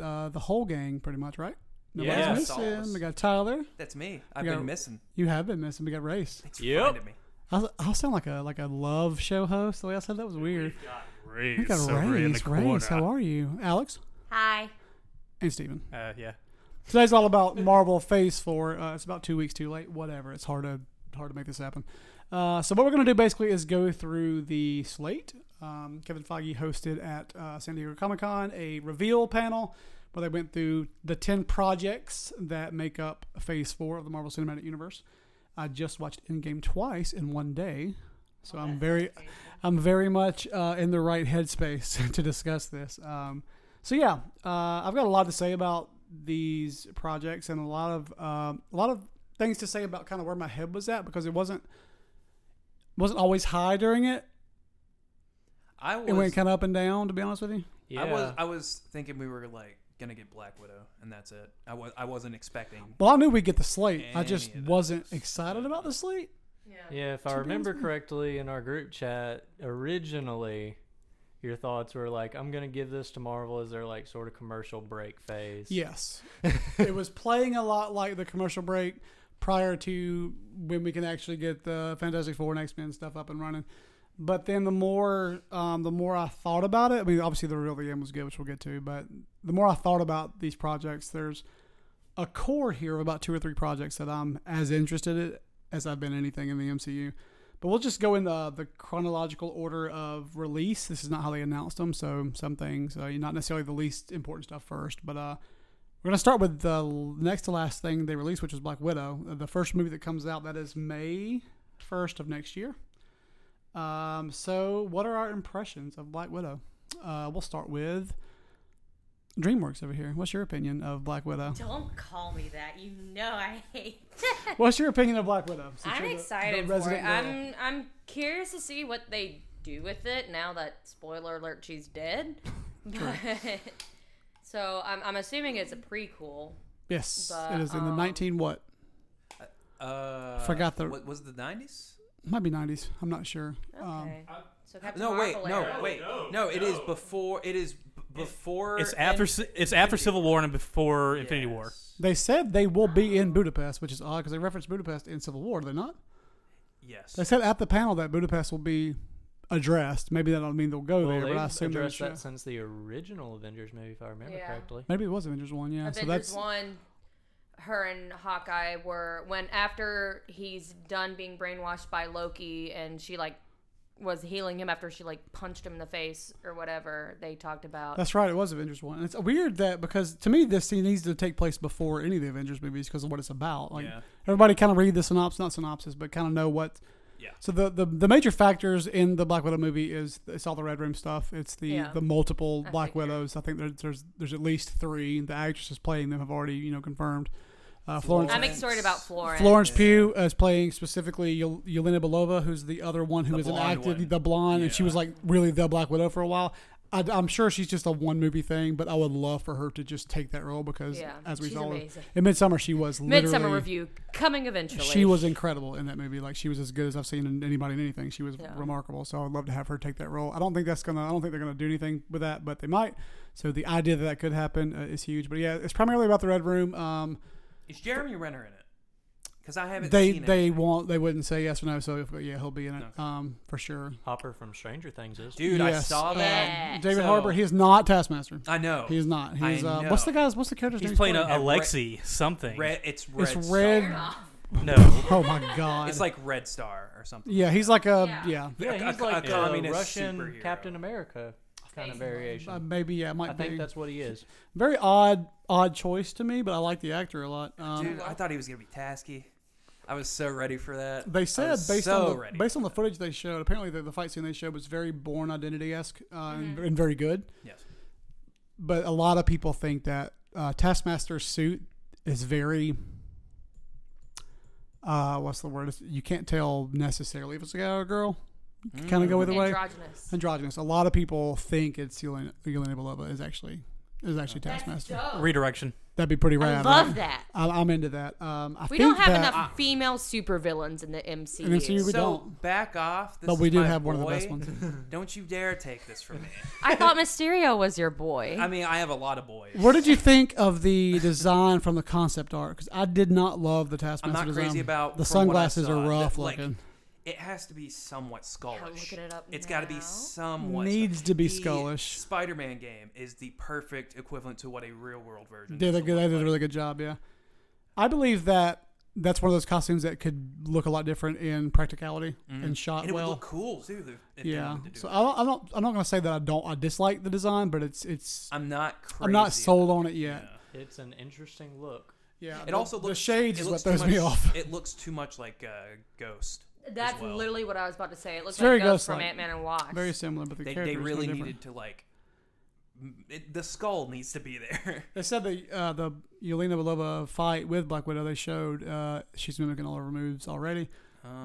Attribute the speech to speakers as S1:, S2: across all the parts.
S1: uh, the whole gang pretty much, right? Nobody's
S2: Yeah.
S1: missing.
S3: Yes.
S1: We got Tyler.
S3: That's me. I've
S1: We got-
S3: been missing.
S1: You have been missing. We got Race.
S3: Thanks for
S2: Yep.
S3: finding me.
S1: I, I sound like a like a love show host. The way I said that was weird.
S2: Race
S1: We got
S2: over in the
S1: Race. Race, how
S2: corner.
S1: are you, Alex
S4: Hi.
S1: and Steven.
S2: Uh, yeah.
S1: Today's all about Marvel Phase Four. Uh, it's about two weeks too late. Whatever. It's hard to hard to make this happen. Uh, so what we're gonna do basically is go through the slate. Um, Kevin Feige hosted at uh, San Diego Comic Con a reveal panel where they went through the ten projects that make up Phase Four of the Marvel Cinematic Universe. I just watched Endgame twice in one day, so I'm very I'm very much uh, in the right headspace to discuss this. Um, so yeah, uh, I've got a lot to say about these projects and a lot of um, a lot of things to say about kind of where my head was at because it wasn't wasn't always high during it.
S3: I
S1: it went
S3: was,
S1: kind of up and down. To be honest with you,
S2: Yeah.
S3: I was, I was thinking we were like gonna get Black Widow, and that's it. I was, I wasn't expecting.
S1: well, I knew we'd get the slate. I just
S3: Any of
S1: wasn't
S3: those.
S1: excited about the slate.
S2: yeah, if I
S1: To be
S2: remember
S1: honest with
S2: correctly in our group chat, originally your thoughts were like, I'm going to give this to Marvel as their like sort of commercial break phase.
S1: Yes, it was playing a lot like the commercial break prior to when we can actually get the Fantastic Four and X Men stuff up and running. But then the more um, the more I thought about it, I mean, obviously the real the game was good, which we'll get to. But the more I thought about these projects, there's a core here of about two or three projects that I'm as interested in as I've been anything in the MCU. But we'll just go in the, the chronological order of release. This is not how they announced them, so some things uh, not necessarily the least important stuff first. But uh, we're gonna start with the l- next to last thing they released, which is Black Widow, Uh, the first movie that comes out. That is May first of next year. Um, so what are our impressions of Black Widow? Uh, we'll start with DreamWorks over here. What's your opinion of Black Widow?
S4: Don't call me that. You know I hate.
S1: What's your opinion of Black Widow? since
S4: I'm
S1: you're the- the
S4: excited for it.
S1: resident girl?
S4: I'm I'm curious to see what they do with it now that spoiler alert she's dead. But, so I'm I'm assuming it's a prequel.
S1: yes,
S4: but,
S1: it is in the
S4: um,
S1: 19 what?
S3: Uh,
S1: Forgot the-
S3: What was it, the nineties?
S1: Might be 90s. I'm not sure.
S4: Okay.
S1: Um,
S4: so Captain
S3: Uh, No, wait,
S4: Marvel
S3: no,
S4: era.
S3: wait, no, It is before. It is b- before.
S5: It's after
S3: End-
S5: ci- it's after Civil War and before Infinity War.
S3: Yes.
S1: they said they will be in Budapest, which is odd because they referenced Budapest in Civil War. They're not.
S3: Yes.
S1: They said at the panel that Budapest will be addressed. Maybe that don't mean they'll go
S2: Well,
S1: there,
S2: they've
S1: but I assume they're
S2: addressed
S1: sure.
S2: that since the original Avengers movie, if I remember
S4: Yeah.
S2: correctly.
S1: Maybe it was Avengers one, yeah. so
S4: Avengers
S1: that's
S4: one. Her and Hawkeye were when after he's done being brainwashed by Loki, and she like was healing him after she like punched him in the face or whatever. They talked about
S1: that's right. It was Avengers one, and it's weird that because to me this scene needs to take place before any of the Avengers movies because of what it's about. Like
S3: Yeah.
S1: everybody kind of read the synopsis, not synopsis, but kind of know what.
S3: Yeah.
S1: So the, the the major factors in the Black Widow movie is it's all the Red Room stuff. It's the
S4: Yeah.
S1: the multiple
S4: I
S1: Black
S4: figured.
S1: Widows. I think there, there's there's at least three. The actresses playing them have already you know confirmed. Uh, Florence
S4: I'm excited about Florence.
S1: Florence Pugh is playing specifically Yel- Yelena Belova, who's the other one who
S3: The
S1: was an
S3: blonde
S1: active,
S3: one.
S1: the blonde, and she
S3: Yeah.
S1: was like really the Black Widow for a while. I, am sure she's just a one movie thing, but I would love for her to just take that role because,
S4: Yeah,
S1: as we
S4: she's
S1: saw
S4: amazing.
S1: in Midsummer, she was literally
S4: Midsummer Review coming eventually.
S1: She was incredible in that movie. Like she was as good as I've seen in anybody in anything. She was
S4: Yeah.
S1: remarkable. So I would love to have her take that role. I don't think that's gonna. I don't think they're gonna do anything with that, but they might. So the idea that that could happen uh, is huge. But yeah, it's primarily about the Red Room. Um,
S3: Is Jeremy Renner in it? Because I haven't.
S1: they
S3: seen
S1: they
S3: it.
S1: won't they wouldn't say yes or no so if, yeah he'll be in it
S3: Okay.
S1: um for sure
S2: Hopper from Stranger Things is.
S3: Dude, I
S1: Yes,
S3: saw that.
S4: Yeah.
S1: david
S3: So-
S1: harbour he is not taskmaster
S3: I know.
S1: he is not
S3: I
S1: he's uh
S3: know.
S1: what's the guy's what's the character's
S5: He's
S1: name
S5: playing a
S1: Corey?
S3: and Bre-
S5: Alexi something.
S3: Red, it's red.
S1: it's
S3: Star.
S1: red
S5: No,
S1: oh my god
S3: It's like Red Star or something.
S1: yeah he's like a yeah,
S4: Yeah.
S2: Yeah,
S3: A-
S2: he's
S3: a-
S2: like
S3: a
S2: a,
S3: communist
S2: Russian
S3: superhero.
S2: Captain America kind of variation.
S1: Uh, maybe yeah it might
S2: I
S1: be
S2: think that's what he is.
S1: very odd odd choice to me but i like the actor a lot um
S3: Dude, I thought he was gonna be Tasky. I was so ready for that. I
S1: They said
S3: was
S1: based
S3: so
S1: on the,
S3: ready.
S1: based on the footage they showed, apparently the, the fight scene they showed was very Born Identity esque uh, and, and very good.
S3: Yes.
S1: but a lot of people think that uh, Taskmaster's suit is very. Uh, what's the word? It's- You can't tell necessarily if it's a guy or a girl. Kind of go either way.
S4: Mm, androgynous.
S1: Androgynous. A lot of people think it's Yelena, Yelena Belova is actually is actually Taskmaster.
S5: redirection.
S1: That'd be pretty
S4: I
S1: rad.
S4: love
S1: right?
S4: that.
S1: I'm, I'm into that. Um, I
S4: We
S1: think
S4: don't have
S1: that,
S4: enough female supervillains in the MCU.
S1: And MCU we
S3: so
S1: don't.
S3: back off. This
S1: But
S3: is
S1: we do
S3: my
S1: have one of the
S3: boy.
S1: best ones.
S3: Don't you dare take this from me.
S4: I thought Mysterio was your boy.
S3: I mean, I have a lot of boys.
S1: What did you think of the design from the concept art? Because I did not love the Taskmaster
S3: I'm not
S1: design.
S3: crazy about
S1: um, the
S3: from what I
S1: sunglasses
S3: saw,
S1: are rough
S3: that,
S1: looking.
S3: It has to be somewhat skullish.
S4: looking it up
S3: It's got to
S4: now.
S3: be somewhat.
S1: Needs to be skullish.
S3: Spider-Man game is the perfect equivalent to what a real-world version.
S1: Did a
S3: should
S1: good.
S3: look
S1: They did
S3: like.
S1: a really good job. Yeah, I believe that that's one of those costumes that could look a lot different in practicality and shot
S3: and it
S1: well.
S3: would look cool too. If, if they
S1: yeah.
S3: wanted to do
S1: So
S3: it.
S1: I don't, I don't. I'm not gonna say that I don't. I dislike the design, but it's it's.
S3: I'm not. Crazy
S1: I'm not sold
S3: about
S1: on it yet.
S2: It's an interesting look.
S1: Yeah.
S3: It also looks
S1: the shades
S3: it
S1: is what
S3: looks
S1: throws
S3: too
S1: me
S3: much-
S1: off.
S3: It looks too much like uh, Ghost. as
S4: That's
S3: well.
S4: literally what I was about to say. It looks
S1: It's very
S4: like Ghost from
S1: ghost-like.
S4: Ant Man and Wasp.
S1: Very similar, but the
S3: They,
S1: character is
S3: they
S1: no
S3: really
S1: different.
S3: needed to like. m- It, the skull needs to be there.
S1: They said that uh, the Yelena Belova fight with Black Widow. They showed uh, she's mimicking all of her moves already,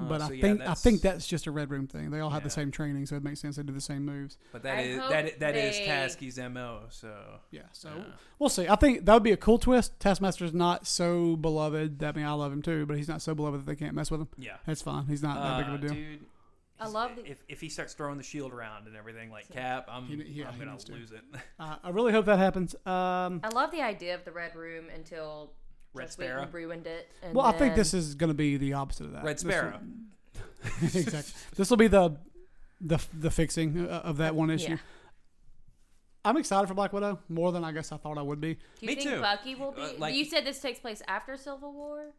S1: but
S3: Uh, so
S1: I
S3: yeah,
S1: think I
S3: that's-
S1: think that's just a Red Room thing. They all had the
S3: Yeah.
S1: same training, so it makes sense they do the same moves.
S3: But that
S4: I
S3: is
S4: hope
S3: that that is
S4: they-
S3: Tasky's mo. So
S1: Yeah, so we'll see. I think that would be a cool twist. Taskmaster's not so beloved. That I mean, I love him too, but he's not so beloved that they can't mess with him.
S3: yeah,
S1: That's fine. He's not that big of a
S3: Uh,
S1: deal.
S3: dude.
S4: I love the-
S3: if if he starts throwing the shield around and everything like Cap, I'm
S1: He- yeah,
S3: I'm
S1: he
S3: gonna
S1: needs to.
S3: lose it.
S1: Uh, I really hope that happens. Um,
S4: I love the idea of the Red Room until
S3: Red
S4: Joss Whedon
S3: Sparrow.
S4: ruined it. and
S1: well, I think
S4: then-
S1: this is going to be the opposite of that.
S3: Red
S1: This will-
S3: Sparrow.
S1: exactly. This will be the the the fixing uh, of that one issue.
S4: Yeah.
S1: I'm excited for Black Widow more than I guess I thought I would be.
S4: Do you
S3: Me
S4: think
S3: too.
S4: Bucky will be?
S3: Uh, like-
S4: you said this takes place after Civil War.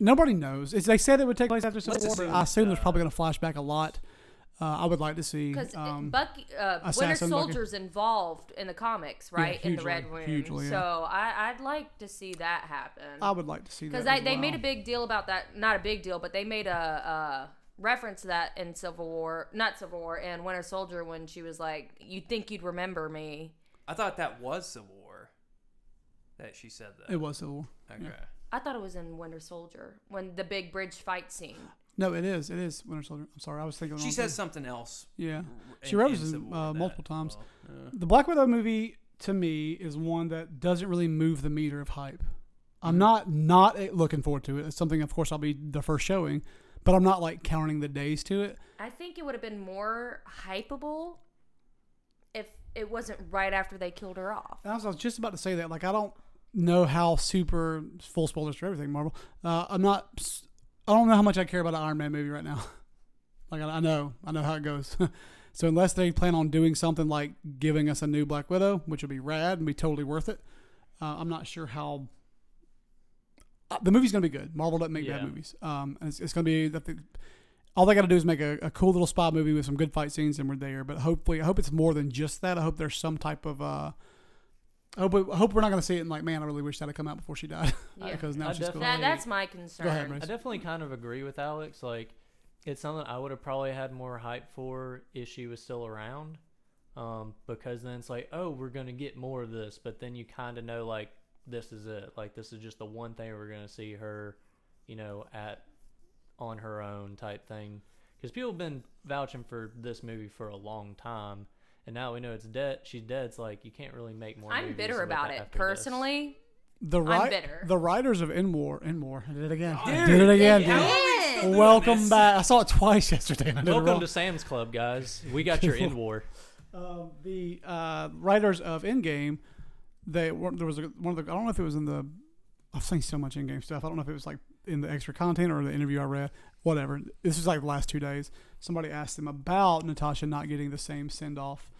S1: Nobody knows. It's, they said it would take place after Civil
S3: Let's
S1: War. but
S3: assume,
S1: I assume there's
S3: uh,
S1: probably going to flashback a lot. Uh, I would like to see.
S4: Because
S1: um,
S4: Bucky, uh, Winter
S1: Assassin Bucky.
S4: Soldier's involved in the comics, right? in the
S1: hugely,
S4: Red Room.
S1: hugely, yeah.
S4: So I, I'd like to see that happen.
S1: I would like to see that
S4: because
S1: as
S4: they
S1: well.
S4: made a big deal about that not a big deal but they made a, a reference to that in civil war not civil war and winter soldier when she was like you think you'd remember me
S3: I thought that was Civil War. That she said that.
S1: It was Civil War.
S3: okay.
S4: i thought it was in winter soldier when the big bridge fight scene
S1: No, it is. It is Winter Soldier. I'm sorry, I was thinking. of the
S3: She
S1: wrong
S3: says
S1: thing.
S3: something else.
S1: Yeah, she
S3: in-
S1: wrote
S3: in
S1: this,
S3: Civil War
S1: uh,
S3: that-
S1: multiple times.
S3: well, uh,
S1: The Black Widow movie to me is one that doesn't really move the meter of hype.
S3: Mm.
S1: I'm not not eh, looking forward to it. It's something, of course, I'll be the first showing, but I'm not like counting the days to it.
S4: i think it would have been more hypeable if it wasn't right after they killed her off
S1: I was, I was just about to say that. Like, I don't know how super full spoilers for everything Marvel. Uh, I'm not. s- I don't know how much I care about an Iron Man movie right now. like, I, I know, I know how it goes. so unless they plan on doing something like giving us a new Black Widow, which would be rad and be totally worth it, uh, I'm not sure how. Uh, the movie's gonna be good. Marvel doesn't make bad
S2: Yeah.
S1: movies. Um, and it's, it's gonna be that. All they got to do is make a, a cool little spy movie with some good fight scenes, and we're there. But hopefully, I hope it's more than just that. I hope there's some type of uh, I hope, I hope we're not going to see it and like, man, I really wish that had come out before she died.
S4: Yeah.
S1: because now
S2: I
S1: she's cool.
S2: definitely-
S4: that, that's my concern
S1: Go ahead, Maurice.
S2: I definitely kind of agree with Alex. Like, it's something I would have probably had more hype for if she was still around. Um, because then it's like, oh, we're gonna get more of this, but then you kind of know like this is it. Like this is just the one thing we're gonna see her, you know, at on her own type thing. Because people have been vouching for this movie for a long time, and now we know it's dead. She's dead. It's like you can't really make more.
S4: i'm
S2: movies
S4: bitter
S2: with
S4: about
S2: that
S4: it
S2: after this.
S4: personally
S1: The right,
S4: bitter.
S1: the writers of Inwar, Inwar, I did it again. I did it again.
S3: how
S1: dude.
S3: are we still doing
S1: Welcome
S3: this?
S1: back. I saw it twice yesterday. And I did it wrong.
S2: Welcome to Sam's Club, guys. We got your end war.
S1: Um, the uh, writers of Endgame, they were, there was a, one of the I don't know if it was in the I've seen so much Endgame stuff. I don't know if it was like in the extra content or the interview I read. Whatever. This is like the last two days. Somebody asked them about Natasha not getting the same send off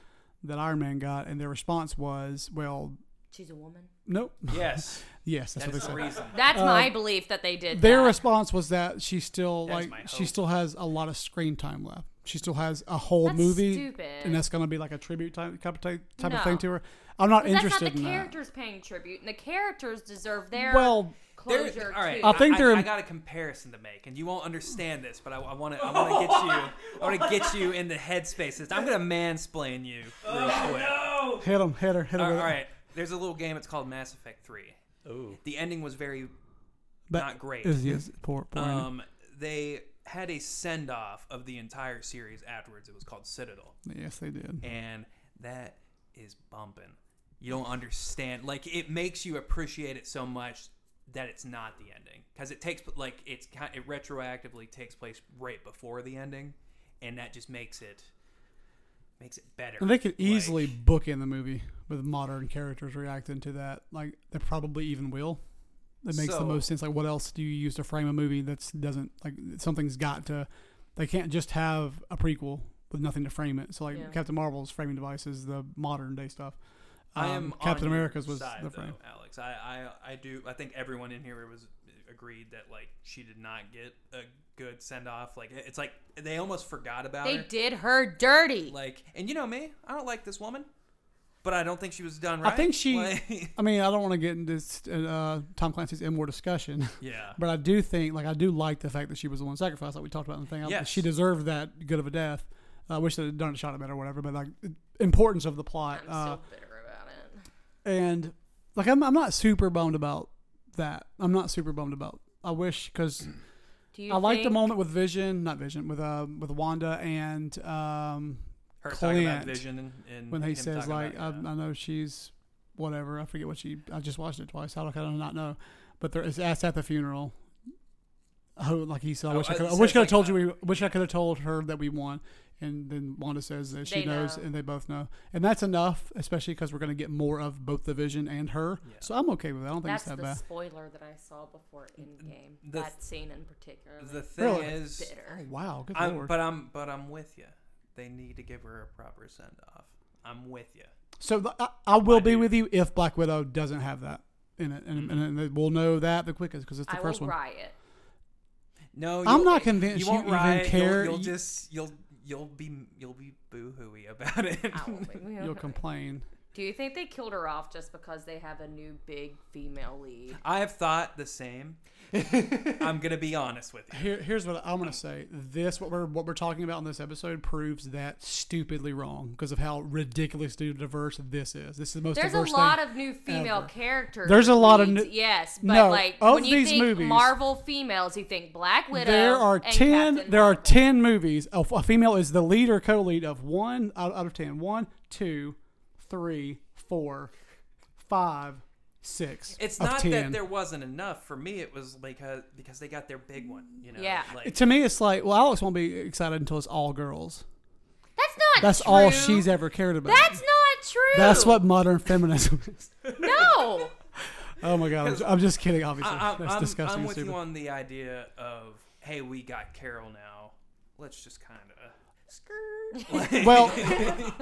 S1: that Iron Man got, and their response was, "Well,
S4: she's a woman
S1: nope."
S3: Yes.
S1: Yes, that's what
S3: That
S1: they
S3: is the
S1: said.
S3: reason.
S4: that's
S1: Uh,
S4: my belief that they did
S1: Their
S4: that.
S1: response was that she still
S3: That's my
S1: like she
S3: hope.
S1: still has a lot of screen time left. She still has a whole
S4: That's
S1: movie,
S4: stupid.
S1: and that's going to be like a tribute type type, of- type of
S4: No.
S1: thing to her. I'm not
S4: 'Cause that's
S1: interested
S4: not the
S1: in
S4: characters paying tribute, and the characters deserve their
S1: that. Well,
S3: There-
S4: closure
S3: all right,
S4: too.
S1: I think they're-
S3: I, got a comparison to make, and you won't understand this, but I want to. I want to get you. I want to get you in the headspaces. I'm gonna mansplain you real
S4: Oh,
S3: quick.
S1: hit him, hit her, hit her.
S3: All
S1: with it.
S3: right. There's a little game. It's called Mass Effect Three.
S2: Ooh.
S3: The ending was very
S1: But-
S3: not great.
S1: Is yes, poor, poor Andy.
S3: Um, they had a send off of the entire series afterwards. It was called Citadel,
S1: Yes, they did.
S3: and that is bumping. you don't understand. Like it makes you appreciate it so much that it's not the ending because it takes like it's ki- it retroactively takes place right before the ending, and that just makes it makes it better.
S1: And they could
S3: Like,
S1: easily book in the movie with modern characters reacting to that. Like they probably even will. That makes the
S3: So-
S1: most sense. Like what else do you use to frame a movie that's doesn't like something's got to they can't just have a prequel with nothing to frame it. So like
S4: Yeah.
S1: Captain Marvel's framing device is the modern day stuff.
S3: I
S1: Um,
S3: am on
S1: Captain
S3: your
S1: America's was
S3: side,
S1: the frame.
S3: though, Alex, I, I I do. I think everyone in here was agreed that like she did not get a good send off. Like it's like they almost forgot about
S4: They
S3: her.
S4: did her dirty.
S3: Like, and you know me, I don't like this woman, but I don't think she was done right.
S1: I think she.
S3: Like-
S1: I mean, I don't want to get into uh, Tom Clancy's M war discussion,
S3: yeah.
S1: but I do think, like, I do like the fact that she was the one sacrificed, like we talked about in the thing. I-
S3: Yes.
S1: She deserved that good of a death. I wish they'd done a shot at better or whatever, but like importance of the
S4: I'm
S1: plot.
S4: so
S1: Uh,
S4: bitter about it.
S1: and like, I'm, I'm not super bummed about that. I'm not super bummed about. I wish because
S4: Do you
S1: I liked the
S4: think-
S1: moment with Vision, not Vision, with uh with Wanda and um
S3: Her talking about
S1: Clint,
S3: vision and, and
S1: when he
S3: Mm-hmm. him
S1: says
S3: talking
S1: like
S3: about,
S1: I, I know she's whatever i forget what she i just watched it twice how do i not know but there is that's at the funeral oh like he said i
S3: Oh,
S1: wish i
S3: uh,
S1: could i
S3: says,
S1: wish i could have
S3: like,
S1: told
S3: uh,
S1: you we wish i could have told her that we won and then wanda says that she
S4: They
S1: knows
S4: know.
S1: and they both know and that's enough especially because we're going to get more of both the vision and her
S3: Yeah.
S1: so i'm okay with it i don't think
S4: That's
S1: it's that
S4: the
S1: bad
S4: spoiler that I saw before Endgame.
S3: the-
S4: that scene in particular.
S3: yeah. the thing
S1: Really?
S3: is,
S4: bitter.
S1: Oh, wow good
S3: I'm,
S1: lord
S3: but I'm but I'm with you. They need to give her a proper send off. I'm with you.
S1: So th- I, I will
S3: I
S1: be
S3: do. Mm-hmm.
S1: with you if Black Widow doesn't have that in it, and, and, and we'll know that the quickest because it's the
S4: I will
S1: first one.
S4: riot.
S3: No,
S1: I'm
S3: you'll- e-,
S1: not convinced
S3: You
S1: you
S3: won't
S1: even
S3: riot.
S1: care.
S3: You'll,
S1: You-
S3: you'll just you'll you'll be you'll be boo hooey about it.
S4: I will be-
S1: You'll complain.
S4: Do you think they killed her off just because they have a new big female lead?
S3: I have thought the same. I'm gonna be honest with you.
S1: Here, here's what I'm gonna say. This what we're what we're talking about in this episode proves that stupidly wrong because of how ridiculously diverse this is. This is the most
S4: There's a
S1: diverse
S4: lot
S1: thing.
S4: of new female
S1: ever.
S4: characters.
S1: There's a lot of
S4: leads,
S1: new-
S4: yes, but
S1: No,
S4: like
S1: of
S4: when you
S1: these
S4: think
S1: movies-
S4: Marvel females, you think Black Widow.
S1: there are
S4: and
S1: ten.
S4: Captain
S1: there are
S4: Marvel.
S1: ten movies. A, a female is the lead or co-lead of one out, out of ten. One, two, three, four, five, six.
S3: It's
S1: of
S3: not
S1: 10.
S3: that there wasn't enough for me. It was because because they got their big one. You know.
S4: Yeah.
S3: Like,
S1: To me, it's like well, Alex won't be excited until it's all girls.
S4: That's not.
S1: That's all
S4: true.
S1: she's ever cared about.
S4: That's not true.
S1: That's what modern feminism is.
S4: No.
S1: Oh my god, I'm, ju- I'm just kidding. Obviously,
S3: I,
S1: that's
S3: am
S1: disgusting. and
S3: with
S1: stupid.
S3: you on the idea of hey, we got Carol now. Let's just kind of skirt.
S1: well,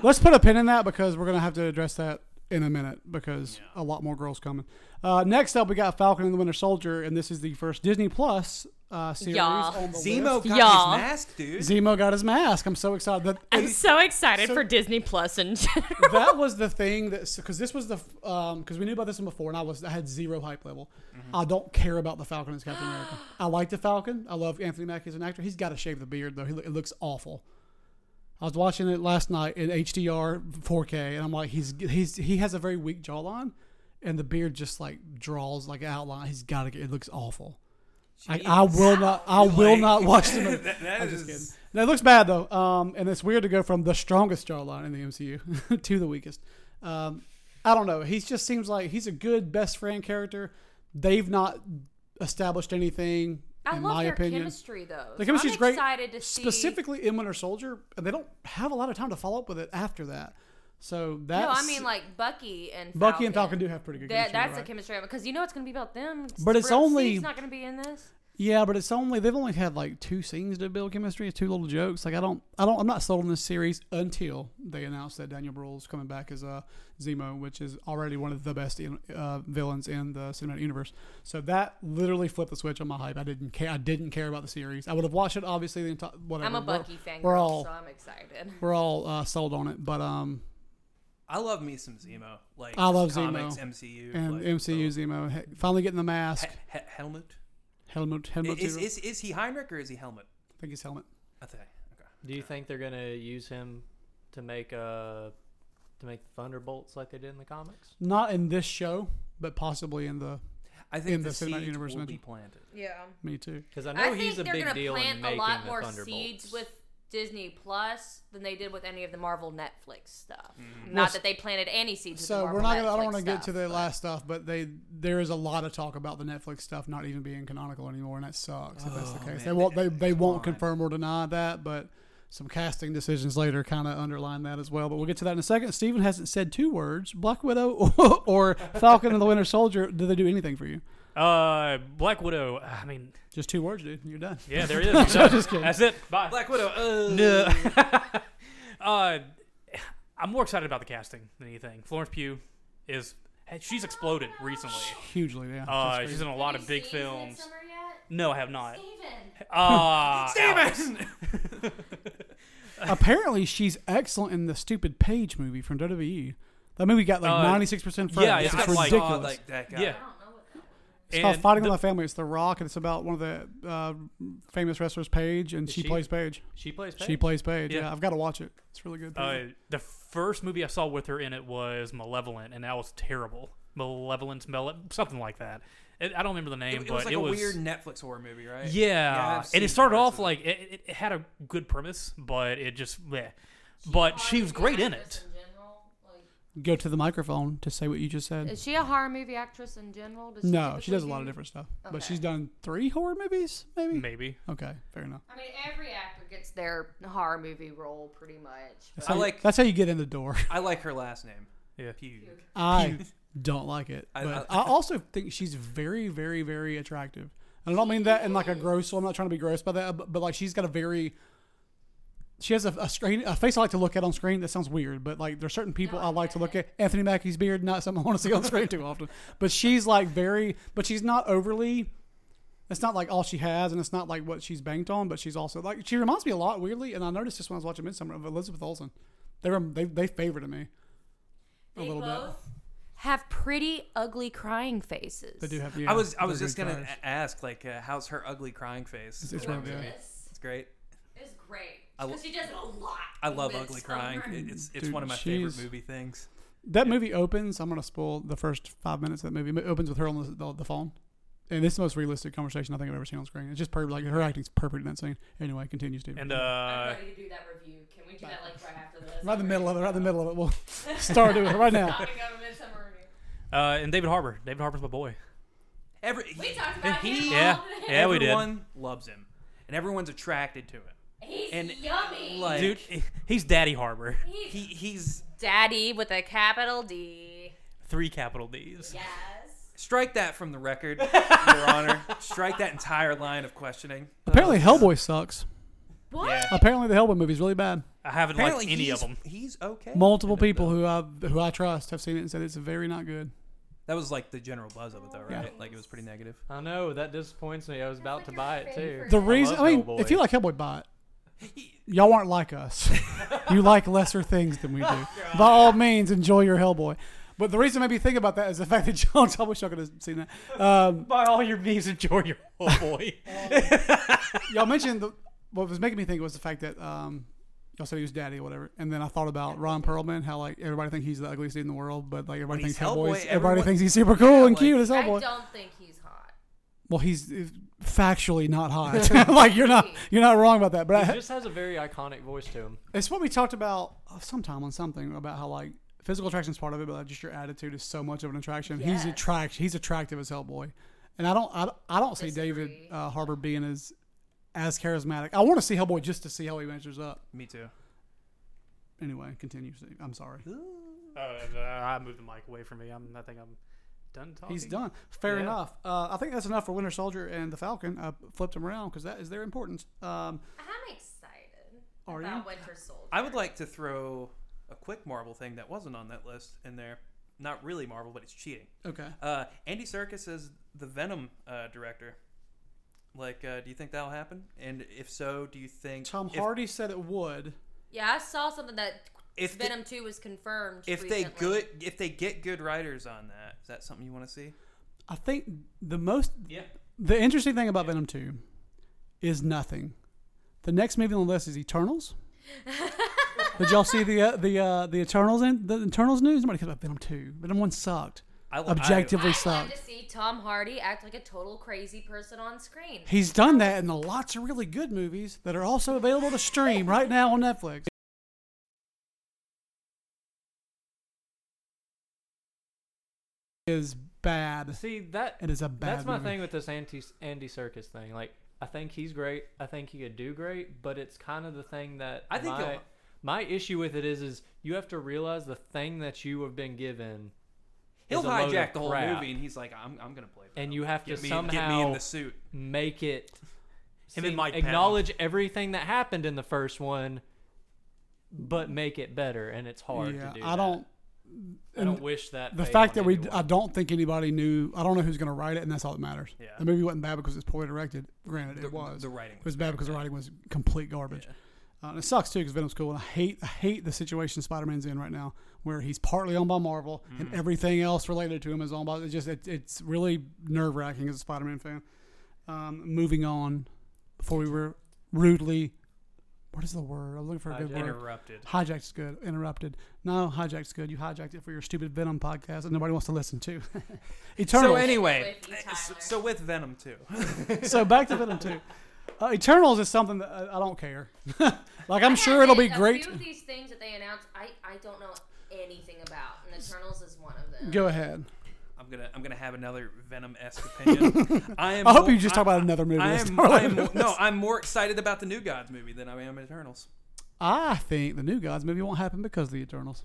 S1: let's put a pin in that because we're gonna have to address that in a minute because a lot more girls coming. Uh, next up, we got Falcon and the Winter Soldier, and this is the first Disney Plus uh, series.
S4: Y'all.
S1: on the
S3: Zemo
S1: list.
S3: got his
S4: Y'all.
S3: mask, dude.
S1: Zemo got his mask. I'm so excited. That,
S4: I'm so excited
S1: So-
S4: for Disney Plus in general.
S1: that was the thing that because this was the because we knew about this one before, and I was I had zero hype level. I don't care about the Falcon as Captain America. I like the Falcon. I love Anthony Mackie as an actor. He's got to shave the beard though. He, lo- it looks awful. I was watching it last night in HDR 4K, and I'm like, he's he's he has a very weak jawline, and the beard just like draws like an outline. He's got to get. It looks awful. Like, I will not. I will
S3: Like-
S1: not watch the movie.
S3: That- that
S1: I'm just kidding.
S3: is-
S1: No, it looks bad though. Um, and it's weird to go from the strongest jawline in the MCU to the weakest. Um, I don't know. He just seems like he's a good best friend character. They've not established anything.
S4: I
S1: in
S4: love
S1: my
S4: their
S1: opinion.
S4: chemistry though.
S1: The
S4: So
S1: chemistry's
S4: I'm
S1: great.
S4: Excited to see.
S1: Specifically in Winter Soldier, and they don't have a lot of time to follow up with it after that. So that's
S4: No, I mean like Bucky and Falcon.
S1: Bucky and Falcon do have pretty good. chemistry,
S4: That, that's
S1: you're
S4: the
S1: right.
S4: chemistry because you know it's going to be about them.
S1: But it's
S4: Real
S1: only-
S4: Steve's not going to be in this.
S1: Yeah, but it's only they've only had like two scenes to build chemistry, it's two little jokes. Like I don't, I don't, I'm not sold on this series until they announce that Daniel Bruhl's coming back as uh, Zemo, which is already one of the best in, uh, villains in the cinematic universe. So that literally flipped the switch on my hype. I didn't care. I didn't care about the series. I would have watched it obviously the entire whatever.
S4: I'm a
S1: We're-
S4: Bucky fan,
S1: We're
S4: girl,
S1: all
S4: so I'm excited.
S1: we're all uh, sold on it, but um,
S3: I love me some Zemo. Like
S1: I love
S3: comics,
S1: Zemo.
S3: MCU,
S1: and
S3: like,
S1: MCU
S3: so-
S1: Zemo he- finally getting the mask.
S3: He- He- Helmut.
S1: Helmet, helmet.
S3: Is,
S1: Zero.
S3: is is he Heinrich or is he Helmet?
S1: I think it's helmet.
S3: I think. Okay.
S2: Do you think they're gonna use him to make uh to make thunderbolts like they did in the comics?
S1: Not in this show, but possibly in the.
S3: I think
S1: In
S3: the,
S1: the cinematic
S3: seeds
S1: universe
S3: will be
S1: mentioned.
S3: planted.
S4: Yeah.
S1: Me too.
S2: Because I
S4: I
S2: know
S4: think
S2: he's a
S4: they're
S2: big
S4: gonna
S2: deal in
S4: plant
S2: making
S4: a lot
S2: the
S4: more
S2: thunderbolts.
S4: seeds with Disney Plus than they did with any of the Marvel Netflix stuff.
S5: Mm-hmm.
S4: Not
S1: Well, s-
S4: that they planted any seeds.
S1: So
S4: with the
S1: we're not
S4: Marvel
S1: gonna. I don't
S4: Netflix
S1: want to get to
S4: stuff,
S1: the
S4: but-
S1: last stuff, but they there is a lot of talk about the Netflix stuff not even being canonical anymore, and that sucks. if that's the
S3: Oh,
S1: case,
S3: man,
S1: they won't. They,
S3: that-
S1: they
S3: come
S1: won't
S3: on.
S1: confirm or deny that, but some casting decisions later kind of underline that as well. But we'll get to that in a second. Steven hasn't said two words: Black Widow or, Falcon and the Winter Soldier. Did they do anything for you?
S5: Uh, Black Widow. I mean,
S1: Just two words, dude. You're done.
S5: yeah, there it is.
S1: Just kidding.
S5: That's it. Bye.
S3: Black Widow. Uh,
S5: No. uh, I'm more excited about the casting than anything. Florence Pugh is she's exploded recently.
S1: Hugely, yeah. That's
S5: Uh,
S1: crazy.
S5: she's in a lot of big films.
S4: Midsummer yet?
S5: No, I have not.
S4: Steven.
S5: Uh,
S3: Steven!
S1: Apparently, she's excellent in the stupid Page movie from WWE. That movie got like
S5: Uh,
S1: 96 percent.
S5: yeah,
S1: it's
S5: it's
S1: ridiculous.
S5: got, like,
S3: Saw, like that guy.
S5: Yeah.
S4: I don't know what that
S1: It's called
S5: And
S1: Fighting
S5: the-
S1: with My Family. It's The Rock, and it's about one of the uh, famous wrestlers, Paige, and
S2: Is
S1: she,
S2: she-
S1: plays Paige.
S2: She plays.
S1: She
S2: Paige?
S1: plays Paige. Yeah.
S5: Yeah.
S1: I've got to watch it. It's really good.
S5: uh, the first movie I saw with her in it was Malevolent, and that was terrible. Malevolent, Male- something like that. It, I don't remember the name,
S3: It, it
S5: but
S3: was like
S5: it
S3: a
S5: was
S3: weird Netflix horror movie, right? I've
S5: Yeah, and
S3: seen
S5: it started
S3: parts
S5: off
S3: of it.
S5: like it, it, it had a good premise, but it just, bleh. but she was great in it.
S1: Go to the microphone to say what you just said.
S4: Is she a horror movie actress in general? Does
S1: Uh, No, she does a
S4: typically
S1: lot of
S4: do-
S1: different stuff. But
S4: Okay.
S1: she's done three horror movies, maybe?
S5: Maybe
S1: Okay, fair enough.
S4: I mean, every actor gets their horror movie role pretty much.
S1: That's
S3: I
S1: how you-
S3: like-
S1: that's how you get in the door.
S3: I like her last name.
S5: Yeah.
S3: Pugh.
S1: I don't like it.
S3: I-
S1: But I, also think she's very, very, very attractive. And I don't mean that in like a gross. I'm not trying to be gross by that, but, but like she's got a very. She has a, a screen a face I like to look at on screen. That sounds weird, but like there's certain people I like to look at. Anthony Mackie's beard, not something I want to see on screen too often. But she's like very, but she's not overly. It's not like all she has, and it's not like what she's banked on. But she's also like she reminds me a lot weirdly, and I noticed this when I was watching Midsummer of Elizabeth Olsen. They were they they favored me a little bit.
S4: Have pretty ugly crying faces.
S1: They do have.
S3: I was I was
S1: they're
S3: just
S1: good
S3: gonna
S1: tries.
S3: a- ask like uh, how's her ugly crying face?
S1: It's- it's
S3: in that
S1: really good.
S3: movie? It's great.
S4: It's great.
S3: I lo-
S4: Because she does it a lot.
S3: I love
S4: with
S3: ugly crying.
S4: summer.
S3: It- It's it's
S1: Dude,
S3: one of my
S1: she's-
S3: favorite movie things.
S1: That movie opens. I'm gonna spoil the first five minutes of that movie. It opens with her on the, the, the phone, and it's the most realistic conversation I think I've ever seen on screen. It's just perfect. Like her acting's perfect in that scene. Anyway, continues to.
S5: and
S4: I'm
S5: uh,
S4: ready to do that review. Can we do that like right after this?
S1: right in the middle of it. Right in the middle of it. We'll start doing it right now.
S4: Stopping of a midsummer review.
S5: uh, and David Harbor. David Harbor's my boy.
S3: Every
S4: We talked about
S3: And
S4: him
S3: he-
S5: Yeah,
S4: all day.
S5: yeah, we did.
S3: everyone loves him, and everyone's attracted to him.
S4: He's
S3: And,
S4: yummy.
S3: Like
S5: Dude, he's Daddy Harbor.
S4: He's
S3: he he's
S4: Daddy with a capital D.
S5: Three capital D's.
S4: Yes.
S3: strike that from the record, Your Honor. Strike that entire line of questioning.
S1: Apparently, Hellboy sucks.
S4: What?
S5: Yeah.
S1: Apparently, the Hellboy movie's really bad.
S5: I haven't
S3: Apparently
S5: liked any
S3: he's,
S5: of them.
S3: He's okay.
S1: Multiple
S3: in it,
S1: people
S3: though.
S1: who I who I trust have seen it and said it's very not good.
S3: that was like the general buzz of it though, right? Like it was pretty negative.
S2: I know that disappoints me. I was about to
S4: like
S2: buy
S4: your
S2: it too.
S1: The
S4: I
S1: reason,
S2: love
S1: I mean,
S2: Hellboy.
S1: if you like Hellboy, buy it. Y'all aren't like us. you like lesser things than we
S3: Oh,
S1: do. By all means, enjoy your Hellboy. But the reason made me think about that is the fact that Jones. I wish I could have seen that. Um,
S5: By all your means, enjoy your oh boy.
S1: y'all mentioned the, what was making me think was the fact that um, y'all said he was daddy or whatever, and then I thought about Ron Perlman, how like everybody thinks he's the ugliest dude in the world, but like everybody
S3: he's
S1: thinks Hellboy.
S3: Hellboy,
S1: Everybody
S3: everyone-
S1: thinks he's super cool and
S3: like-
S1: cute as
S4: I
S1: Hellboy.
S4: don't think he's hot.
S1: Well, he's uh, factually not hot. like you're not you're not wrong about that. But
S2: He
S1: I,
S2: just has a very iconic voice to him.
S1: It's what we talked about uh, sometime on something about how like physical attraction is part of it, but like, just your attitude is so much of an attraction. He's
S4: Yes.
S1: attract he's attractive as Hellboy, and I don't I, don't- I don't see David
S4: Disagree.
S1: uh, Harbor being as as charismatic. I want to see Hellboy just to see how he measures up.
S3: Me too.
S1: Anyway, continue. Steve. I'm sorry.
S5: Uh, I moved the mic away from me. I'm, I think I'm done talking.
S1: He's done. Fair
S5: Yeah.
S1: enough. Uh, I think that's enough for Winter Soldier and the Falcon. I flipped them around because that is their importance. Um,
S4: I'm excited
S1: Are
S4: about
S1: you?
S4: Winter Soldier.
S3: I would like to throw a quick Marvel thing that wasn't on that list in there. Not really Marvel, but it's cheating.
S1: okay.
S3: Uh, Andy Serkis is the Venom uh, director. Like, uh, do you think that'll happen? And if so, do you think
S1: Tom
S3: if-
S1: Hardy said it would.
S4: Yeah, I saw something that
S3: If the-
S4: Venom Two was confirmed.
S3: If they
S4: recently.
S3: good, if they get good writers on that, is that something you want to see?
S1: I think the most
S5: Yeah.
S1: The interesting thing about Venom 2 is nothing. The next movie on the list is Eternals. Did y'all see the uh, the uh, the Eternals in the Eternals news? Nobody cares about Venom 2. Venom 1 sucked.
S3: I,
S2: Oh,
S3: I-
S1: objectively
S4: I
S1: sucked.
S4: wanted to see Tom Hardy act like a total crazy person on screen.
S1: He's done that in the lots of really good movies that are also available to stream right now on Netflix. Is bad.
S2: See that
S1: It is a bad.
S2: That's my
S1: movie.
S2: thing with this anti Andy Circus thing. Like, I think he's great. I think he could do great, but it's kind of the thing that
S3: I think
S2: my,
S3: he'll-
S2: my issue with it is is you have to realize the thing that you have been given,
S3: he'll
S2: is a load of
S3: hijack the whole
S2: crap.
S3: movie, and he's like, "I'm, I'm gonna play." for
S2: and
S3: him.
S2: you have to
S3: get me,
S2: somehow
S3: get me in the suit.
S2: make it.
S5: Him and Mike Patton.
S2: acknowledge everything that happened in the first one, but make it better, and it's hard
S1: Yeah,
S2: to do.
S1: I
S2: that.
S1: don't.
S2: I don't wish that.
S1: The
S2: fate
S1: fact that
S2: on
S1: we,
S2: anyone.
S1: I don't think anybody knew. I don't know who's going to write it, and that's all that matters.
S5: Yeah.
S1: The movie wasn't bad because it's poorly directed. Granted,
S3: The-
S1: it was.
S3: the writing
S1: It was bad because the writing was complete garbage. Uh, and it sucks too because Venom's cool, and I hate, I hate the situation Spider-Man's in right now, where he's partly owned by Marvel
S3: Mm-hmm.
S1: and everything else related to him is owned by. It's just, it, it's really nerve-wracking as a Spider-Man fan. Um, moving on, before we were rudely, what is the word? I'm looking
S3: Uh,
S1: for a good
S2: Hijacked.
S1: word.
S3: Interrupted.
S1: Hijacked's good. Interrupted. No, hijacked's good. You hijacked it for your stupid Venom podcast that nobody wants to listen to. Eternals. So,
S3: So anyway,
S4: With you,
S3: uh, so,
S4: Tyler.
S3: so with Venom too.
S1: back to Venom 2. Uh, Eternals is something that uh, I don't care. like, I'm
S4: I
S1: sure
S4: have
S1: it'll be
S4: a-
S1: great.
S4: A few of these things that they announce, I, I don't know anything about, and Eternals is one of them.
S1: Go ahead.
S3: I'm gonna I'm gonna have another Venom esque opinion. I am.
S1: I hope
S3: more-
S1: you just talk
S3: I-
S1: about another movie.
S3: I
S1: that's
S3: am,
S1: not
S3: I
S1: related
S3: am
S1: to
S3: more-
S1: this.
S3: no, I'm more excited about the New Gods movie than I am Eternals.
S1: I think the new Gods movie won't happen because of the Eternals.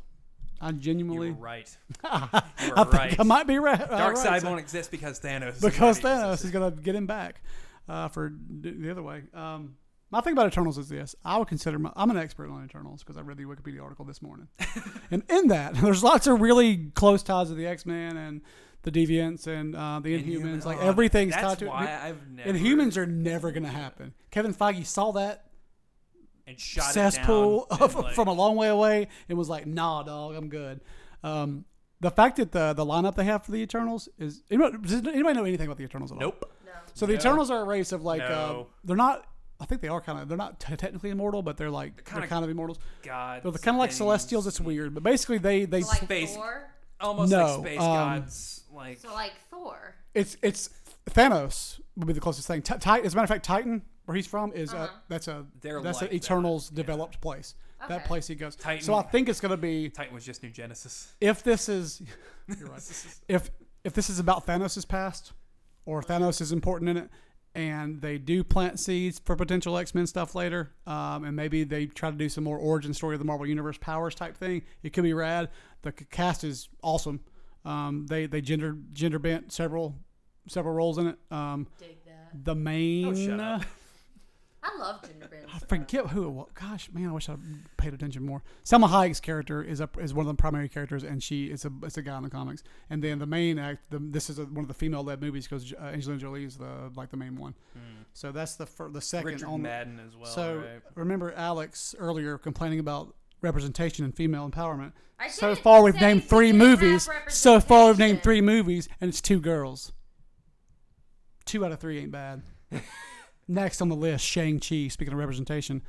S1: I
S3: You were
S1: genuinely,
S3: right. You were
S1: I
S3: right.
S1: think I might be right.
S3: Dark
S1: right.
S3: Side won't exist because Thanos.
S1: because
S3: already
S1: Thanos
S3: existed.
S1: is going to get him back uh, for d- the other way. Um, my thing about Eternals is this: I would consider my, I'm an expert on Eternals because I read the Wikipedia article this morning, and in that there's lots of really close ties to the X Men and the Deviants and uh, the Inhumans. Like
S3: Oh,
S1: everything's
S3: that's
S1: tied to
S3: why
S1: it.
S3: I've never
S1: And humans are never going to happen. Kevin Feige saw that
S3: and shot
S1: cesspool
S3: it down,
S1: of,
S3: and, like,
S1: from a long way away and was like, "Nah, dog, I'm good." Um, the fact that the the lineup they have for the Eternals is anybody, does anybody know anything about the Eternals at all?
S5: Nope.
S4: No.
S1: So the Eternals are a race of like uh,
S5: No.
S1: they're not. I think they are kind of. They're not t- technically immortal, but they're like
S3: kinda-
S1: they're kind of immortals.
S3: gods.
S1: They're kind of like
S3: things,
S1: Celestials. It's weird, but basically they they
S4: So like
S3: Space-
S4: Thor.
S3: almost
S1: No,
S3: like space
S1: um,
S3: gods. Like
S4: So like Thor.
S1: it's it's Thanos would be the closest thing. Ti- Ti- as a matter of fact, Titan, where he's from, is
S4: Uh-huh.
S1: a, that's a
S3: They're
S1: that's
S3: like
S1: an
S3: that,
S1: Eternals developed place. That
S4: Okay.
S1: place he goes.
S3: Titan-
S1: So I think it's gonna be
S3: Titan was just New Genesis.
S1: if this is you're right. if if this is about Thanos' past or if Thanos is important in it and they do plant seeds for potential X-Men stuff later um, and maybe they try to do some more origin story of the Marvel Universe powers type thing it could be rad the c- cast is awesome um, they they gender gender bent several several roles in it um,
S4: Dig that.
S1: the main
S3: Oh, shut up.
S4: I love gender bends.
S1: I forget who it was. Gosh, man, I wish I paid attention more. Selma Hayek's character is a, is one of the primary characters, and she is a it's a guy in the comics. And then the main act, the, this is a, one of the female led movies because uh, Angelina Jolie is the like the main one. So that's the fir- the second
S3: Richard
S1: on the-
S3: Madden as well.
S1: so
S3: right?
S1: remember Alex earlier complaining about representation and female empowerment.
S4: I
S1: So
S4: didn't
S1: far, we've
S4: say
S1: named
S4: we
S1: three
S4: didn't have
S1: movies. So far, we've named
S4: representation.
S1: three movies, and it's two girls. Two out of three ain't bad. Next on the list, Shang Chi. Speaking of representation,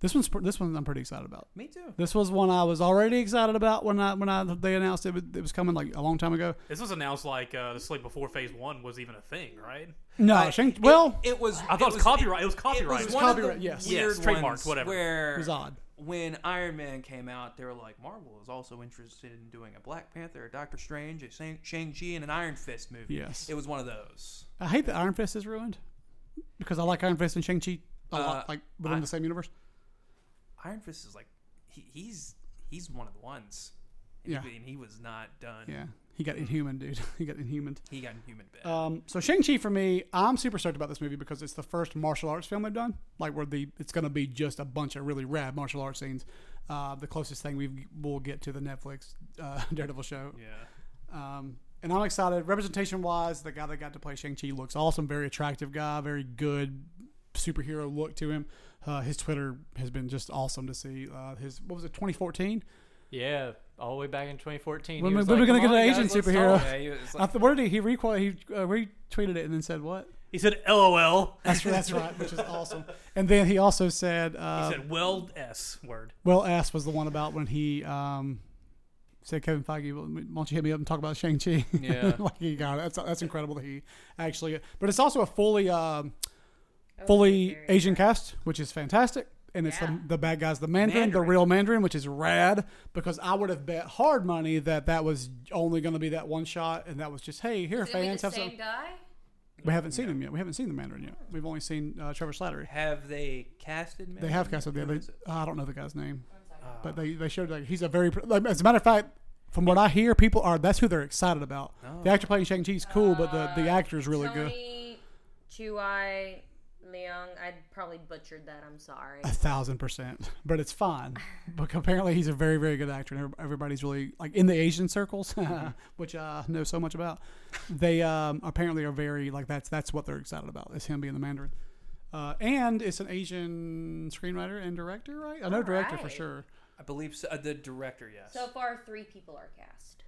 S1: this one's pr- this one I'm pretty excited about.
S3: Me too.
S1: This was one I was already excited about when I when I they announced it, was- it was coming like a long time ago.
S5: This was announced like uh, this like before Phase One was even a thing, right?
S1: No,
S3: Uh,
S1: Shang.
S3: it-
S1: Well,
S3: it, was.
S5: I thought it was copyright- it was copyright.
S3: It
S5: It
S3: was
S5: was
S3: one of the
S1: copyright, yes.
S5: Yes,
S3: weird
S5: trademarked,
S3: ones
S5: whatever.
S3: Where
S1: It was odd.
S3: When Iron Man came out, they were like, Marvel is also interested in doing a Black Panther, a Doctor Strange, a Shang- Shang-Chi, and an Iron Fist movie.
S1: Yes.
S3: It was one of those.
S1: I hate that Iron Fist is ruined because I like Iron Fist and Shang Chi a
S3: Uh,
S1: lot, like within
S3: I-
S1: the same universe.
S3: Iron Fist is like, he, he's he's one of the ones. And
S1: Yeah.
S3: He, and he was not done.
S1: Yeah, he got inhuman, dude. he got inhuman.
S3: He got human bad.
S4: Uh,
S1: Um, so Shang Chi for me, I'm super stoked about this movie because it's the first martial arts film they've done. Like where the it's going to be just a bunch of really rad martial arts scenes. Uh, the closest thing we will get to the Netflix uh, Daredevil show.
S5: Yeah.
S1: Um, and I'm excited. Representation wise, the guy that got to play Shang Chi looks awesome. Very attractive guy. Very good superhero look to him. Uh, his Twitter has been just awesome to see. Uh, his what was it 2014?
S2: Yeah, all the way back in 2014.
S1: When
S2: he
S1: we-
S2: was
S1: when
S2: like,
S1: we gonna
S2: "Come
S1: get
S2: on,
S1: an
S2: guys,
S1: Asian
S2: let's
S1: superhero?"
S2: talk."
S3: yeah, he was
S1: I
S3: like,
S1: th- what did he he requ- he uh, retweeted it and then said what?
S5: He said, "LOL."
S1: That's that's right, which is awesome. And then he also said, uh,
S5: He said, "Well, s word."
S1: "Well, S was the one about when he um, said Kevin Feige, "Well, why don't you hit me up and talk about Shang Chi?"
S3: Yeah.
S1: like he got it. That's that's incredible that he actually. But it's also a fully um, fully
S4: Oh, very
S1: Asian cast, which is fantastic. And it's
S4: Yeah.
S1: the, the bad guys, the Mandarin, the
S3: Mandarin.
S1: real Mandarin, which is rad because I would have bet hard money that that was only going to be that one shot, and that was just hey, here,
S4: Is it be
S1: fans
S4: the
S1: have
S4: same
S1: some.
S4: guy?
S1: We haven't seen him yet. We haven't seen the Mandarin yet. We've only seen uh, Trevor Slattery.
S3: Have they casted?
S1: They have casted the
S3: Who
S1: other.
S3: is it?
S1: I don't know the guy's name, but they, they showed like he's a very. pr- Like, as a matter of fact, from what I hear, people are that's who they're excited about. The actor playing Shang Chi is cool, but the the actor is really good.
S4: Tony Chuai Leung. I probably butchered that. I'm sorry.
S1: A thousand percent, but it's fine. But apparently, he's a very very good actor, and everyb- everybody's really like in the Asian circles, which I know so much about. They um, apparently are very like that's that's what they're excited about is him being the Mandarin. Uh, and it's an Asian screenwriter and director, right? I know director for
S4: Alright.
S1: sure.
S3: I believe so, uh, the director. Yes.
S4: So far, three people are cast.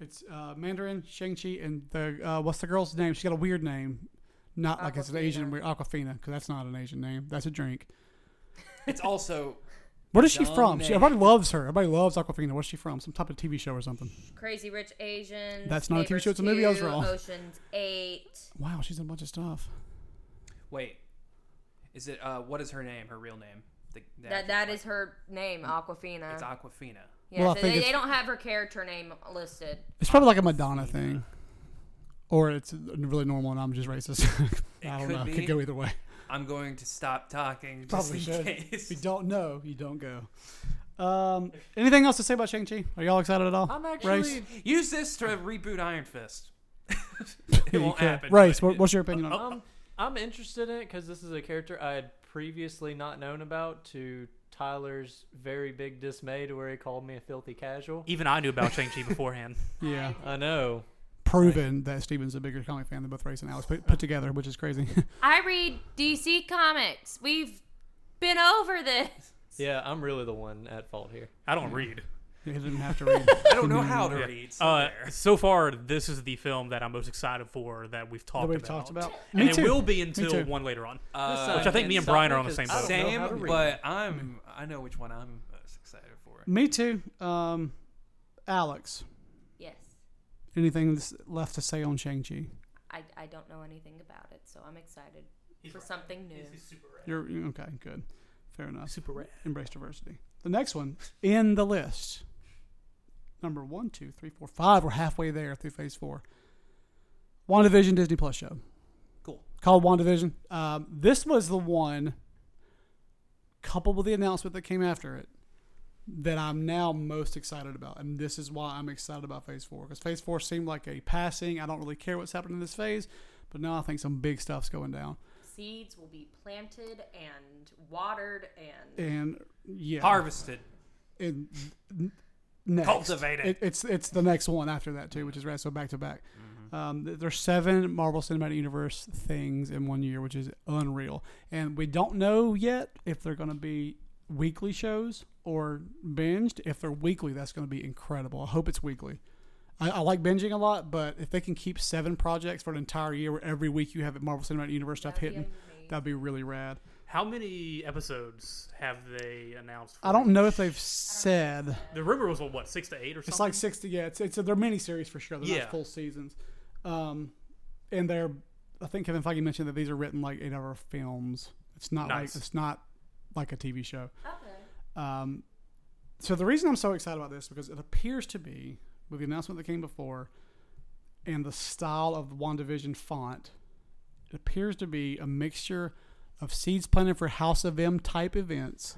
S1: It's uh, Mandarin, Shang Chi, and the uh, what's the girl's name? She got a weird name, not like it's an Asian
S4: Aquafina.
S1: weird Aquafina, because that's not an Asian name. That's a drink.
S3: it's also
S1: What is she
S3: Dumb
S1: from? She,
S3: name.
S1: everybody loves her. Everybody loves Aquafina. Where's she from? Some type of TV show or something.
S4: Crazy Rich Asians.
S1: That's not a TV
S4: Neighbors
S1: show, it's a movie, I was
S4: 2,
S1: wrong.
S4: Ocean's Eight.
S1: Wow, she's in a bunch of stuff.
S3: wait. Is it uh, what is her name? Her real name? The, the
S4: That uh,
S3: actress
S4: that
S3: playing-
S4: is her name, Aquafina.
S3: It's Aquafina.
S4: yeah,
S1: Well, I think
S4: so they,
S1: it's-
S4: they don't have her character name listed.
S1: It's probably like a Madonna thing, or it's really normal, and I'm just racist. I don't
S3: could
S1: know. It
S3: be.
S1: Could go either way.
S3: I'm going to stop talking. Just
S1: Probably
S3: in
S1: should.
S3: Case.
S1: If you don't know, you don't go. Um, anything else to say about Shang Chi? Are y'all excited at all?
S3: I'm
S1: Race?
S3: actually use this to reboot Iron Fist. it
S1: You
S3: won't
S1: can't-
S3: happen.
S1: Race,
S3: but
S1: what, what's your opinion
S3: Uh,
S1: on it?
S5: Oh,
S2: Um, I'm interested in it because this is a character I had previously not known about. To Tyler's very big dismay, to where he called me a filthy casual.
S5: Even I knew about Shang Chi beforehand.
S1: Yeah.
S2: I know.
S1: proven that Steven's a bigger comic fan than both Race and Alex put, put together, which is crazy.
S4: I read DC comics. We've been over this.
S2: Yeah, I'm really the one at fault here.
S5: I don't read.
S1: you didn't have to read.
S3: I don't know how to read.
S5: Uh,
S3: somewhere.
S5: so far, this is the film that I'm most excited for that we've talked
S1: That we've
S5: about.
S1: talked about.
S5: And
S1: Me
S5: it
S1: too.
S5: will be until
S1: too.
S5: one later on.
S3: Uh,
S5: Which I think me and Brian are on the same boat.
S2: Same,
S3: same, but I'm. I know which one I'm most excited for.
S1: Me too. Um, Alex,
S4: Yes.
S1: anything s- left to say on Shang Chi?
S4: I, I don't know anything about it, so I'm excited for something new.
S1: You're you- okay. Good. Fair enough.
S5: Super rad.
S1: Embrace diversity. The next one in the list. Number one, two, three, four, five. We're halfway there through phase four. WandaVision Disney Plus show.
S3: Cool.
S1: called WandaVision. Um, this was the one, coupled with the announcement that came after it, that I'm now most excited about. And this is why I'm excited about Phase 4. Because Phase 4 seemed like a passing, I don't really care what's happening in this phase, but now I think some big stuff's going down.
S4: Seeds will be planted and watered and
S1: And yeah.
S3: Harvested.
S1: and n- next.
S3: Cultivate it.
S1: it. It's it's the next one after that too, which is right. So back to back.
S3: Mm-hmm.
S1: Um, th- there's seven Marvel Cinematic Universe things in one year, which is unreal. And we don't know yet if they're going to be weekly shows or binged. If they're weekly, that's going to be incredible. I hope it's weekly. I, I like binging a lot, but if they can keep seven projects for an entire year, where every week you have Marvel Cinematic Universe stuff
S4: That'd be
S1: hitting,
S4: amazing.
S1: that'd be really rad.
S5: How many episodes have they announced? For
S1: I don't know if they've said.
S5: The rumor was what six to eight or something.
S1: It's like sixty. Yeah, it's it's they're mini series for sure. They're
S5: Yeah.
S1: not full seasons, um, and they're. I think Kevin Feige mentioned that these are written like eight-hour films. It's not
S5: Nice.
S1: like it's not like a TV show.
S4: Okay.
S1: Um, so the reason I'm so excited about this because it appears to be with the announcement that came before, and the style of the WandaVision font, it appears to be a mixture of seeds planted for House of M type events,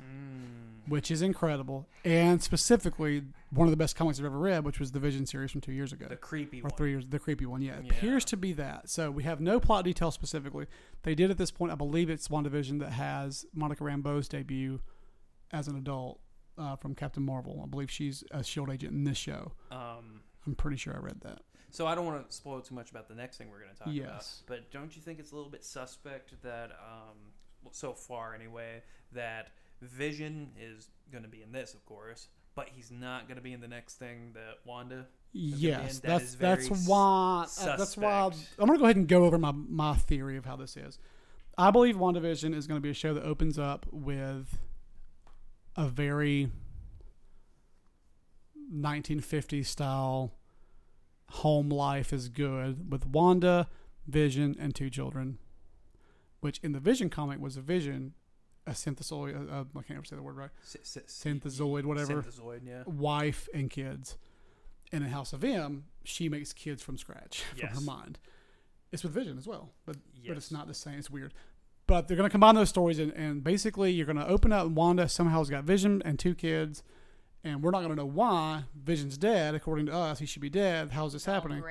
S1: which is incredible, and specifically one of the best comics I've ever read, which was the Vision series from two years ago
S3: The creepy
S1: or
S3: one.
S1: three years, the creepy one. Yeah, it
S3: Yeah.
S1: appears to be that. So we have no plot detail specifically. They did at this point, I believe it's WandaVision that has Monica Rambeau's debut as an adult uh, from Captain Marvel. I believe she's a Shield agent in this show.
S3: Um,
S1: I'm pretty sure I read that.
S3: so I don't want to spoil too much about the next thing we're going to talk
S1: Yes.
S3: about. But don't you think it's a little bit suspect that, um, well, so far anyway, that Vision is going to be in this, of course, but he's not going to be in the next thing that Wanda. gonna be
S1: Yes,
S3: in- that
S1: that's
S3: is
S1: that's
S3: very
S1: why uh, that's why I'm
S3: suspect.
S1: gonna go ahead and go over my my theory of how this is. I believe WandaVision is gonna be a show that opens up with a very 1950s style home life is good with Wanda, Vision, and two children, which in the Vision comic was a Vision, a synthesoid. Uh, uh, I can't ever say the word right.
S3: S- s- s-
S1: Synthesoid, whatever
S3: Synthesoid, yeah.
S1: wife and kids. And in House of M, she makes kids from scratch from
S5: Yes.
S1: her mind. It's with Vision as well, but but it's
S5: Yes.
S1: not the same. It's weird. But they're going to combine those stories, and, and basically you're going to open up Wanda somehow's got Vision and two kids, and we're not going to know why Vision's dead. According to us, he should be dead. How's
S5: Oh,
S1: this happening?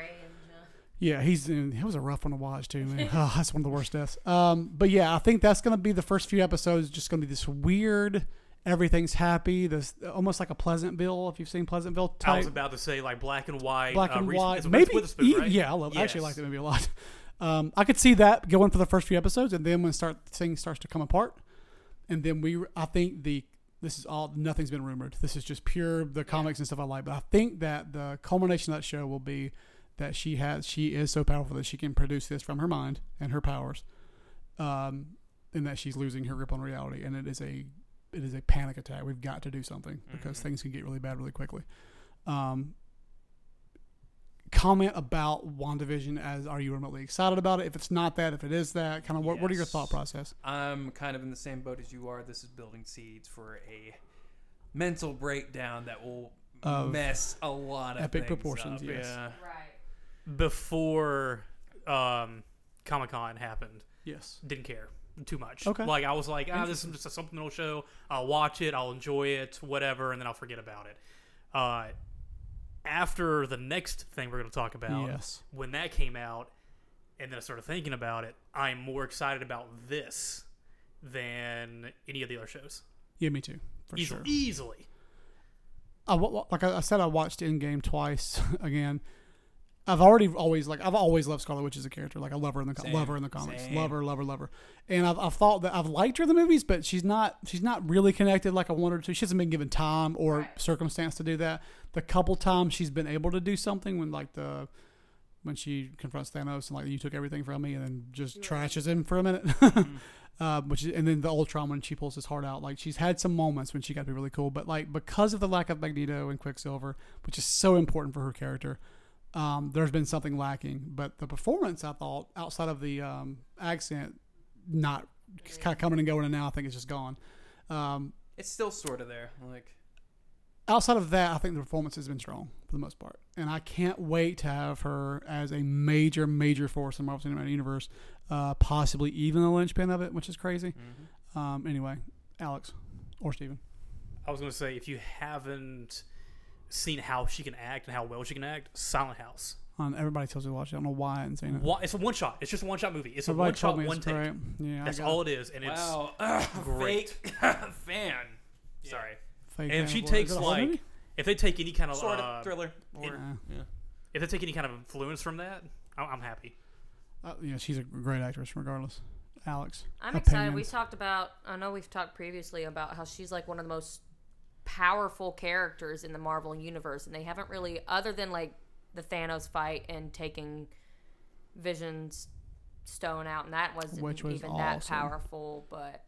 S1: Yeah, he's in, it was a rough one to watch too, man. oh, that's one of the worst deaths. Um, but yeah, I think that's gonna be the first few episodes. Just gonna be this weird, everything's happy. This almost like a Pleasantville. If you've seen Pleasantville,
S5: I was
S1: type,
S5: about to say like black and white.
S1: black
S5: uh,
S1: and
S5: Reese-
S1: white.
S5: it's a Reese
S1: maybe
S5: Witherspoon,
S1: e-
S5: right?
S1: yeah, I love. I Actually,
S5: Yes.
S1: like that movie a lot. Um, I could see that going for the first few episodes, and then when start things starts to come apart, and then we, I think the this is all nothing's been rumored. This is just pure the comics and stuff I like. But I think that the culmination of that show will be that she has she is so powerful that she can produce this from her mind and her powers, um, and that she's losing her grip on reality, and it is a it is a panic attack. We've got to do something because
S5: Mm-hmm.
S1: things can get really bad really quickly. Um, comment about WandaVision as are you remotely excited about it? If it's not that, if it is that, kind of what, what are your
S3: Yes.
S1: thought process?
S3: I'm kind of in the same boat as you are. This is building seeds for a mental breakdown that will
S1: Of
S3: mess a lot of
S1: epic
S3: things
S1: proportions,
S3: up.
S1: yes.
S3: Yeah.
S4: Right.
S5: Before um, Comic Con happened,
S1: Yes.
S5: didn't care too much.
S1: Okay.
S5: Like I was like, ah, this is just a supplemental show. I'll watch it, I'll enjoy it, whatever, and then I'll forget about it. Uh, after the next thing we're going to talk about,
S1: Yes.
S5: when that came out, and then I started thinking about it, I'm more excited about this than any of the other shows.
S1: Yeah, me too. For
S5: Easily,
S1: sure.
S5: easily.
S1: I, wa- wa- like I I said, I watched Endgame twice again. I've already always like I've always loved Scarlet Witch as a character. Like I love her in the co-
S3: Same,
S1: love her in the comics.
S3: same.
S1: Love her, love her, love her. And I've, I've thought that I've liked her in the movies, but she's not she's not really connected like I wanted her to. She hasn't been given time or
S4: Right.
S1: circumstance to do that. The couple times she's been able to do something when like the when she confronts Thanos and like you took everything from me and then just trashes him for a minute. Uh, which is, and then the Ultron when she pulls his heart out, like she's had some moments when she got to be really cool, but like because of the lack of Magneto and Quicksilver, which is so important for her character, um, there's been something lacking. But the performance, I thought, outside of the um, accent, not kind of coming and going, and now I think it's just gone. Um,
S3: It's still sort of there. Like
S1: outside of that, I think the performance has been strong for the most part, and I can't wait to have her as a major, major force in Marvel Cinematic Universe, uh, possibly even the linchpin of it, which is crazy.
S5: Mm-hmm.
S1: Um, anyway, Alex or Steven.
S5: I was going to say, if you haven't seen how she can act and how well she can act, Silent House.
S1: Um, everybody tells me to watch it. I don't know why I haven't seen it.
S5: Why, it's a one shot. It's just a one shot movie. It's a
S1: Everybody
S5: one
S1: told
S5: shot,
S1: me
S5: one
S1: it's
S5: take.
S1: great. Yeah,
S5: That's
S1: I got
S5: all it is, and it's
S3: wow,
S5: great.
S3: fake fan. Sorry,
S1: fake
S5: and if she
S1: Hannibal. Is
S5: takes
S1: it a horror
S5: like
S1: movie?
S5: if they take any kind of,
S3: sort of
S5: uh,
S3: thriller. Or,
S1: Yeah.
S3: yeah.
S5: if they take any kind of influence from that, I- I'm happy.
S1: Uh, yeah, she's a great actress, regardless. Alex,
S4: I'm excited. We
S1: opinions.
S4: talked about. I know we've talked previously about how she's like one of the most powerful characters in the Marvel universe, and they haven't really, other than like the Thanos fight and taking Vision's stone out, and that wasn't
S1: Which was
S4: even that
S1: awesome.
S4: powerful. But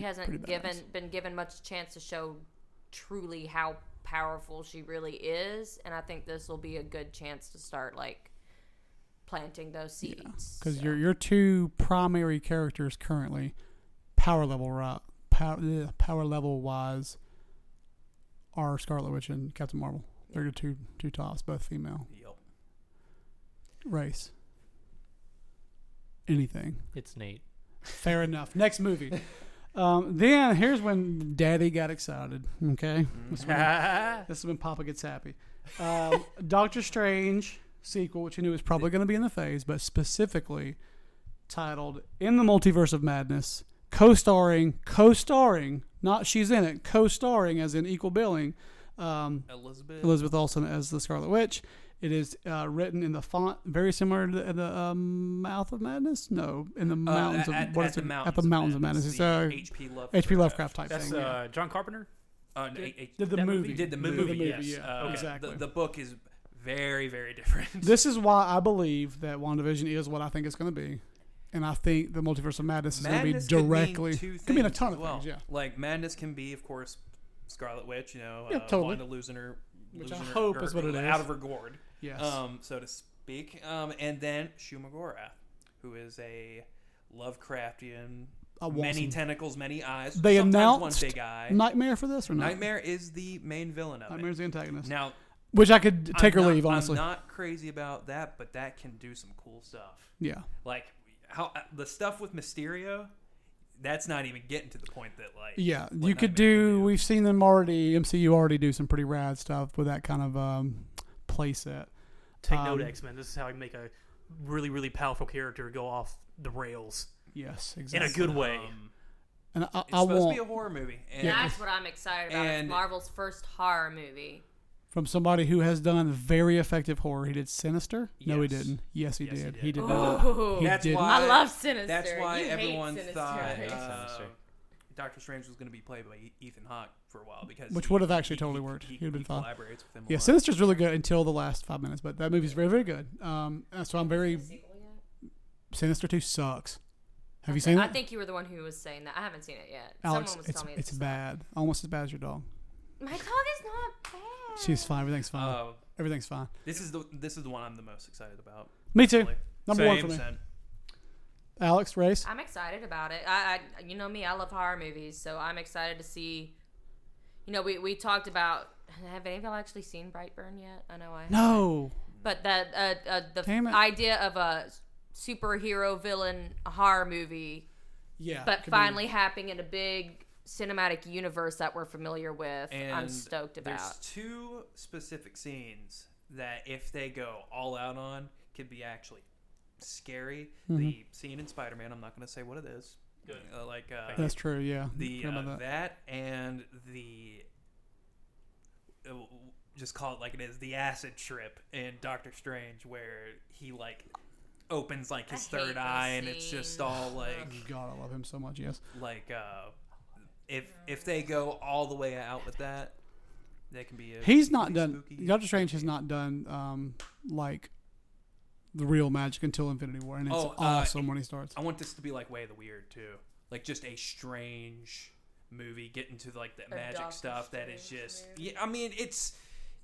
S1: Pretty- pretty
S4: hasn't given
S1: badass.
S4: been given much chance to show truly how powerful she really is, and I think this will be a good chance to start like planting those seeds.
S1: because
S4: so.
S1: your your two primary characters currently, power level right, power ugh, power level wise, are Scarlet Witch and Captain Marvel. They're your two two tops, both female
S3: Yep.
S1: race. Anything.
S2: It's neat.
S1: Fair enough. Next movie. Um, then here's when Daddy got excited. Okay, this is when, this is when Papa gets happy. Um, Doctor Strange sequel, which you knew was probably going to be in the phase, but specifically titled "In the Multiverse of Madness," co-starring, co-starring, not she's in it, co-starring as in equal billing. Um,
S3: Elizabeth.
S1: Elizabeth Olsen as the Scarlet Witch. It is uh, written in the font very similar to the, the uh, Mouth of Madness. No, in the mountains
S3: at,
S1: of
S3: Uh, at,
S1: what
S3: at
S1: is
S3: the
S1: it?
S3: mountains
S1: At the mountains of Madness. It's
S3: the
S1: a
S3: H.P. Lovecraft.
S1: H.P. Lovecraft type
S5: That's
S1: thing. yeah.
S5: uh, John Carpenter.
S3: Uh, no, H-
S1: Did the
S5: that
S1: movie?
S5: movie?
S3: did the
S1: Did
S3: movie?
S5: yes.
S1: yeah,
S3: Uh, the-
S1: exactly.
S3: The, book is very, very different.
S1: this is why I believe that WandaVision is what I think it's going to be, and I think the Multiverse of Madness is going to be
S3: Madness could mean
S1: directly.
S3: two
S1: could mean a
S3: things
S1: ton
S3: as
S1: of
S3: well.
S1: things. Yeah.
S3: Like madness can be, of course, Scarlet Witch. You know,
S1: Yeah,
S3: uh,
S1: totally.
S3: Wanda losing her
S1: Which
S3: losing
S1: I
S3: her-
S1: hope
S3: her-
S1: is what it is.
S3: Out of her gourd,
S1: Yes.
S3: um, so to speak. Um, and then Shumagorath, who is a Lovecraftian,
S1: I want
S3: many
S1: some-
S3: tentacles, many eyes.
S1: They
S3: sometimes
S1: announced
S3: one big eye.
S1: Nightmare for this or not?
S3: Nightmare is the main villain of
S1: Nightmare's
S3: it.
S1: the antagonist.
S3: Now,
S1: Which I could take
S3: I'm
S1: or
S3: not-
S1: leave, honestly.
S3: I'm not crazy about that, but that can do some cool stuff.
S1: yeah.
S3: Like how uh, the stuff with Mysterio, that's not even getting to the point that like
S1: Yeah,
S3: what
S1: you could
S3: Nightmare can
S1: do, We've seen them already. MCU already do some pretty rad stuff with that kind of um, playset.
S5: Take note,
S1: Um,
S5: X Men. This is how you make a really, really powerful character go off the rails
S1: Yes,
S5: in a
S1: exactly.
S5: good way.
S3: Um,
S1: And I,
S3: it's
S1: I
S3: supposed
S1: want
S3: to be a horror movie, and
S4: That's what I'm excited about.
S3: And-
S4: it's Marvel's first horror movie.
S1: from somebody who has done very effective horror. He did Sinister. No, he
S3: Yes.
S1: didn't. Yes, he
S3: Yes, he
S1: did.
S3: did.
S1: He did
S4: Oh,
S1: not.
S4: Ooh.
S1: He
S3: that's
S1: didn't.
S3: why
S4: I love Sinister.
S3: That's why
S4: you hate
S3: everyone
S4: Sinister,
S3: thought
S4: right?
S3: uh,
S2: Sinister.
S3: Doctor Strange was going to be played by E- Ethan Hawke for a while because
S1: Which
S3: he-
S1: would've actually
S3: he-
S1: totally
S3: he-
S1: worked.
S3: He,
S1: He'd been
S3: he
S1: fine.
S3: collaborates with him. a
S1: Yeah,
S3: lot.
S1: Sinister's really good until the last five minutes, but that movie's very, very good. Um, uh, so I'm very Sinister Two sucks. Have you seen
S4: I
S1: it?
S4: think you were the one who was saying that. I haven't seen it yet.
S1: Alex,
S4: Someone was
S1: it's
S4: telling me
S1: it's
S4: this.
S1: bad, almost as bad as your dog.
S4: My dog is not bad.
S1: She's fine. Everything's fine.
S3: Uh,
S1: Everything's fine.
S3: this is the this is the one I'm the most excited about.
S1: Me too.
S3: Like,
S1: Number one for me.
S3: same.
S1: Alex, race.
S4: I'm excited about it. I, I, you know me, I love horror movies, so I'm excited to see. You know, we, we talked about. Have any of y'all actually seen Brightburn yet? I know I.
S1: No.
S4: But that uh, uh, the
S1: Damn it.
S4: idea of a superhero villain horror movie,
S1: Yeah.
S4: but
S1: could be-
S4: finally happening in a big cinematic universe that we're familiar with.
S3: And
S4: I'm stoked
S3: There's
S4: about.
S3: two specific scenes that, if they go all out on, could be actually scary. The scene in Spider-Man. I'm not going to say what it is. Uh, like uh,
S1: That's true. Yeah.
S3: the
S1: Forgot
S3: uh,
S1: about
S3: that. and the uh, w- just call it like it is the acid trip in Doctor Strange where he like opens like his
S4: I hate
S3: third
S4: those
S3: eye and it's just
S4: scenes.
S3: all like
S1: God, I love him so much. Yes.
S3: like uh if if they go all the way out with that that can be a
S1: He's not
S3: really
S1: done.
S3: spooky-
S1: Doctor Strange has not done um like the real magic until Infinity War, and it's
S3: Oh, uh,
S1: awesome when he starts.
S3: I want this to be like Way of the Weird too. Like just a strange movie getting to like that magic
S4: Doctor
S3: stuff that is
S4: Strange
S3: just yeah, I mean it's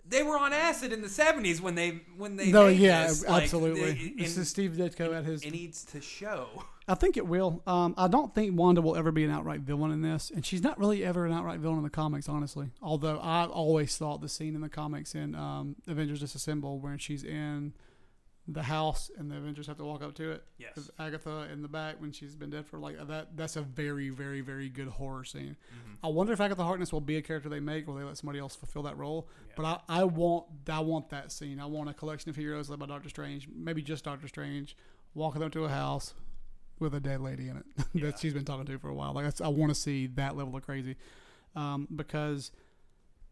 S3: they were on acid in the 70s when they when they
S1: No,
S3: made
S1: yeah,
S3: this. Like,
S1: absolutely.
S3: they- and
S1: this is Steve Ditko at his.
S3: it needs to show.
S1: I think it will. Um, I don't think Wanda will ever be an outright villain in this, and she's not really ever an outright villain in the comics, honestly. Although I've always thought the scene in the comics in um, Avengers Disassemble, where she's in the house and the Avengers have to walk up to it,
S3: Yes.
S1: with Agatha in the back when she's been dead for like that. That's a very, very, very good horror scene. I wonder if Agatha Harkness will be a character they make, or they let somebody else fulfill that role. But I, I want, I want that scene. I want a collection of heroes led by Doctor Strange, maybe just Doctor Strange, walking up to a house with a dead lady in it that she's been talking to for a while. Like that's, I want to see that level of crazy, um, because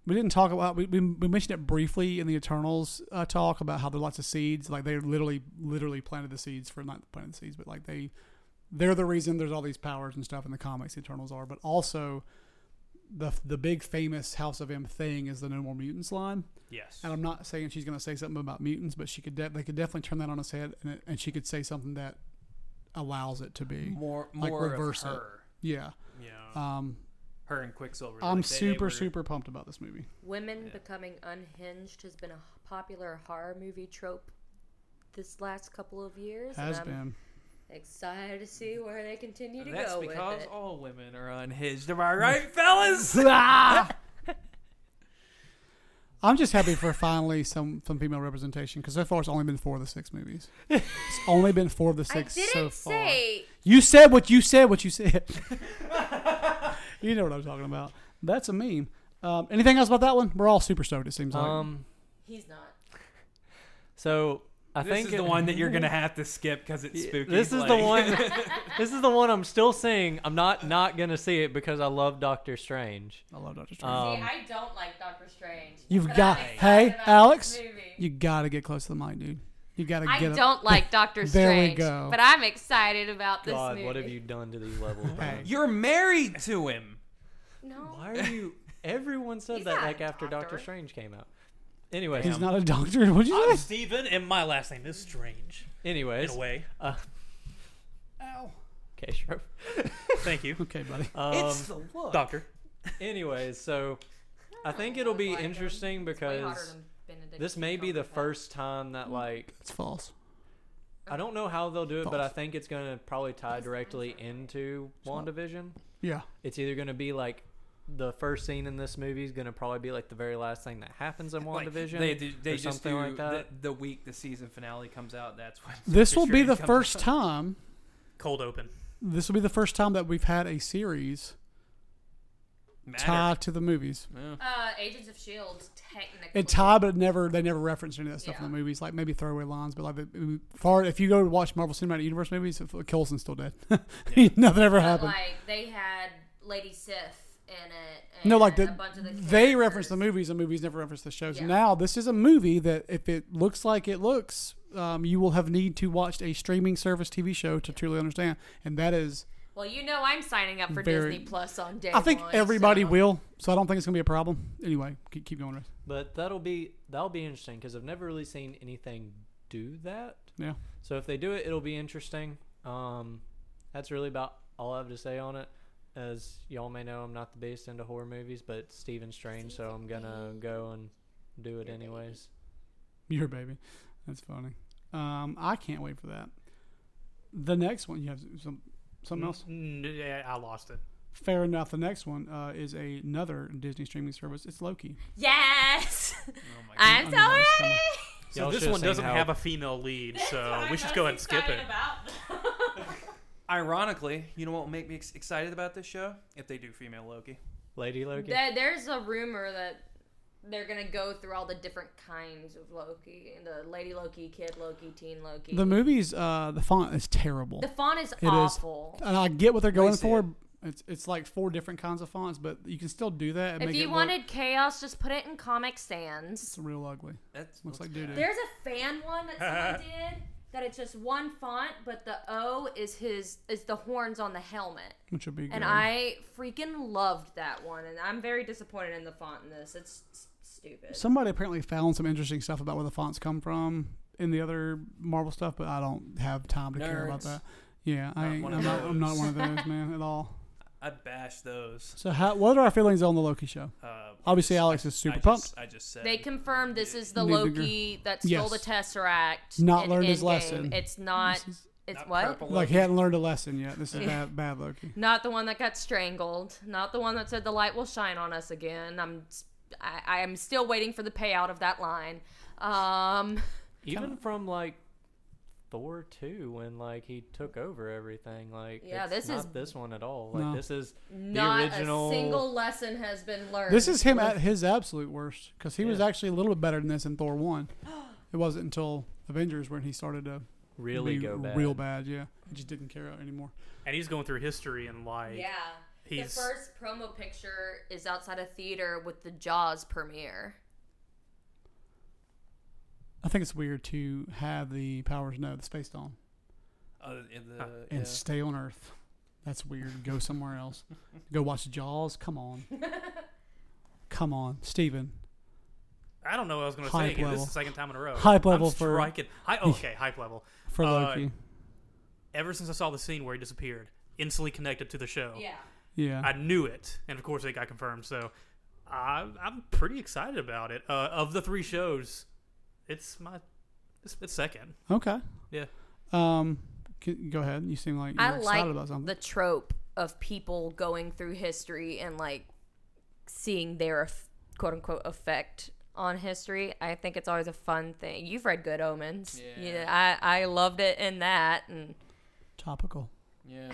S1: we didn't talk about we, we, we mentioned it briefly in the Eternals uh, talk about how there are lots of seeds. Like they literally literally planted the seeds for not planted the seeds, but like they they're the reason there's all these powers and stuff in the comics. The Eternals are, but also the the big famous House of M thing is the No More Mutants line.
S3: Yes.
S1: And I'm not saying she's going to say something about mutants, but she could de- they could definitely turn that on its head, and, it, and she could say something that allows it to be
S3: More
S1: like
S3: more
S1: reverse it.
S3: of her.
S1: Yeah,
S3: Yeah.
S1: um,
S3: her and Quicksilver.
S1: I'm
S3: like, they- they
S1: super
S3: were-
S1: super pumped about this movie.
S4: Women becoming unhinged has been a popular horror movie trope this last couple of years.
S1: Has
S4: and I'm
S1: been.
S4: excited to see where they continue to
S3: That's
S4: go
S3: because
S4: with it.
S3: all women are unhinged. Am I right, fellas?
S1: I'm just happy for finally some some female representation because so far it's only been four of the six movies. It's only been four of the
S4: I
S1: six
S4: didn't
S1: so far.
S4: say
S1: You said what you said. What you said. you know what I'm talking about. That's a meme. Um, anything else about that one? We're all super stoked. It seems like.
S2: Um,
S4: he's not.
S2: so I
S3: this
S2: think
S3: is the
S2: it-
S3: one that you're gonna have to skip because it's spooky.
S2: This is the
S3: like-
S2: one. this is the one I'm still seeing. I'm not not gonna see it because I love Doctor Strange.
S1: I love Doctor
S4: uh,
S1: Strange.
S2: Um,
S4: I don't like Doctor Strange.
S1: You've
S4: but I'm
S1: got.
S4: excited
S1: Hey,
S4: about
S1: Alex.
S4: this movie.
S1: You gotta get close to the mic, dude. You gotta
S4: I
S1: get. up-
S4: don't like Doctor
S1: There we
S4: Strange,
S1: go.
S4: but I'm excited about this
S2: God,
S4: movie.
S2: what have you done to these levels?
S1: Hey.
S2: Brian?
S3: You're married to him.
S4: No,
S2: Why are you? Everyone said
S4: He's
S2: that
S4: not
S2: like
S4: a
S2: after Doctor
S4: doctor.
S2: Strange came out. Anyway,
S1: He's not a doctor. What'd you
S5: I'm
S1: say?
S5: Steven, and my last name is Strange.
S2: anyways,
S5: In a way.
S2: Uh,
S1: Ow.
S2: okay, sure.
S5: Thank you,
S1: Okay, buddy.
S2: Um,
S3: It's the look.
S5: Doctor.
S2: anyways, so I think it'll be
S4: Like 'em.
S2: interesting
S4: It's way hotter
S2: because
S4: than Benedict
S2: this may be the
S4: Cumberbatch.
S2: first time that like
S1: It's false.
S2: I don't know how they'll do it, but I
S1: False.
S2: think it's going to probably tie directly into WandaVision.
S1: Yeah.
S2: It's either going to be like the first scene in this movie is going to probably be like the very last thing that happens in
S3: Like,
S2: WandaVision.
S3: they do, they
S2: or
S3: just
S2: something
S3: do
S2: like that.
S3: The, the week the season finale comes out. That's when
S1: This
S3: Doctor
S1: will be
S3: Strange
S1: the
S3: comes
S1: first
S3: out.
S1: time.
S5: Cold open.
S1: This will be the first time that we've had a series
S3: Matter.
S1: tie to the movies.
S3: Yeah.
S4: Uh, Agents of Shield, technically.
S1: It tied, but it never they never referenced any of that stuff in
S4: Yeah.
S1: the movies. Like maybe throwaway lines, but like the, far if you go to watch Marvel Cinematic Universe movies, if- Coulson's still dead. Nothing ever
S4: But,
S1: happened.
S4: Like they had Lady Sif in it. And
S1: no, like
S4: a
S1: the,
S4: bunch of the
S1: they reference the
S4: characters.
S1: movies, and movies never reference the shows.
S4: Yeah.
S1: Now this is a movie that if it looks like it looks, um, you will have need to watch a streaming service TV show to truly understand, and that is
S4: Well, you know I'm signing up for
S1: Very-
S4: Disney Plus on day
S1: I think
S4: one,
S1: everybody
S4: so-
S1: will, so I don't think it's gonna be a problem. Anyway, keep, keep going. Ray.
S2: But that'll be that'll be interesting because I've never really seen anything do that.
S1: Yeah.
S2: So if they do it, it'll be interesting. Um, that's really about all I have to say on it. As y'all may know, I'm not the biggest into horror movies, but it's Stephen Strange, so I'm gonna go and do it anyways.
S1: Your baby, that's funny. Um, I can't wait for that. The next one, you have some something else.
S5: Mm, yeah, I lost it.
S1: Fair enough. The next one uh, is a, another Disney streaming service. It's Loki.
S4: Yes,
S3: Oh my
S4: I'm so
S1: know
S4: ready.
S1: it's coming.
S5: So
S2: Y'all
S5: this
S2: should've
S5: one
S2: seen
S5: doesn't
S2: how-
S5: have a female lead, so Oh, we should just go ahead and skip it.
S3: Ironically, you know what will make me ex- excited about this show? If they do female Loki.
S2: Lady Loki.
S4: There- There's a rumor that they're gonna go through all the different kinds of Loki: the Lady Loki, Kid Loki, Teen Loki.
S1: The movies, uh, the font is terrible,
S4: The font is
S1: is.
S4: awful.
S1: and I get what they're
S3: Let me
S1: going
S3: see
S1: for.
S3: it.
S1: It's it's like four different kinds of fonts, but you can still do that. And
S4: If
S1: make it
S4: you
S1: look-
S4: wanted chaos, just put it in Comic Sans.
S1: it's real ugly.
S3: That's
S1: Looks like doo-doo.
S4: There's a fan one that someone did that it's just one font, but the O is his is the horns on the helmet.
S1: which would be good.
S4: And I freaking loved that one, and I'm very disappointed in the font in this. It's s- stupid.
S1: Somebody apparently found some interesting stuff about where the fonts come from in the other Marvel stuff, but I don't have time to care about
S3: Nerds.
S1: that. Yeah, I
S3: Not
S1: ain't,
S3: one
S1: I'm,
S3: of
S1: not, I'm not
S3: those.
S1: one of those, man, at all.
S3: I bash those.
S1: So, how, what are our feelings on the Loki show?
S3: Uh,
S1: Obviously, Alex is
S3: I
S1: super
S3: just,
S1: pumped.
S3: I just said
S4: They confirmed this is the
S1: Neither-
S4: Loki that stole
S1: Yes.
S4: the Tesseract.
S1: Not
S4: in
S1: learned his
S4: Endgame.
S1: lesson.
S4: It's not.
S1: This is-
S4: It's
S3: Not
S4: what?
S3: purple
S1: Like,
S3: Loki.
S1: he hadn't learned a lesson yet. This is bad, bad Loki.
S4: Not the one that got strangled. Not the one that said the light will shine on us again. I'm. I, I am still waiting for the payout of that line. Um.
S2: Even from like Thor two, when like he took over everything, like
S4: Yeah,
S2: it's
S4: this is-
S2: not this one at all. Like
S1: No.
S2: this is
S4: Not
S2: the original.
S4: a single lesson has been learned.
S1: This is him at his absolute worst because he was
S2: Yeah.
S1: actually a little bit better than this in Thor 1. It wasn't until Avengers when he started to
S2: really
S1: be
S2: go bad.
S1: real bad. Yeah. He just didn't care anymore.
S5: And he's going through history and like
S4: Yeah.
S5: he's
S4: The first promo picture is outside a theater with the Jaws premiere.
S1: I think it's weird to have the powers know the space dome
S3: Uh, in the,
S1: and
S3: yeah.
S1: stay on Earth. That's weird. Go somewhere else. Go watch Jaws. Come on. Come on, Steven.
S5: I don't know what I was going to say.
S1: Hype
S5: Again. This
S1: level.
S5: is the second time in a row.
S1: Hype level
S5: I'm
S1: for-
S5: striking. Hi- okay, hype level.
S1: For
S5: Uh,
S1: Loki.
S5: Ever since I saw the scene where he disappeared, instantly connected to the show.
S1: Yeah.
S5: I knew it, and of course it got confirmed. So I, I'm pretty excited about it. Uh, of the three shows, it's my it's, it's second.
S1: okay.
S5: Yeah.
S1: Um, can, go ahead. You seem like you're
S4: I
S1: excited
S4: like
S1: about something.
S4: the trope of people going through history and like seeing their eff- quote unquote effect on history. I think it's always a fun thing. You've read Good Omens.
S3: Yeah.
S4: yeah I, I loved it in that and
S1: Topical.
S3: yeah.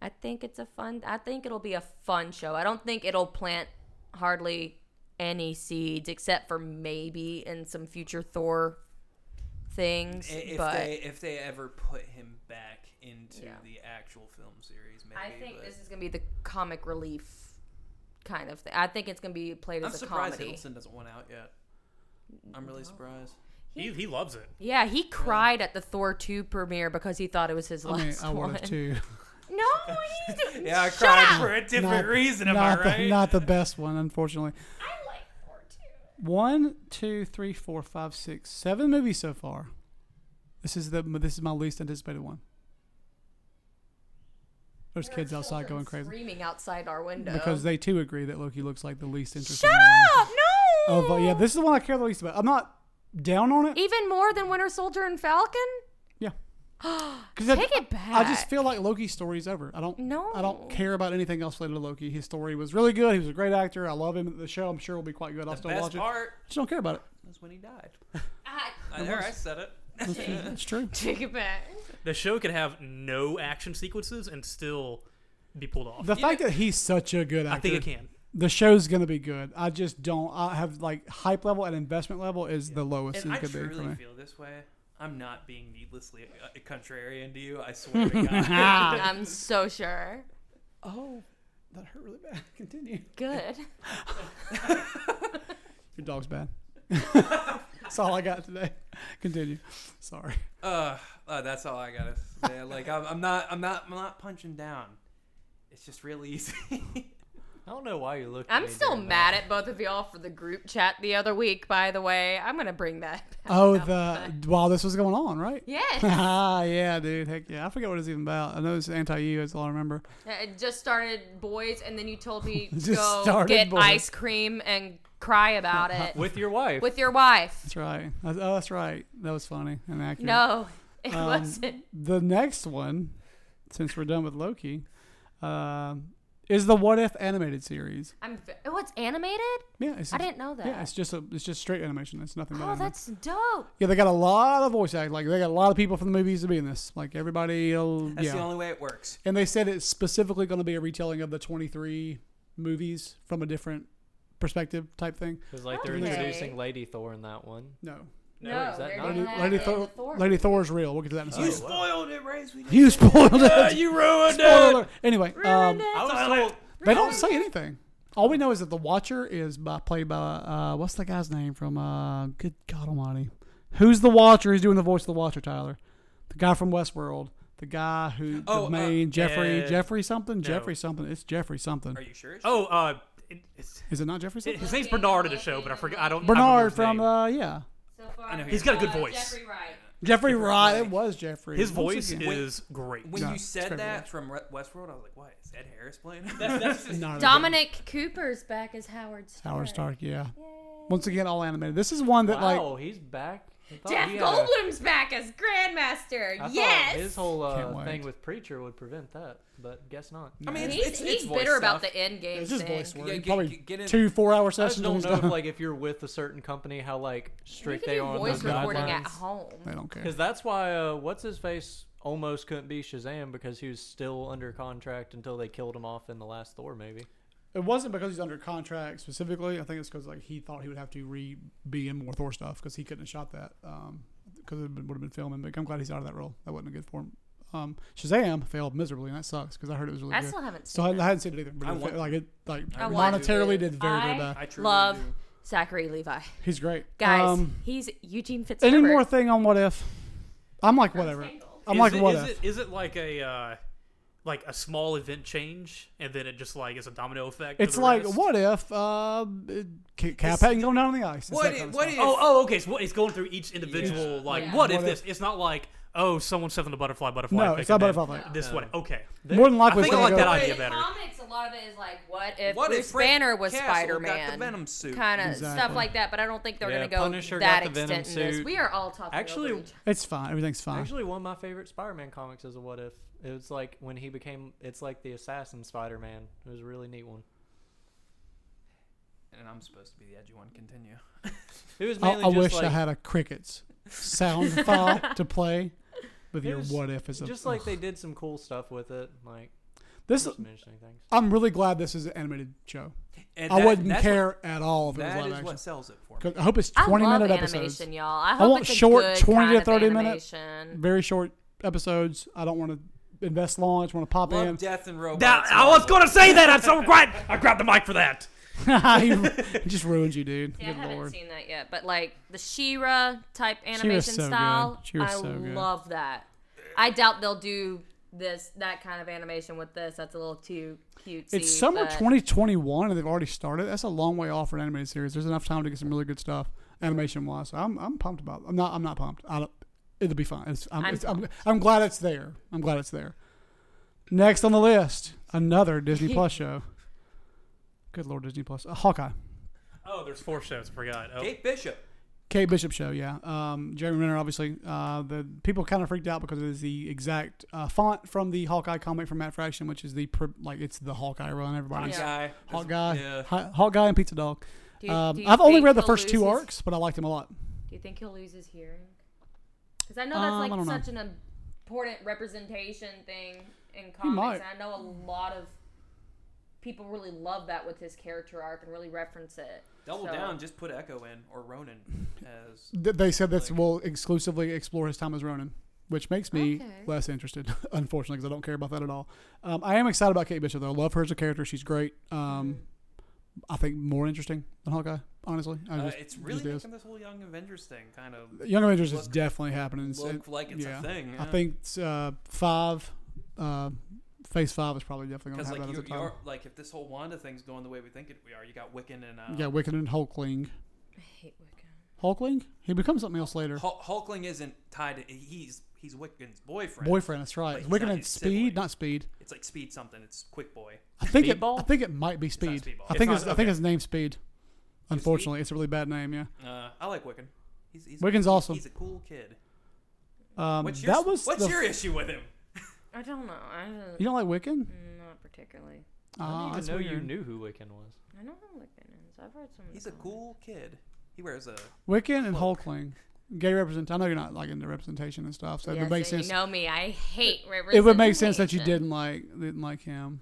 S4: I think it's a fun. I think it'll be a fun show. I don't think it'll plant hardly any seeds, except for maybe in some future Thor things.
S3: I- If
S4: but
S3: they if they ever put him back into
S4: Yeah.
S3: the actual film series, maybe.
S4: I think
S3: but
S4: this is gonna be the comic relief kind of thing. I think it's gonna be played
S3: I'm
S4: as a
S3: surprised
S4: comedy.
S3: Hiddleston doesn't want out yet. I'm really surprised.
S5: He he loves it.
S4: Yeah, he cried at the Thor two premiere because he thought it was his
S1: I mean,
S4: last
S1: I would
S4: one.
S1: have too.
S4: No, he didn't.
S3: Yeah, I
S4: Shut
S3: cried
S4: up.
S3: for a different
S1: Not-
S3: reason. Am I
S1: not,
S3: right?
S1: the, not the best one, unfortunately.
S4: I like Thor two.
S1: One, two, three, four, five, six, seven movies so far. This is the this is my least anticipated one. There's kids outside going crazy
S4: Screaming outside our window.
S1: because they too agree that Loki looks like the least interesting.
S4: Shut
S1: one.
S4: up! No!
S1: Oh, but yeah, this is the one I care the least about. I'm not down on it.
S4: Even more than Winter Soldier and Falcon?
S1: Yeah. 'Cause
S4: Take
S1: I,
S4: it back.
S1: I just feel like Loki's story's over. I don't.
S4: No.
S1: I don't care about anything else related to Loki. His story was really good. He was a great actor. I love him. The show, I'm sure, will be quite good. I'll
S3: The
S1: still
S3: best
S1: watch it.
S3: part
S1: I just don't care about it.
S3: was when he died.
S4: Ah,
S3: Uh, there, I said it.
S1: It's true.
S4: Take it back.
S5: The show could have no action sequences and still be pulled off.
S1: The fact that he's such a good actor,
S5: I think it can.
S1: the show's gonna be good. I just don't. I have like hype level and investment level is the lowest
S3: And
S1: it
S3: I
S1: could be for
S3: truly
S1: me.
S3: feel this way. I'm not being needlessly uh, contrarian to you. I swear to God.
S4: I'm so sure.
S1: Oh, that hurt really bad. Continue.
S4: Good.
S1: Your dog's bad. That's all I got today. Continue. Sorry.
S3: Uh, uh, that's all I gotta say. Like, I'm, I'm not, I'm not, I'm not punching down. It's just really easy.
S2: I don't know why you're looking.
S4: I'm still mad at both of y'all for the group chat the other week, by the way. I'm going to bring that back.
S1: Oh, the while this was going on, right?
S4: Yes.
S1: ah, yeah, dude. Heck yeah. I forget what it's even about. I know it's anti you. That's all I remember.
S4: it just started boys, and then you told me
S1: Just
S4: go
S1: started
S4: get
S1: Boys.
S4: ice cream and cry about it
S2: with your wife.
S4: with your wife.
S1: That's right. That's- Oh, that's right. That was funny and accurate.
S4: No, it wasn't.
S1: The next one, since we're done with Loki, um, is the What If animated series.
S4: I'm. v- Oh, it's animated.
S1: Yeah, it's
S4: I didn't know that.
S1: Yeah, it's just a, it's just straight animation. It's nothing. but
S4: Oh,
S1: animation.
S4: that's dope.
S1: Yeah, they got a lot of voice act. Like they got a lot of people from the movies to be in this. Like everybody, will,
S3: That's
S1: yeah.
S3: the only way it works.
S1: and they said it's specifically going to be a retelling of the 23 movies from a different perspective type thing.
S2: Because like they're
S4: Okay.
S2: introducing Lady Thor in that one.
S1: No,
S2: No,
S4: Oh, No,
S2: is that
S4: they're
S2: not-
S4: doing
S1: Lady,
S4: that
S1: Lady,
S4: in
S1: Thor,
S4: the Thor.
S1: Lady Thor's real. We'll get to that in a
S3: You
S1: second.
S3: spoiled it, Raise. We
S1: Oh, You, spoiled it.
S3: you ruined
S1: Spoiler
S3: it.
S1: alert. Anyway, um,
S4: it.
S3: I was told.
S1: they don't say anything. All we know is that the Watcher is by, played by uh, what's the guy's name from uh, Good God Almighty? Who's the Watcher? Who's doing the voice of the Watcher? Tyler, the guy from Westworld, the guy who
S3: Oh, uh,
S1: the main Jeffrey
S5: uh,
S1: Jeffrey something Jeffrey something. It's Jeffrey something.
S3: Are you sure? it's-
S5: Oh, uh, it, it's,
S1: Is it not Jeffrey
S5: it-
S1: something?
S5: his name's Bernard in the show, but I forgot. I don't. I don't remember
S1: Bernard
S5: his
S1: from
S5: name.
S1: uh, yeah.
S4: So far,
S3: I know who
S5: He's
S3: you're
S5: got a good
S4: uh,
S5: voice.
S4: Jeffrey Wright.
S1: Jeffrey Wright. It was Jeffrey.
S5: His
S1: Once
S5: voice
S1: again.
S5: is great.
S3: When
S1: No,
S3: you
S1: it's
S3: said
S1: Trevor
S3: that
S1: Lawrence.
S3: from Re- Westworld, I was like, "What is Ed Harris playing?" That's, that's just
S1: Not a-
S4: Dominic Cooper's back as Howard Stark.
S1: Howard Stark. Yeah. Once again, all animated. This is one that like
S2: Wow, he's back. I thought
S4: Jeff
S2: he had a-
S4: Goldblum's back as Grandmaster.
S2: Oh, I thought
S4: yes.
S2: His whole
S1: Can't
S2: uh,
S1: wait.
S2: thing with preacher would prevent that, but guess not.
S3: I mean, it's,
S4: he's
S3: it's,
S4: he's
S3: it's voice
S4: bitter about
S3: stuff.
S4: the end game.
S1: it's his
S4: thing.
S1: voice work.
S3: Yeah, get-
S1: Probably
S3: get- get in-
S1: two four-hour
S2: I just
S1: sessions.
S2: don't
S1: and
S2: know if
S1: stuff.
S2: like if you're with a certain company, how like
S4: You
S2: strict
S4: can
S2: they
S4: do
S2: are on
S4: voice
S2: those
S4: recording
S2: guidelines.
S4: at home.
S1: they don't care.
S2: Because that's why uh, what's his face almost couldn't be Shazam because he was still under contract until they killed him off in the last Thor movie.
S1: It wasn't because he's under contract specifically. I think it's because like he thought he would have to re be in more Thor stuff because he couldn't have shot that because it would have been filming. But I'm glad he's out of that role. That wasn't a good form. Um, Shazam failed miserably, and that sucks because I heard it was really
S4: I
S1: good.
S4: still haven't
S1: so
S4: seen.
S1: I,
S4: it.
S1: I hadn't seen it either. But
S3: I
S1: it
S3: want-
S1: fa- like it, like
S3: I want to.
S1: monetarily did very very
S4: I-
S1: bad.
S3: I truly
S4: Love
S3: do.
S4: Zachary Levi.
S1: He's great,
S4: Guys,
S1: Um,
S4: he's Eugene Fitzgerald.
S1: any more thing on what if? I'm like whatever. I'm
S5: is
S1: like
S5: it,
S1: what
S5: is
S1: if.
S5: it, is it like a uh, like a small event change, and then it just like is a domino effect? to
S1: It's
S5: the
S1: like
S5: rest?
S1: what if uh, Ca- Cap hadn't gone down on the ice? It's
S3: What?
S1: that
S3: i-
S1: kind of
S3: What
S1: stuff.
S3: is?
S5: Oh, oh, okay. So what, it's going through each individual. Like,
S4: Yeah.
S5: what if
S1: What
S5: this? It's not like, oh, someone stepped on the butterfly, butterfly.
S1: No,
S5: effect,
S1: it's not
S5: and then
S1: butterfly effect.
S5: This one. Okay.
S1: More than likely,
S5: I
S1: it's
S5: think I
S1: gonna
S5: like
S1: go-
S5: that idea
S4: in the
S5: better.
S4: comics, a lot of it is like, what if
S3: What
S4: Bruce
S3: if Frank
S4: Banner was
S3: Castle got the
S4: Spider-Man?
S3: Venom suit?
S4: Kind of stuff
S1: Exactly.
S4: like that, but I don't think they're
S2: Yeah,
S4: going to go
S2: Punisher
S4: that
S2: got the Venom
S4: extent in this.
S2: suit.
S4: We are all talking
S2: Actually-
S4: over each
S1: It's fine. Everything's fine.
S2: Actually, one of my favorite Spider-Man comics is a What If. It was like when he became. It's like the Assassin Spider-Man. It was a really neat one.
S5: oh.
S3: And I'm supposed to be the edgy one. Continue.
S2: It was
S1: I,
S2: mainly
S1: I
S2: just
S1: wish
S2: like,
S1: I had a crickets sound file to play with
S2: It
S1: your
S2: was
S1: what if is a, oh.
S2: just like they did some cool stuff with it, like
S1: this.
S2: some interesting things.
S1: I'm really glad this is an animated show.
S3: And
S1: I
S3: that-
S1: wouldn't
S3: that's
S1: care at all if
S3: What,
S1: it was
S3: that
S1: live
S3: is
S1: action.
S3: what sells it for me.
S1: 'Cause I hope it's
S4: I
S1: 20
S4: love
S1: minute
S4: animation,
S1: episodes.
S4: y'all. I, hope
S1: want
S4: it's a
S1: short
S4: good
S1: 20 to
S4: kind of
S1: 30 minute-
S4: animation.
S1: Very short episodes. I don't want to invest long. I just want to pop
S3: Love
S1: in.
S3: Death and Robots.
S5: That, I was
S3: Marvel.
S5: gonna say that. I'm so glad I grabbed the mic for that.
S1: He it just ruins you, dude.
S4: Yeah, I
S1: Good
S4: haven't
S1: lord.
S4: seen that yet, but like the Shira type animation
S1: so good.
S4: style,
S1: She-Ra's
S4: I
S1: so good.
S4: love that. I doubt they'll do this that kind of animation with this. That's a little too cutesy.
S1: It's summer
S4: but
S1: 2021 and they've already started. That's a long way off for an animated series. There's enough time to get some really good stuff animation wise. So I'm, I'm pumped about. I'm not I'm not pumped. I don't, it'll be fine. It's, I'm,
S4: I'm
S1: it's, I'm, I'm glad it's there. I'm glad it's there. Next on the list, another Disney Plus show. Good Lord, Disney Plus. Uh, Hawkeye.
S5: Oh, there's four shows. I forgot. Oh,
S3: Kate Bishop.
S1: Kate Bishop show, yeah. Um, Jeremy Renner, obviously. Uh, the people kind of freaked out because it is the exact uh, font from the Hawkeye comic from Matt Fraction, which is the pr- like it's the Hawkeye run. Everybody,
S4: Yeah.
S3: Guy.
S1: Hawkeye,
S3: Yeah.
S1: Hi- Hawkeye, and Pizza Dog.
S4: Do you-
S1: Um,
S4: do you
S1: I've only
S4: think
S1: read the
S4: he'll
S1: first two
S4: lose his-
S1: arcs, but I liked him a lot.
S4: Do you think he'll lose his hearing? Because I know that's
S1: Um, I
S4: like
S1: don't know.
S4: such an important representation thing in comics.
S1: might.
S4: And I know a lot of people really love that with his character arc and really reference it.
S3: Double
S4: So-
S3: down. Just put Echo in or Ronan as.
S1: Th- they said this will exclusively explore his time as Ronin, which makes me
S4: Okay.
S1: less interested, unfortunately, because I don't care about that at all. Um, I am excited about Kate Bishop, though. I love her as a character. She's great.
S4: Mm-hmm.
S1: Um, I think more interesting than Hawkeye, honestly. I
S3: Uh,
S1: just,
S3: it's
S1: just
S3: really
S1: is.
S3: making this whole Young Avengers thing kind of
S1: Young Avengers is
S3: look-
S1: definitely happening. It's-
S3: look
S1: it-
S3: like it's
S1: yeah.
S3: a thing.
S1: I think uh, five, uh, phase five is probably definitely going to
S3: because
S1: have
S3: like
S1: that
S3: you,
S1: as a
S3: you
S1: title.
S3: are, like if this whole Wanda thing's going the way we think it we are, you got Wiccan and uh,
S1: Yeah, Wicked and Hulkling.
S4: I hate Wiccan.
S1: Hulkling? He becomes something else later.
S3: Hul- Hulkling isn't tied to he's he's Wiccan's boyfriend.
S1: Boyfriend, that's right.
S3: But he's
S1: Wicked
S3: not
S1: and
S3: his
S1: Speed,
S3: sibling.
S1: not Speed.
S3: It's like Speed something. It's Quick Boy.
S1: I think it,
S2: Speedball?
S1: I think it might be
S3: not
S1: Speed.
S3: Speedball.
S1: I
S3: It's
S1: think
S5: not-
S1: his, I think
S5: okay.
S1: his name's Speed. Unfortunately, it's a really bad name. Yeah,
S3: Uh, I like Wiccan. He's, he's
S1: Wiccan's
S3: he's-
S1: awesome.
S3: He's a cool kid.
S1: um,
S3: What's your
S1: that was
S3: what's
S1: the,
S3: your issue with him?
S4: I don't know. I don't,
S1: You don't like Wiccan?
S4: not particularly.
S1: Ah,
S2: I
S1: that's
S2: didn't even know you
S1: weird.
S2: knew who Wiccan was.
S4: I don't know Wiccan is. I've read some. of the
S3: He's a
S4: comics.
S3: cool kid. He wears a
S1: Wiccan and
S3: Cloak.
S1: Hulkling, gay represent. I know you're not like into representation and stuff, so it
S4: Yeah,
S1: would make
S4: so
S1: sense.
S4: You know me. I hate
S1: it would make sense that you
S4: representation.
S1: didn't like didn't like him.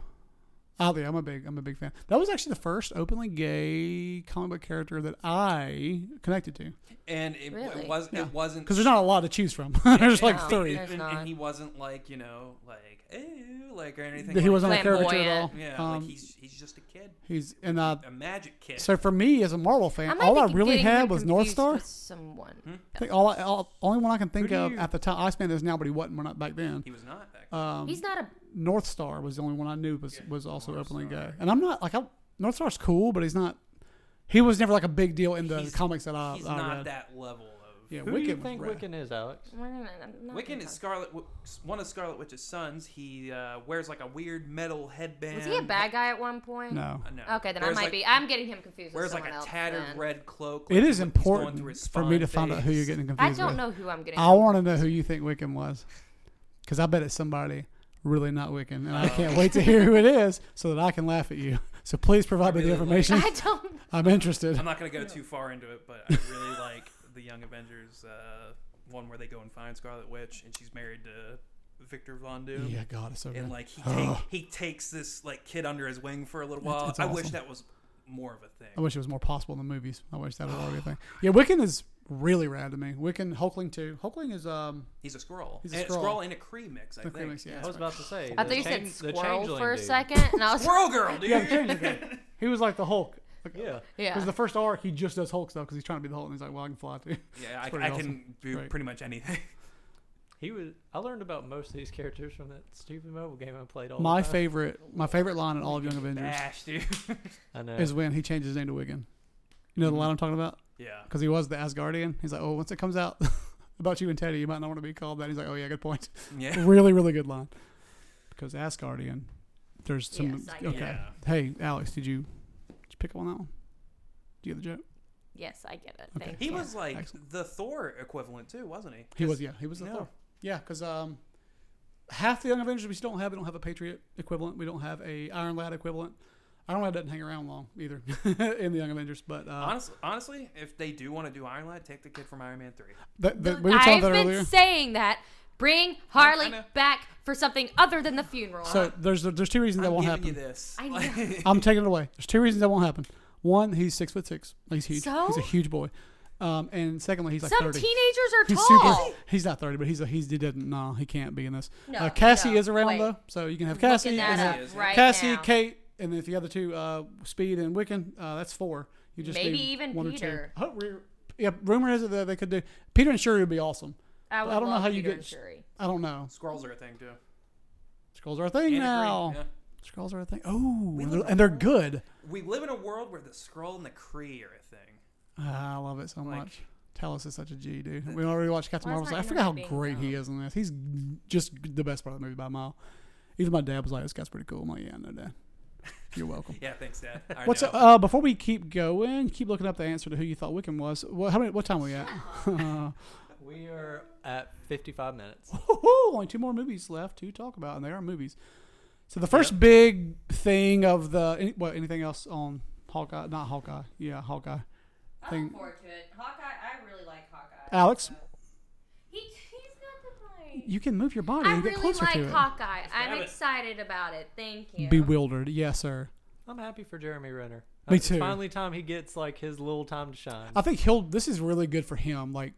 S1: I think I'm a big I'm a big fan. That was actually the first openly gay comic book character that I connected to
S3: and it,
S4: Really?
S3: it was
S1: Yeah.
S3: it wasn't
S1: because there's not a lot to choose from. there's like
S4: Yeah.
S1: three.
S4: There's
S3: and,
S4: not.
S3: and he wasn't like you know like ew like or anything.
S1: He
S3: like
S1: wasn't a caricature at all.
S4: Flamboyant.
S3: Yeah,
S1: Um,
S3: like he's he's just a kid,
S1: he's and uh,
S3: a magic kid.
S1: So for me as a Marvel fan,
S4: might
S1: all
S4: be
S1: I really
S4: getting her
S1: had was North
S4: confused
S1: Star.
S4: with Someone.
S3: Hmm.
S1: I think all, I, all only one I can think
S5: do
S1: of
S5: you-
S1: at the time. Iceman is now, but he wasn't when I, back then.
S3: he was not back.
S1: Um,
S4: He's not a
S1: North Star was the only one I knew was was also
S3: North
S1: openly
S3: Star.
S1: gay. And I'm not like I, North Star's cool, but he's not. He was never like a big deal in the
S3: He's-
S1: comics that I,
S3: he's
S1: I
S3: not
S1: read.
S3: that level of.
S1: uh, oh, yeah,
S2: Who
S1: Wiccan
S2: do you
S1: was
S2: think
S1: rad.
S2: Wiccan is, Alex?
S4: Wiccan
S3: Wiccan is Scarlet, Wi- one of Scarlet Witch's sons. He uh, wears like a weird metal headband.
S4: Was he a bad guy at one point?
S1: No,
S3: Uh, no.
S4: Okay, then
S3: Wears,
S4: I might
S3: like-
S4: be. I'm getting him confused.
S3: Wears
S4: with
S3: like
S4: someone
S3: a
S4: else
S3: tattered
S4: then.
S3: red cloak.
S1: it
S3: like
S1: is
S3: when he's going
S1: important
S3: through his
S1: for me to
S3: spawn
S1: find out who you're
S3: phase.
S1: getting
S4: I
S1: confused
S4: don't
S1: with.
S4: know who I'm getting.
S1: I want to know who you think Wiccan was, because I bet it's somebody really not Wiccan,
S3: Oh.
S1: and I can't wait to hear who it is so that I can laugh at you. So please provide me the
S3: really like-
S1: information.
S4: I don't.
S1: I'm interested.
S3: I'm not gonna go too far into it, but I really like the Young Avengers uh, one where they go and find Scarlet Witch, and she's married to Victor Von Doom.
S1: Yeah, God, it's so good.
S3: and like he take, he takes this like kid under his wing for a little while.
S1: it's
S3: I wish
S1: awesome.
S3: that was more of a thing.
S1: I wish it was more possible in the movies. I wish that was already a thing. Yeah, Wiccan is really rad to me. Wiccan, Hulkling too. Hulkling is um
S3: He's a scroll.
S1: He's a
S3: and
S1: Skrull.
S3: and a Kree mix. I
S1: the
S3: think.
S1: Kree mix, yeah.
S2: I was about to say.
S4: I
S2: the
S4: thought you said
S2: change- the
S4: squirrel
S2: changeling
S4: for a
S2: dude.
S4: second, and I was
S3: Squirrel girl, dude.
S1: Yeah, the change again. He was like the Hulk.
S2: Yeah.
S4: yeah.
S1: Because the first arc, he just does Hulk stuff because he's trying to be the Hulk, and he's like, "Well, I can fly too."
S3: Yeah, I,
S1: pretty
S3: I
S1: awesome.
S3: can do
S1: Right.
S3: pretty much anything.
S2: He was. I learned about most of these characters from that stupid mobile game I played all
S1: My
S2: the time.
S1: favorite, my favorite line in all of Young Avengers
S3: Bash, dude.
S2: I know.
S1: is when he changes his name to Wiccan. You
S3: Mm-hmm.
S1: know the line I'm talking about?
S3: Yeah.
S1: Because he was the Asgardian. He's like, "Oh, once it comes out about you and Teddy, you might not want to be called that." He's like, "Oh yeah, good point.
S3: Yeah.
S1: really, really good line." Because Asgardian, there's some
S4: Yes, I did.
S1: okay.
S3: Yeah.
S1: Hey, Alex, did you, did you pick up on that one? Do you get the joke?
S4: Yes, I get it.
S1: Okay.
S4: Thank
S3: He
S4: you.
S3: was like
S1: Excellent.
S3: the Thor equivalent too, wasn't he?
S1: He was, yeah, he was the
S3: No.
S1: Thor. Yeah, because um, half the Young Avengers we just don't have. We don't have a Patriot equivalent. We don't have a Iron Lad equivalent. Iron Lad doesn't hang around long either in the Young Avengers. But uh,
S3: Honestly, honestly, if they do want to do Iron Lad, take the kid from Iron Man three.
S1: the, the, we were talking
S4: I've
S1: about
S4: been
S1: that earlier.
S4: saying that. Bring Harley
S3: know.
S4: back for something other than the funeral.
S1: So there's there's two reasons that
S3: I'm
S1: won't
S3: giving
S1: happen.
S3: you this.
S4: I
S3: Like,
S4: know.
S1: I'm taking it away. There's two reasons that won't happen. One, he's six foot six. He's huge.
S4: So?
S1: He's a huge boy. Um, and secondly, he's like
S4: Some
S1: thirty.
S4: teenagers are
S1: He's
S4: tall.
S1: super. He's not thirty, but he's a, he's he didn't. No, he can't be in this.
S4: No,
S1: uh, Cassie
S4: no,
S1: is around
S4: wait.
S1: though, so you can have
S4: Looking
S1: Cassie. and
S4: that
S1: then-
S4: up
S3: is, yeah.
S4: right
S1: Cassie,
S4: now.
S1: Kate, and then if the other two, uh, Speed and Wiccan, uh, that's four. You just
S4: Maybe
S1: do
S4: even
S1: one
S4: Peter.
S1: Or two. I hope we're- yeah, rumor is that they could do Peter and Shuri would be awesome.
S4: I,
S1: But
S4: would
S1: I don't know
S4: love
S1: how you
S4: Peter
S1: get-
S4: and Shuri.
S1: I don't know.
S3: Squirrels are a thing too.
S1: Scrolls are a thing
S3: And a green,
S1: now.
S3: yeah.
S1: Scrolls are a thing. Oh, and
S3: live
S1: they're,
S3: in a
S1: and they're
S3: world-
S1: good.
S3: We live in a world where the Skrull and the Kree are a thing.
S1: Ah, I love it so
S3: Like-
S1: much. Talos is such a G, dude. We already watched Captain
S4: Why is
S1: Marvel.
S4: my
S1: I forgot how
S4: internet being
S1: great he
S4: dumb?
S1: is in this. He's just the best part of the movie by a mile. Even my dad was like, "This guy's pretty cool." I'm like, "Yeah, no, dad. You're welcome."
S3: Yeah, thanks, Dad. I
S1: What's
S3: know.
S1: uh, before we keep going? Keep looking up the answer to who you thought Wickham was. What, how many? What time are we at?
S2: We are at 55 minutes.
S1: Woo-hoo, only two more movies left to talk about, and they are movies. So the first big thing of the any, what anything else on Hawkeye? Not Hawkeye. Yeah, Hawkeye.
S4: I'm
S1: Thing-
S4: looking forward to it. Hawkeye, I really like Hawkeye.
S1: Alex?
S4: so- He, he's not the right.
S1: Uh, You can move your body
S4: I
S1: and get
S4: really
S1: closer
S4: like
S1: to
S4: Hawkeye. I'm
S3: grab it.
S4: excited about it. Thank you.
S1: it. Bewildered. Yes, sir.
S2: I'm happy for Jeremy Renner.
S1: Me
S2: It's
S1: too.
S2: finally time he gets like his little time to shine.
S1: I think he'll. This is really good for him. Like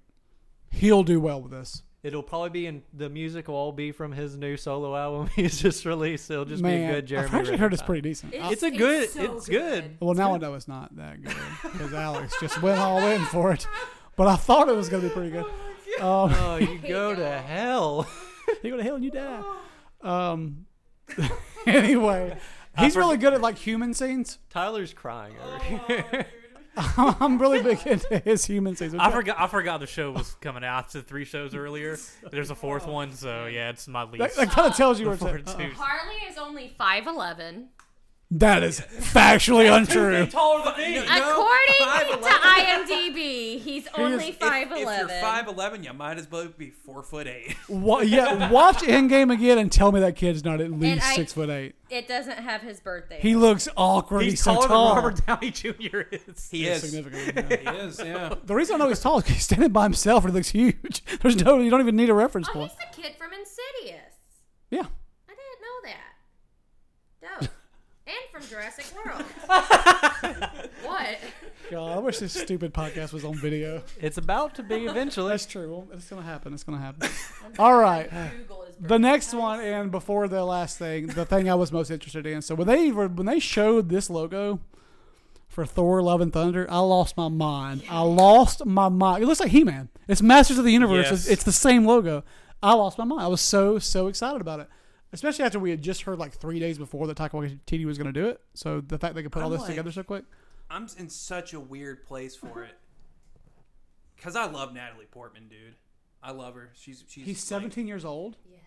S1: he'll do well with this.
S2: It'll probably be in the music will all be from his new solo album he's just released. It'll just
S1: Man,
S2: be a good Jeremy.
S1: I've actually
S2: Renner
S1: heard it's
S2: time.
S1: pretty decent. I-
S2: It's a good-
S4: so
S2: it's good.
S1: well, now I know it's not that good because Alex just went all in for it. But I thought it was going to be pretty good. Um,
S2: Oh, you go to
S4: God.
S2: hell.
S1: you go to hell and you die. Um. anyway, he's
S2: for-
S1: really good at like human scenes.
S2: Tyler's crying
S4: Oh,
S2: over here.
S1: I'm really big into his human scenes. which
S5: I forgot. I forgot the show was coming out. I said three shows earlier. There's a fourth one, so yeah, it's my
S1: that,
S5: least.
S1: kind of tells you where it's
S5: forward
S1: at.
S5: to.
S4: Harley is only 5'11.
S1: That is factually untrue.
S3: taller than me.
S4: According to IMDb, he's only
S3: If,
S4: 5'11.
S3: if you're five eleven, you might as well be four foot eight.
S1: Wa- yeah, watch Endgame again and tell me that kid's not at least
S4: I-
S1: six foot eight.
S4: it doesn't have his birthday.
S1: He looks awkward. He's,
S5: He's
S1: so
S5: taller than
S1: tall.
S5: Robert Downey Jr. is.
S3: He is.
S1: Significantly. yeah.
S3: He is. Yeah.
S1: The reason I know he's tall is 'cause he's standing by himself and he looks huge. There's no, you don't even need a reference
S4: oh,
S1: point.
S4: he's the kid from Insidious.
S1: Yeah.
S4: I didn't know that. Dope. and from Jurassic World. what?
S1: God, I wish this stupid podcast was on video.
S2: It's about to be eventually.
S1: That's true. Well, it's gonna happen. It's gonna happen. All right.
S4: Google is
S1: The next one, and before the last thing, the thing I was most interested in. So when they were, when they showed this logo for Thor: Love and Thunder, I lost my mind. I lost my mind. It looks like He-Man. It's Masters of the Universe. It's,
S5: Yes.
S1: it's the same logo. I lost my mind. I was so so excited about it, especially after we had just heard like three days before that Taika Waititi was gonna do it. So the fact they could put all
S3: I'm
S1: this
S3: like-
S1: together so quick.
S3: I'm in such a weird place
S1: Uh-huh.
S3: for it. Cause I love Natalie Portman, dude. I love her. She's she's.
S1: He's
S3: like-
S1: 17 years old.
S4: Yeah.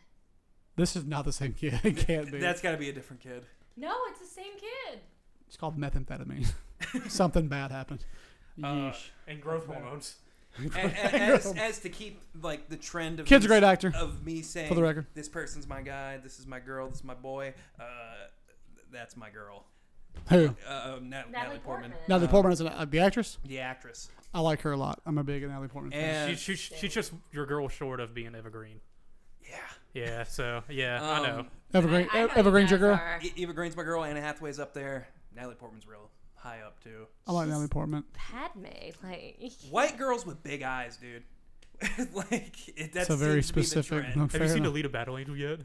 S1: This is not the same kid. It can't be.
S3: that's got to be a different kid.
S4: No, it's the same kid.
S1: It's called methamphetamine. Something bad happened.
S5: Uh,
S1: Yeesh.
S5: and growth hormones.
S3: A- a- as, as to keep like the trend of
S1: Kid's a
S3: me-
S1: great actor.
S3: of me saying
S1: For the record.
S3: this person's my guy, this is my girl, this is my boy. Uh, that's my girl,
S1: Who?
S3: uh, Nat- Natalie, Portman,
S4: Portman.
S1: Natalie Portman is an, uh, the actress.
S3: the actress.
S1: I like her a lot. I'm a big Natalie Portman fan.
S3: And
S5: She, she, she's just your girl short of being evergreen.
S3: yeah,
S5: Yeah. So yeah, I know.
S3: Um,
S1: Evergreen,
S4: I know you
S1: Evergreen's your
S4: guys
S1: girl.
S4: are.
S3: E- Eva Green's my girl. Anna Hathaway's up there. Natalie Portman's real high up too.
S1: I like Natalie Portman.
S4: Padme, like
S3: White girls with big eyes, dude. like it,
S1: It's
S3: that's
S1: a very specific. no,
S5: Have
S1: fair
S5: you seen
S1: enough.
S5: Alita Battle Angel yet?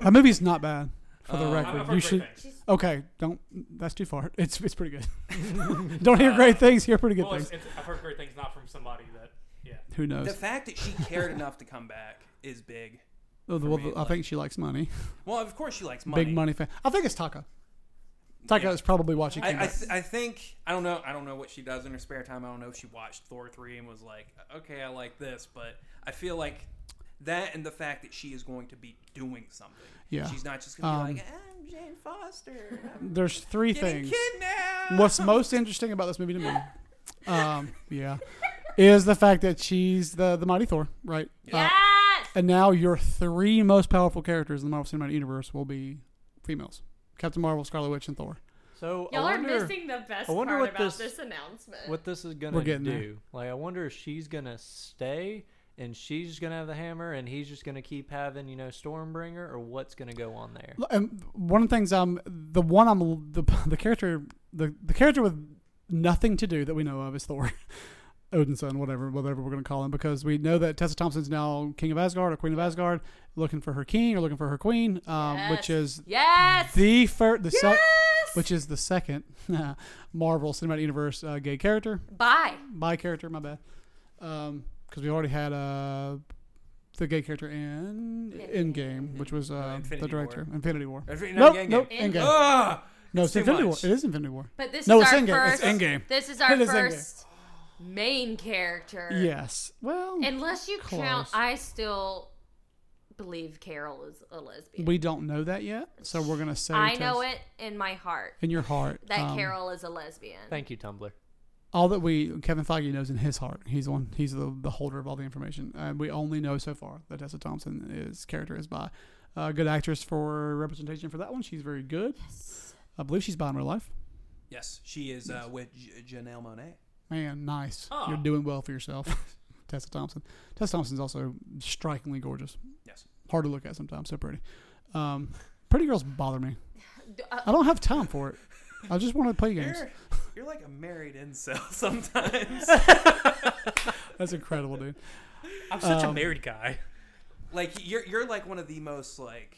S1: That movie's not bad. For the
S3: Um, I've
S1: record, you should. Okay, don't. That's too far. It's it's pretty good. don't hear
S3: Uh,
S1: great things. Hear pretty good things.
S5: I've heard great things, not from somebody that. Yeah.
S1: Who knows?
S3: The fact that she cared enough to come back is big.
S1: Oh, the- well,
S3: me,
S1: the- I think she likes money.
S3: Well, of course she likes money.
S1: Big money fan. I think it's Taka. Taka
S3: Yeah.
S1: is probably watching.
S3: I, I, th- I think I don't know I don't know what she does in her spare time. I don't know if she watched Thor three and was like, okay, I like this, but I feel like that and the fact that she is going to be doing something.
S1: Yeah.
S3: she's not just gonna
S1: Um,
S3: be like, I'm Jane Foster. I'm
S1: There's three
S3: getting
S1: things.
S3: kidnapped.
S1: What's most interesting about this movie to me, um, yeah, is the fact that she's the the mighty Thor, right? Uh,
S4: yes.
S1: and now your three most powerful characters in the Marvel Cinematic Universe will be females: Captain Marvel, Scarlet Witch, and Thor.
S2: So
S4: Y'all
S2: I
S4: are
S2: wonder
S4: missing the best
S2: I wonder
S4: part
S2: what
S4: about
S2: this-
S4: this, announcement.
S2: what this is
S1: We're
S2: gonna do.
S1: getting there.
S2: Like, I wonder if she's gonna stay and she's just gonna have the hammer and he's just gonna keep having you know Stormbringer or what's gonna go on there.
S1: L- And one of the things I'm the one I'm the the character the the character with nothing to do that we know of is Thor. Odin's son, whatever, whatever we're going to call him, because we know that Tessa Thompson's now king of Asgard or queen of Asgard, looking for her king or looking for her queen, um, which is
S4: yes.
S1: the first, the sec-
S4: Yes!
S1: which is the second Marvel Cinematic Universe uh, gay character,
S4: Bye.
S1: bi character. My bad, because we already had uh, the gay character in Endgame, which was uh,
S3: Infinity
S1: the director Infinity War.
S3: Or- no,
S1: Nope,
S3: Endgame.
S1: nope,
S4: Endgame.
S1: Endgame.
S3: Ah,
S1: No,
S3: it's
S1: it's
S3: too
S1: Infinity
S3: much.
S1: War. It is Infinity War.
S4: But this
S1: No,
S4: is
S1: it's
S4: our
S1: Endgame. It's
S4: first.
S1: Endgame.
S4: This is our
S1: It is Endgame.
S4: first main character.
S1: Yes. Well,
S4: Unless you count,
S1: Close.
S4: I still believe Carol is a lesbian.
S1: We don't know that yet, so we're gonna say.
S4: I
S1: to-
S4: know it in my heart
S1: in your heart
S4: that
S1: um,
S4: Carol is a lesbian.
S2: Thank you, Tumblr.
S1: All that we Kevin Feige knows in his heart. He's the one. He's the, the holder of all the information. And we only know so far that Tessa Thompson is character is by uh, good actress for representation for that one. She's very good. I believe she's by in real life.
S3: Yes, she is uh, with J- Janelle Monet.
S1: Man, nice.
S5: Ah.
S1: You're doing well for yourself. Tessa Thompson. Tessa Thompson's also strikingly gorgeous.
S3: Yes.
S1: Hard to look at sometimes. So pretty. Um, pretty girls bother me.
S4: D- uh,
S1: I don't have time for it. I just want to play games.
S3: You're, you're like a married incel sometimes.
S1: That's incredible, dude.
S5: I'm such a
S1: Um,
S5: married guy.
S3: like you're you're like one of the most like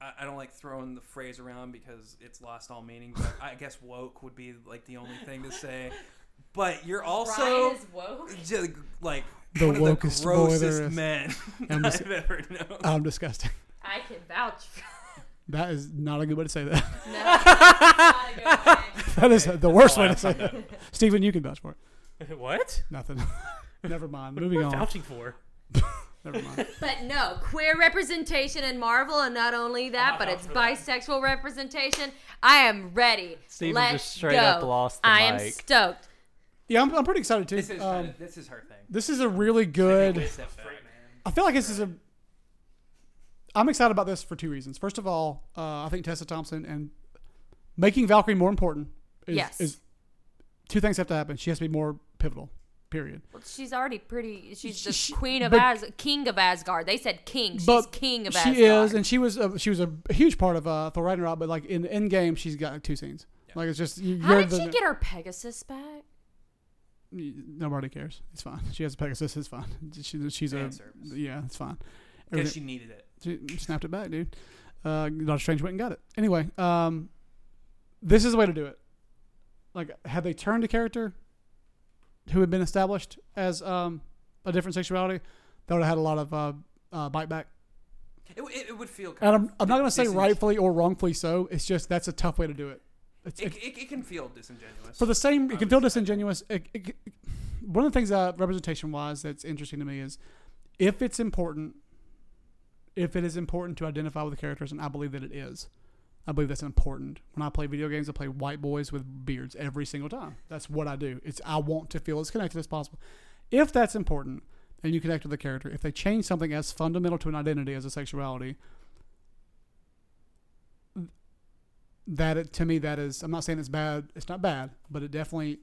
S3: I, I don't like throwing the phrase around because it's lost all meaning. But I guess woke would be like the only thing to say. But you're also
S4: Brian is woke.
S3: just, like
S1: The
S3: one of
S1: wokest
S3: the
S1: boy
S3: grossest
S1: there is. Uh,
S3: men
S1: I'm just-
S3: I've ever known.
S1: I'm disgusting.
S4: I can vouch. for-
S1: That is not a good way to say that.
S4: no, not a good thing.
S1: That is the worst
S5: all I
S1: way to say
S5: have
S1: that. Stephen, you can vouch for it.
S5: what?
S1: Nothing. Never mind.
S5: What
S1: Moving
S5: am I
S1: on.
S5: vouching for?
S1: Never mind.
S4: But no, queer representation in Marvel, and not only that,
S5: not
S4: but
S5: down
S4: it's
S5: for that.
S4: bisexual representation. I am ready.
S2: Steven
S4: Let's
S2: just straight
S4: go.
S2: up lost the
S4: I am
S2: mic.
S4: stoked.
S1: Yeah, I'm, I'm pretty excited too.
S3: This is
S1: um,
S3: her, this is her thing.
S1: this is a really good.
S3: It's that fact.
S1: I feel like this is a. I'm excited about this for two reasons. First of all, uh, I think Tessa Thompson and making Valkyrie more important is,
S4: Yes.
S1: is two things have to happen. She has to be more pivotal. Period.
S4: Well, she's already pretty. She's the
S1: She-
S4: queen of
S1: but-
S4: As, king of Asgard. They said king. She's king of Asgard.
S1: She is, and she was a, she was a huge part of uh, Thor Ragnarok. But like in the end game, she's got two scenes. Like it's just you,
S4: How
S1: you're
S4: did
S1: the,
S4: she get her Pegasus back?
S1: nobody cares. It's fine. She has a Pegasus. It's fine. She's she's a
S3: Fan service.
S1: yeah. It's fine.
S3: Because
S1: Everything-
S3: she needed it.
S1: She snapped it back, dude. Uh, Doctor Strange went and got it. Anyway, um, this is the way to do it. Like, had they turned a character who had been established as um, a different sexuality, that would have had a lot of uh, uh, bite back.
S3: It, w- it, it would feel.
S1: And
S3: Kind
S1: I'm,
S3: of
S1: I'm not going to say
S3: disingen-
S1: rightfully or wrongfully so. It's just that's a tough way to do it. It's,
S3: It, it, it can feel disingenuous.
S1: for the same, it can feel disingenuous. It, it, it- one of the things that representation wise that's interesting to me is if it's important, if it is important to identify with the characters, and I believe that it is, I believe that's important. When I play video games, I play white boys with beards every single time. That's what I do. It's I want to feel as connected as possible. If that's important and you connect with the character, if they change something as fundamental to an identity as a sexuality, that it, to me that is I'm not saying it's bad. It's not bad, but it definitely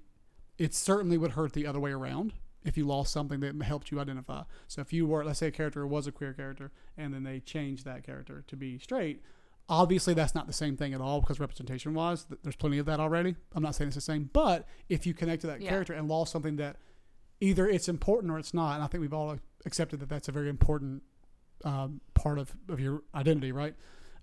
S1: it certainly would hurt the other way around if you lost something that helped you identify. So if you were let's say a character was a queer character and then they changed that character to be straight, obviously that's not the same thing at all because representation wise th- there's plenty of that already. I'm not saying it's the same, but if you connect to that
S4: Yeah.
S1: character and lost something that either it's important or it's not, and I think we've all accepted that that's a very important um, part of, of your identity, right?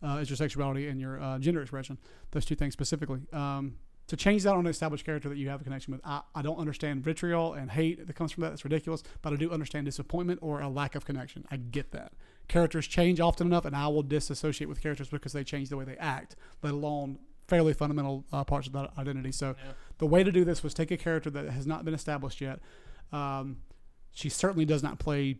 S1: Uh, is your sexuality and your uh, gender expression. Those two things specifically. Um, to change that on an established character that you have a connection with, I, I don't understand vitriol and hate that comes from that. That's ridiculous. But I do understand disappointment or a lack of connection. I get that. Characters change often enough, and I will disassociate with characters because they change the way they act, let alone fairly fundamental uh, parts of that identity. So the way to do this was take a character that has not been established yet. Um, she certainly does not play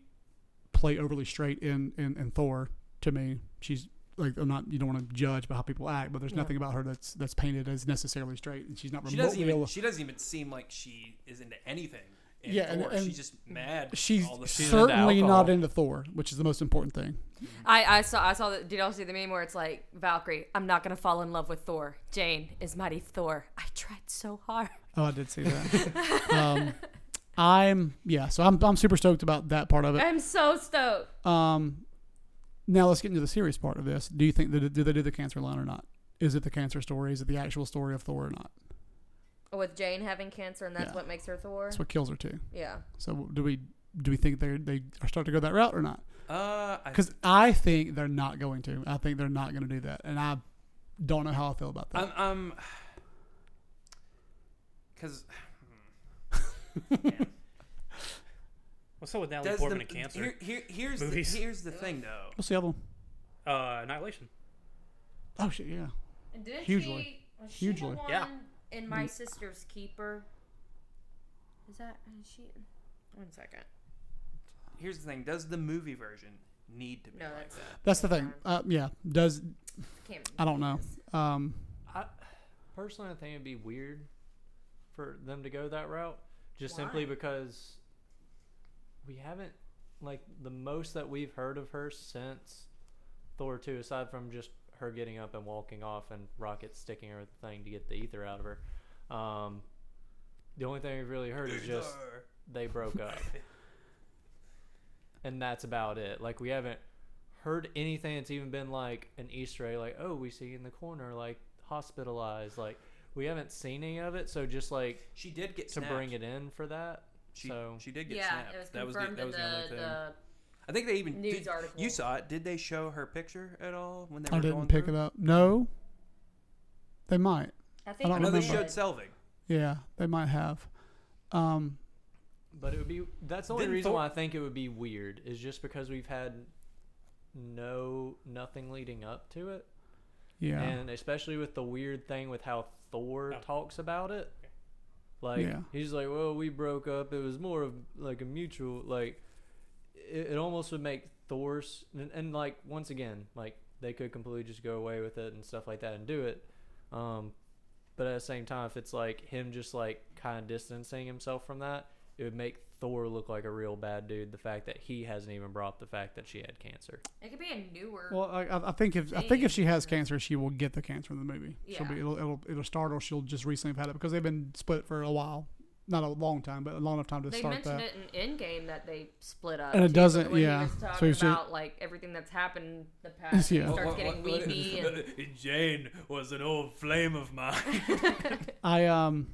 S1: play overly straight in, in, in Thor to me. She's like I'm not you don't want to judge by how people act, but there's nothing about her that's that's painted as necessarily straight, and she's not
S3: she
S1: remotely.
S3: doesn't even.
S1: ill-
S3: She doesn't even seem like she is into anything. in
S1: Yeah, and-
S3: Thor.
S1: and
S3: she's just mad.
S1: she's
S3: all the time.
S1: certainly
S2: into
S1: not
S2: alcohol.
S1: into Thor, which is the most important thing.
S4: I, I saw I saw that. Did y'all see the meme where it's like Valkyrie? I'm not gonna fall in love with Thor. Jane is mighty Thor. I tried so hard.
S1: Oh, I did see that. um, I'm yeah, so I'm I'm super stoked about that part of it.
S4: I'm so stoked.
S1: Um, now let's get into the serious part of this. Do you think that do they do the cancer line or not? Is it the cancer story? Is it the actual story of Thor or not?
S4: With Jane having cancer, and that's
S1: Yeah.
S4: what makes her Thor.
S1: That's what kills her too.
S4: Yeah.
S1: So do we do we think they they are starting to go that route or not?
S3: Uh, I,
S1: Because I think they're not going to. I think they're not going to do that, and I don't know how I feel about that.
S3: I'm, I'm, because
S5: What's up with Natalie
S3: does
S5: Portman
S3: the
S5: and cancer?
S3: here, here, here's the,
S5: Movies.
S3: here's the thing though.
S1: What's the other one?
S5: Uh, Annihilation.
S1: Oh shit! Yeah,
S4: Didn't
S1: Hugely.
S4: She, was She
S1: Hugely. Mm-hmm.
S4: the one
S5: Yeah.
S4: In my sister's keeper. Is that is she? One second.
S3: Here's the thing. Does the movie version need to be
S4: No,
S3: like
S4: that's-
S3: that.
S1: That's the thing. Uh, yeah, does
S4: Can't
S1: I don't know. Um,
S2: I personally, I think it'd be weird for them to go that route, just simply
S4: Why?
S2: because we haven't like the most that we've heard of her since Thor two, aside from just her getting up and walking off and Rocket sticking her with the thing to get the ether out of her. Um, the only thing we've really heard is just they broke up. and that's about it. Like we haven't heard anything that's even been like an Easter egg, like, oh, we see you in the corner, like hospitalized, like we haven't seen any of it, so just like
S3: she did get
S2: to
S3: snapped.
S2: bring it in for that.
S3: She,
S2: so
S3: she did get
S4: Yeah,
S3: snapped.
S4: it was
S3: that was
S4: confirmed
S3: that was the only
S4: in the,
S3: thing.
S4: the
S3: I think they even
S4: news
S3: did-
S4: article.
S3: You saw it? Did they show her picture at all when they were
S1: I
S3: going
S1: didn't pick
S3: through?
S1: it up. No, they might.
S4: I
S1: I
S3: I
S4: think
S1: don't
S3: know
S4: it
S3: they
S4: was
S1: remember.
S3: showed
S4: good.
S3: Selvig.
S1: Yeah, they might have. Um,
S2: but it would be that's the only
S3: Didn't
S2: reason
S3: Thor-
S2: why I think it would be weird is just because we've had no nothing leading up to it.
S1: yeah,
S2: And especially with the weird thing with how Thor
S5: Oh.
S2: talks about it. Like
S1: Yeah.
S2: he's like, "Well, we broke up. It was more of like a mutual like it, it almost would make Thor's and, and like once again, like they could completely just go away with it and stuff like that and do it. Um but at the same time, if it's like him just like kind of distancing himself from that, it would make Thor look like a real bad dude. The fact that he hasn't even brought up the fact that she had cancer.
S4: It could be a newer.
S1: Well, I- I, I think if I think if she has cancer, she will get the cancer in the movie. She'll be
S4: Yeah.
S1: it'll, it'll it'll start, or she'll just recently have had it because they've been split for a while, not a long time, but a long enough time to
S4: they
S1: start
S4: mentioned
S1: that.
S4: it in Endgame that they split up.
S1: And it
S4: too,
S1: doesn't-
S4: when he
S1: yeah.
S4: was
S1: So
S4: talking
S1: it's just-
S4: about like everything that's happened the past.
S1: Yeah.
S4: He
S1: What-
S4: starts getting weepy and
S3: Jane was an old flame of mine.
S1: I um,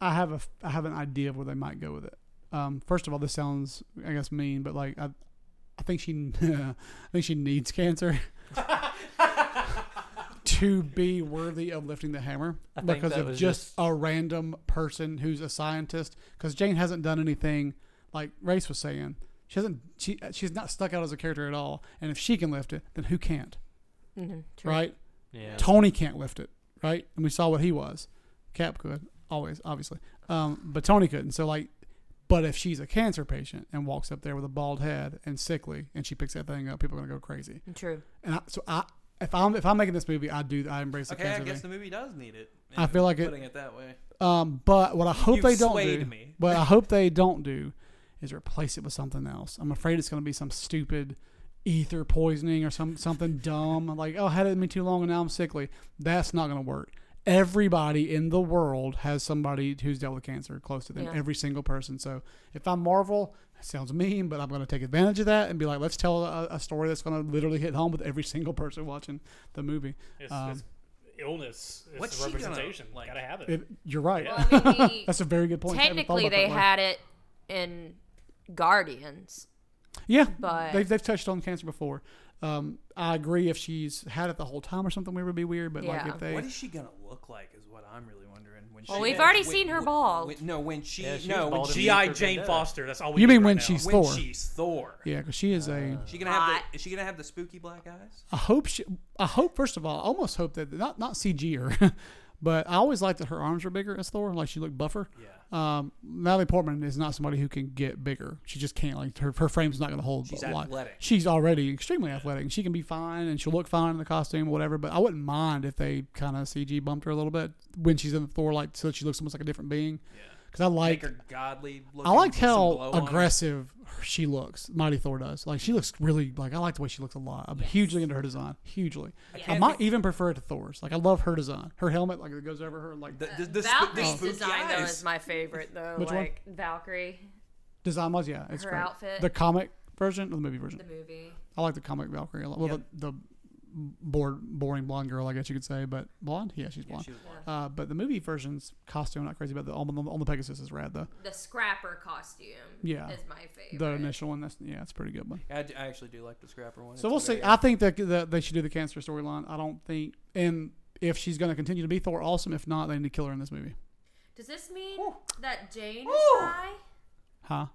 S1: I have a f- I have an idea of where they might go with it. Um, first of all, this sounds I guess mean, but like I, I think she I think she needs cancer to be worthy of lifting the hammer
S2: I think
S1: because
S2: that
S1: of
S2: was
S1: just
S2: just-
S1: a random person who's a scientist. Because Jane hasn't done anything like Race was saying. She hasn't. She she's not stuck out as a character at all. And if she can lift it, then who can't? Right?
S2: Yeah.
S1: Tony can't lift it, right? And we saw what he was. Cap could always, obviously, um, but Tony couldn't. So like, but if she's a cancer patient and walks up there with a bald head and sickly, and she picks that thing up, people are gonna go crazy.
S4: True.
S1: And I, so I, if I'm if I'm making this movie, I do I embrace the
S3: okay, I
S1: cancer
S3: guess
S1: thing.
S3: the movie does need it.
S1: I feel like it-
S3: putting it, that way.
S1: um, but what I hope
S3: You've
S1: they don't
S3: swayed
S1: do,
S3: me.
S1: but I hope they don't do, is replace it with something else. I'm afraid it's gonna be some stupid. Ether poisoning or some something dumb like oh I had it in me too long and now I'm sickly. That's not gonna work. everybody in the world has somebody who's dealt with cancer close to them.
S4: Yeah.
S1: Every single person. So if I'm Marvel, it sounds mean, but I'm going to take advantage of that and be like, let's tell a, a story that's going to literally hit home with every single person watching the movie.
S5: It's,
S1: Um,
S5: it's illness. It's
S3: What's
S5: what's
S3: she gonna,
S5: representation.
S3: like-
S5: Gotta have it.
S1: It, you're right.
S5: Yeah.
S4: Well, I mean, he-
S1: that's a very good point. I haven't thought
S4: technically,
S1: about
S4: they
S1: that way.
S4: had it in Guardians.
S1: Yeah,
S4: but-
S1: they've they've touched on cancer before. Um, I agree. If she's had it the whole time or something, we would be weird. But like
S4: Yeah.
S1: if they,
S3: What is she gonna look like? Is what I'm really wondering. When
S4: Well,
S3: she
S4: we've
S3: gets-
S4: already
S3: when-
S4: seen her
S3: when-
S4: bald.
S3: when- no, when she
S2: Yeah, she was
S3: no, when
S2: bald in
S3: she,
S2: the-
S5: GI
S2: for
S5: Jane
S2: Vendetta.
S5: Foster. That's all we.
S1: You
S5: need
S1: mean
S5: right
S1: when
S5: now.
S1: she's-
S3: when
S1: Thor.
S3: she's Thor.
S1: yeah, because she is a
S3: She gonna have
S4: Hot.
S3: the, is she gonna have the spooky black eyes?
S1: I hope she. I hope first of all, I almost hope that not not CG her, but I always liked that her arms were bigger as Thor, like she looked buffer.
S3: Yeah.
S1: Um, Natalie Portman is not somebody who can get bigger. She just can't. Like her, her frame's not going to hold.
S3: She's
S1: a lot.
S3: athletic.
S1: She's already extremely athletic. and She can be fine and she'll look fine in the costume, or whatever. But I wouldn't mind if they kind of CG bumped her a little bit when she's in Thor, like so that she looks almost like a different being.
S3: Yeah.
S1: Because I like
S3: Make her godly.
S1: I liked how
S3: how
S1: aggressive she looks. Mighty Thor does. Like she looks really like I like the way she looks a lot. I'm hugely into her design. Hugely. I,
S3: can't
S1: might even prefer it to Thor's. Like I love her design. Her helmet, like it goes over her like
S3: The, the, the, sp- the
S4: Uh, Valkyrie's
S3: spooky
S4: design though
S3: eyes.
S4: is my favorite though.
S1: Which one?
S4: like Valkyrie,
S1: design wise, yeah, it's
S4: her
S1: great.
S4: outfit.
S1: The comic version or the movie version.
S4: the movie.
S1: I like the comic Valkyrie a lot. Well,
S3: Yeah.
S1: the, the bored, boring blonde girl, I guess you could say, but blonde, yeah, she's
S3: Yeah,
S1: blonde.
S3: she was blonde.
S1: uh, but the movie version's costume, not crazy about the on the, on the Pegasus is rad though.
S4: The scrapper costume.
S1: Yeah.
S4: is my favorite.
S1: The initial one, that's yeah, it's a pretty good one.
S3: I, d- I actually do like the scrapper one.
S1: So
S3: It's
S1: we'll
S3: a
S1: see.
S3: very-
S1: I think that, that they should do the cancer storyline. I don't think, and if she's going to continue to be Thor, awesome. If not, they need to kill her in this movie.
S4: Does this mean
S3: Ooh.
S4: that Jane is
S3: Ooh.
S4: high?
S1: Huh?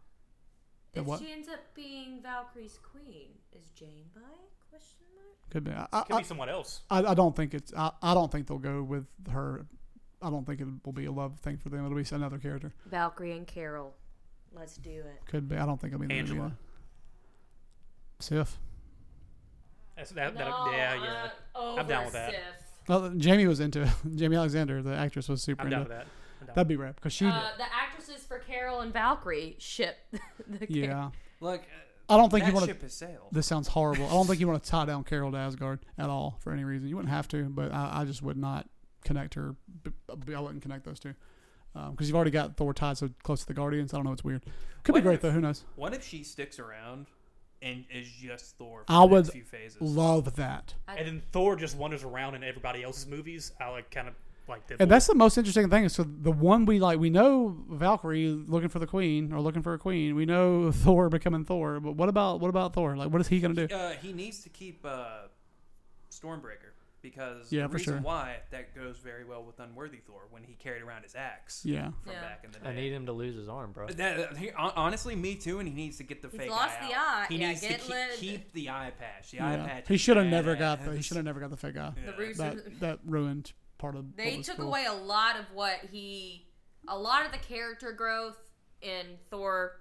S1: That
S4: If
S1: what?
S4: she ends up being Valkyrie's queen, is Jane bi? Question mark.
S1: Could be. I, I,
S5: Could be someone else.
S1: I, I don't think it's. I, I don't think they'll go with her. I don't think it will be a love thing for them. It'll be another character.
S4: Valkyrie and Carol. Let's do it.
S1: Could be. I don't think it'll be in the movie,
S5: Angela.
S1: though. Sif.
S5: That's, that, that, yeah, yeah.
S4: I'm,
S5: I'm down with that.
S1: Well, Jamie was into it. Jamie Alexander, the actress, was super
S5: I'm
S1: into
S5: down
S1: it.
S5: with that. I'm down
S1: That'd be rap because she.
S4: Uh, the actresses for Carol and Valkyrie ship. the
S1: yeah,
S3: Look, uh,
S1: I don't think
S3: that
S1: you want to.
S3: ship has sailed.
S1: This sounds horrible. I don't think you want to tie down Carol to Asgard at all for any reason. You wouldn't have to, but I, I just would not connect her. b- b- I wouldn't connect those two because you've already got Thor tied so close to the Guardians. I don't know. It's weird. Could
S3: What
S1: be great
S3: if-
S1: though. Who knows?
S3: What if she sticks around and is just Thor? For
S1: I
S3: the
S1: would
S3: next few phases.
S1: Love that.
S5: And then Thor just wanders around in everybody else's movies. I like kind of like did.
S1: And that's the most interesting thing. So the one we like, we know Valkyrie looking for the queen or looking for a queen. We know Thor becoming Thor, but what about what about Thor? Like, what is he gonna do?
S3: uh, he needs to keep uh, Stormbreaker because
S1: Yeah,
S3: the
S1: for
S3: reason
S1: sure.
S3: why that goes very well with Unworthy Thor when he carried around his axe
S1: Yeah,
S3: from
S4: Yeah.
S3: back in the day.
S2: I need him to lose his arm, bro.
S3: That, uh, he, hon- honestly, me too, and he needs to get the
S4: He's
S3: fake
S4: lost
S3: eye
S4: the
S3: out.
S4: eye.
S3: He
S4: Yeah,
S3: needs
S4: get
S3: to keep,
S4: rid-
S3: keep the eye patch. The eye
S1: yeah.
S3: patch.
S1: He
S3: is
S1: should have never got
S3: badass.
S1: the. He should have never got the fake guy.
S3: Yeah.
S4: The Bruce
S1: That that ruined part of.
S4: They
S1: what was
S4: took
S1: cool.
S4: away a lot of what he, a lot of the character growth in Thor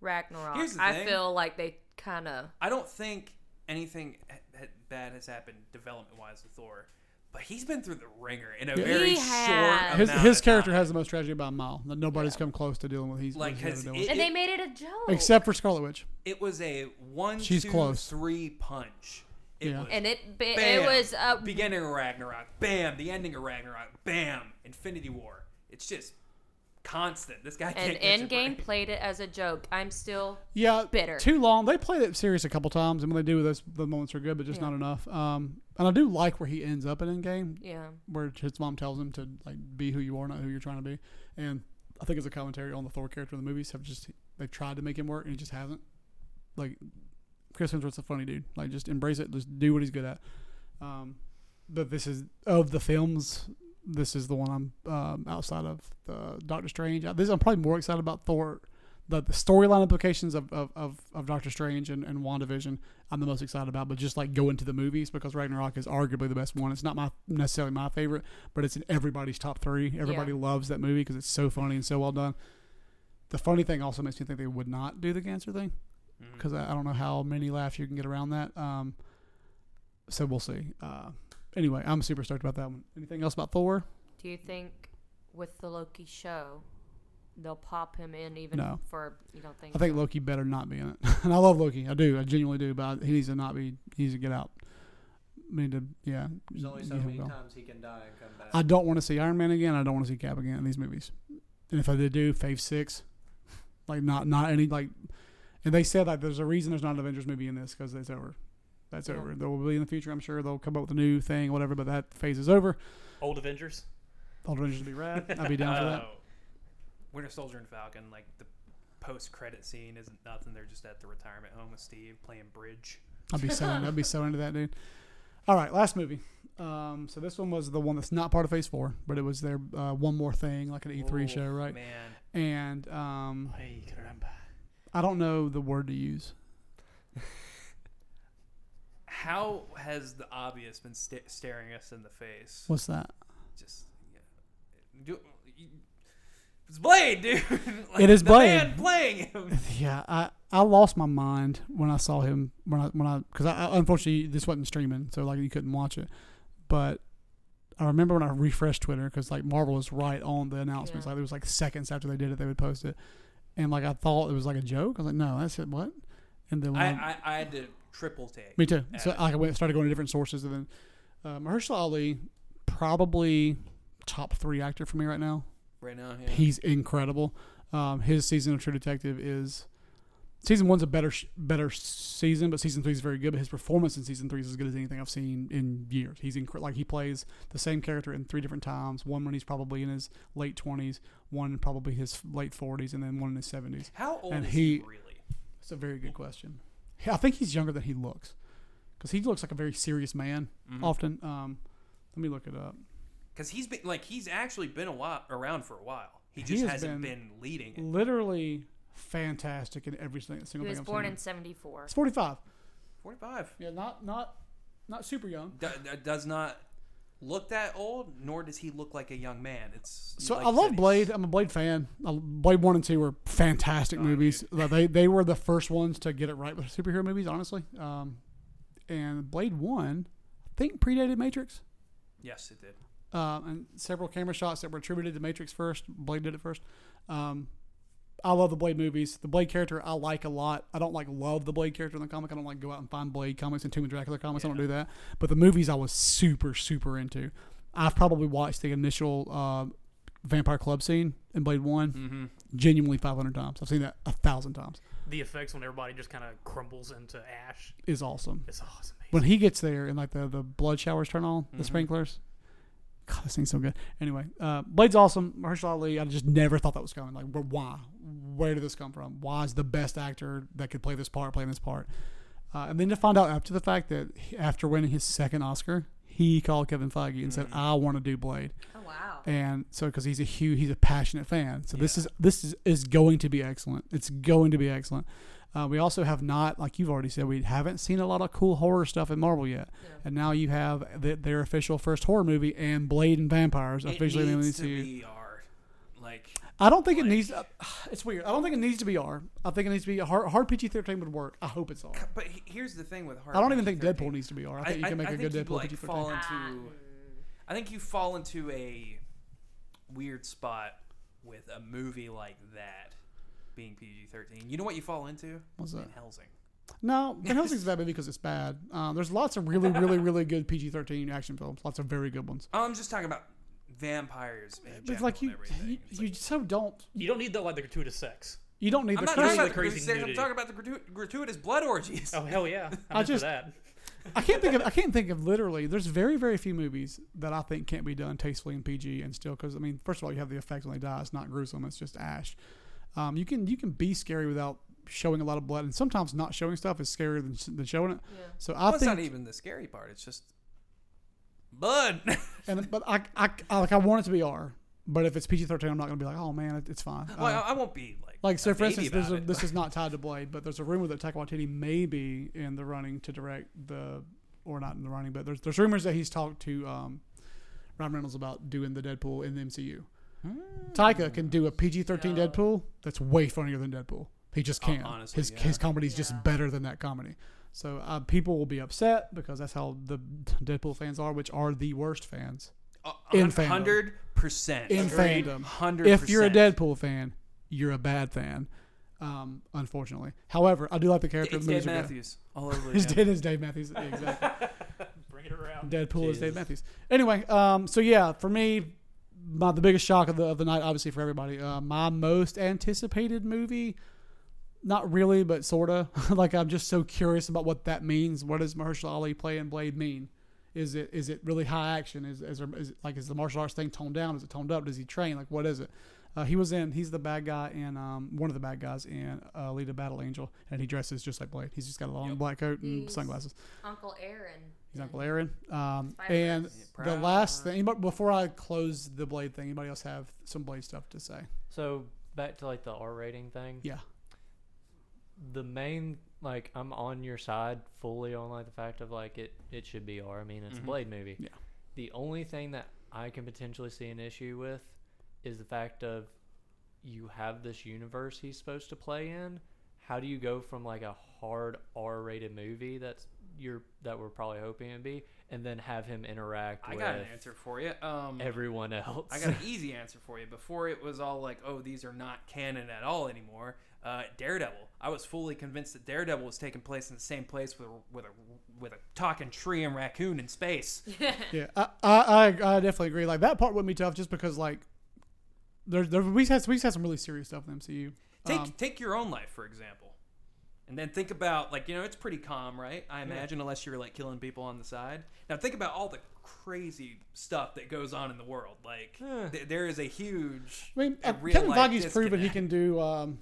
S4: Ragnarok.
S3: Here's the
S4: I
S3: thing.
S4: feel like they kind of
S3: I don't think anything ha- ha- bad has happened development wise to Thor, but he's been through the ringer in a
S1: Yeah.
S3: very
S4: He
S3: short.
S4: has.
S1: His
S3: amount
S1: his
S3: of
S1: character
S3: time.
S1: has the most tragedy by a mile. That Nobody's
S4: Yeah.
S1: come close to dealing with. He's
S3: Like,
S1: he's never
S3: has
S1: dealing with.
S3: it-
S4: and they made it a joke.
S1: except for Scarlet Witch.
S3: It was a one,
S1: She's
S3: two,
S1: close.
S3: three punch. It
S1: Yeah.
S3: was
S4: and it ba-
S3: bam.
S4: it was uh,
S3: beginning of Ragnarok. Bam, the ending of Ragnarok. Bam, Infinity War. It's just constant. This guy
S4: and
S3: can't catch a
S4: Endgame
S3: break.
S4: played it as a joke. I'm still
S1: Yeah,
S4: Bitter.
S1: Too long. They played it serious a couple times, and when they do, those the moments are good, but just
S4: Yeah.
S1: not enough. Um, and I do like where he ends up in Endgame.
S4: yeah.
S1: where his mom tells him to like be who you are, not who you're trying to be. And I think it's a commentary on the Thor character in the movies. Have just they've tried to make him work and he just hasn't. Like Chris Hemsworth's a funny dude. Like just embrace it. Just do what he's good at. Um, but this is of the films. This is the one I'm um, outside of the Doctor Strange. Uh, This I'm probably more excited about Thor. The, the storyline implications of, of, of, of Doctor Strange and, and WandaVision, I'm the most excited about. But just like going to the movies because Ragnarok is arguably the best one. It's not my necessarily my favorite, but it's in everybody's top three. Everybody loves that movie because it's so funny and so well done. The funny thing also makes me think they would not do the cancer thing
S2: Hmm.
S3: Mm.
S1: because I, I don't know how many laughs you can get around that. Um, so we'll see. Uh, anyway, I'm super stoked about that one. Anything else about Thor?
S4: Do you think with the Loki show they'll pop him in even
S1: No.
S4: for you don't think?
S1: I think Loki better not be in it. and I love Loki. I do. I genuinely do. But I, he needs to not be. He needs to get out. We need to. Yeah.
S2: There's only so
S1: yeah,
S2: many
S1: go.
S2: times he can die and come back.
S1: I don't want to see Iron Man again. I don't want to see Cap again in these movies. And if they do, Phase Six, like not not any like, and they said like there's a reason there's not an Avengers movie in this because it's over. That's
S4: Yeah.
S1: over. There will be in the future. I'm sure they'll come up with a new thing, whatever. But that phase is over.
S5: Old Avengers.
S1: All Avengers will be rad. I'd be down for that.
S3: Oh. Winter Soldier and Falcon, like the post credit scene isn't nothing. They're just at the retirement home with Steve playing bridge.
S1: I'd be so I'd be so into that, dude. All right, last movie. Um, so this one was the one that's not part of Phase Four, but it was their uh, one more thing, like an E3
S3: Oh,
S1: E show, right?
S3: Man,
S1: And um,
S5: Ay, caramba.
S1: I don't know the word to use.
S3: how has the obvious been sta- staring us in the face?
S1: What's that?
S3: Just yeah. Do- you- it's Blade, dude. Like,
S1: It is
S3: the man
S1: Blade.
S3: playing him.
S1: Yeah, I, I lost my mind when I saw him when I when I because I, I unfortunately this wasn't streaming, so like you couldn't watch it. But I remember when I refreshed Twitter because like Marvel was right on the announcements.
S4: Yeah.
S1: Like it was like seconds after they did it, they would post it, and like I thought it was like a joke. I was like, no, that's it. What? And then when
S3: I, I, I had to triple take.
S1: me too. So
S3: Uh,
S1: like I went started going to different sources, and then uh, Mahershala Ali probably top three actor for me right now.
S3: right now. Yeah.
S1: He's incredible. Um, his season of True Detective is season one's a better sh- better season, but season three is very good. But his performance in season three is as good as anything I've seen in years. He's incre- like he plays the same character in three different times. One when he's probably in his late twenties, one probably his late forties, and then one in his seventies.
S3: How old
S1: and
S3: is he,
S1: he-
S3: really?
S1: It's a very good question. Yeah, I think he's younger than he looks, because he looks like a very serious man often. Um, let me look it up.
S3: Because he's been like he's actually been a while around for a while. He
S1: He
S3: just
S1: has
S3: hasn't
S1: been-
S3: been, leading it.
S1: Literally fantastic in every single
S4: he
S1: single
S4: was
S1: thing.
S4: born
S1: I've seen.
S4: in '74.
S1: It's forty five.
S3: Forty-five
S1: Yeah, not not not super young.
S3: Do- that does not look that old, nor does he look like a young man. It's
S1: So
S3: like
S1: I
S3: you said,
S1: love
S3: he's-
S1: Blade. I'm a Blade fan. Uh, Blade One and Two were fantastic movies. Uh, They they were the first ones to get it right with superhero movies, honestly. Um, and Blade One, I think predated Matrix,
S3: Yes, it did.
S1: uh, and several camera shots that were attributed to Matrix first. Blade did it first. Um, I love the Blade movies. The Blade character I like a lot. I don't like love the Blade character in the comic. I don't like go out and find Blade comics and Tomb and Dracula comics. I don't do that. But the movies I was super super into. I've probably watched the initial uh, Vampire Club scene in Blade One genuinely 500 times. I've seen that a thousand times.
S5: The effects when everybody just kind of crumbles into ash.
S1: Is awesome.
S5: It's awesome.
S1: When he gets there and like the, the blood showers turn on, the sprinklers. God, this thing's so good. Anyway, uh, Blade's awesome. Mahershala Ali, I just never thought that was coming. Like, wh- why? Where did this come from? Why is the best actor that could play this part playing this part? Uh, and then to find out after the fact that he- after winning his second Oscar, he called Kevin Feige and said, "I want to do Blade."
S4: Oh wow.
S1: and so because he's a huge he's a passionate fan so this is this is, is going to be excellent it's going to be excellent uh, we also have not like you've already said we haven't seen a lot of cool horror stuff in marvel yet and now you have the, their official first horror movie and blade and vampires
S3: It
S1: officially in the
S3: needs to
S1: MCU.
S3: be R. Like
S1: i don't think it needs uh, it's weird i don't think it needs to be r i think it needs to be a hard, hard pg-13 would work i hope it's r
S3: but he- here's the thing with hard
S1: i don't even think
S3: PG-13.
S1: deadpool needs to be r i think you can make a
S3: think
S1: good
S3: you,
S1: deadpool
S3: like,
S1: PG-13.
S3: fall into, I think you fall into a weird spot with a movie like that being PG thirteen. You know what you fall into?
S1: What's that?
S3: Van Helsing.
S1: No, Van Helsing's a bad movie because it's bad. Um, there's lots of really, really, really good PG-13 action films. Lots of very good ones.
S3: Oh, I'm just talking about vampires. In
S1: But it's like you,
S3: and everything.
S1: you,
S3: It's
S1: you
S3: like-
S1: so don't.
S5: You don't need the like the gratuitous sex.
S1: You don't need
S3: I'm
S1: the.
S3: not
S1: crazy-
S3: talking about the
S5: crazy
S3: crazy sex, I'm
S5: nudity.
S3: talking about the gratu- gratuitous blood orgies.
S5: Oh hell yeah!
S1: I
S5: I'm into
S1: just-
S5: that.
S1: I can't think of. I can't think of literally. There's very, very few movies that I think can't be done tastefully in PG and still. Because I mean, first of all, you have the effects when they die. It's not gruesome. It's just ash. Um, you can you can be scary without showing a lot of blood, and sometimes not showing stuff is scarier than, than showing it. So I
S3: Well, it's
S1: think
S3: not even the scary part. It's just blood.
S1: And but I, I, I like I want it to be R, but if it's PG thirteen, I'm not gonna be like, oh man, it, it's fine. Uh,
S3: well, I, I won't be like
S1: like so,
S3: a
S1: for
S3: baby
S1: instance, there's
S3: about
S1: a,
S3: it,
S1: this is not tied to Blade, but there's a rumor that Taika Waititi may be in the running to direct the, or not in the running, but there's there's rumors that he's talked to um, Ryan Reynolds about doing the Deadpool in the MCU.
S3: Hmm.
S1: Taika can do a PG thirteen
S4: Yeah.
S1: Deadpool that's way funnier than Deadpool. He just
S3: Uh,
S1: can't.
S3: honestly,
S1: his
S3: yeah.
S1: his comedy's
S4: Yeah.
S1: just better than that comedy. So uh, people will be upset because that's how the Deadpool fans are, which are the worst fans.
S3: A
S1: in fandom.
S3: hundred percent
S1: in
S3: Agreed.
S1: fandom.
S3: 100%.
S1: If you're a Deadpool fan, you're a bad fan. Um, unfortunately. However, I do like the character.
S3: it's
S1: the movies
S3: Dave
S1: are good.
S3: Matthews all over
S1: His
S3: again.
S1: dad is Dave Matthews. Exactly.
S5: Bring it around.
S1: Deadpool is Dave
S2: Jesus.
S1: Matthews. Anyway, um, so yeah, for me, my, the biggest shock of the, of the night, obviously for everybody, uh, my most anticipated movie, not really, but sorta. like I'm just so curious about what that means. What does Mahershala Ali play in Blade mean? Is it is it really high action? Is is, there, is it, like is the martial arts thing toned down? Is it toned up? Does he train? Like what is it? Uh, he was in. He's the bad guy in um, one of the bad guys in uh, Alita: Battle Angel, and he dresses just like Blade. He's just got a long black coat and
S4: He's-
S1: sunglasses.
S4: Uncle Aaron.
S1: He's Uncle Aaron. Um, and
S4: Spider-Verse.
S1: the last thing, anybody, before I close the Blade thing, anybody else have some Blade stuff to say?
S2: So back to like the R rating thing.
S1: Yeah.
S2: The main like I'm on your side fully on like the fact of like it it should be R. I mean it's a Blade movie.
S1: Mm-hmm. Yeah.
S2: The only thing that I can potentially see an issue with is the fact of you have this universe he's supposed to play in. How do you go from like a hard R rated movie that's you're that we're probably hoping it'd be and then have him interact
S3: I
S2: with
S3: got an answer for you. Um,
S2: everyone else?
S3: I got an easy answer for you. Before it was all like, oh, these are not canon at all anymore. Uh, Daredevil. I was fully convinced that Daredevil was taking place in the same place with a, with a with a talking tree and raccoon in space.
S1: Yeah, I, I, I I definitely agree. Like that part wouldn't be tough just because like there, there we've had we've had some really serious stuff in the MCU.
S3: Take
S1: Um,
S3: take your own life for example, and then think about like you know it's pretty calm, right? I imagine unless you're like killing people on the side. Now think about all the crazy stuff that goes on in the world. Like th- there is a huge.
S1: I mean,
S3: a
S1: uh,
S3: real
S1: Kevin
S3: life
S1: Feige's proven he
S3: disconnect.
S1: can do um,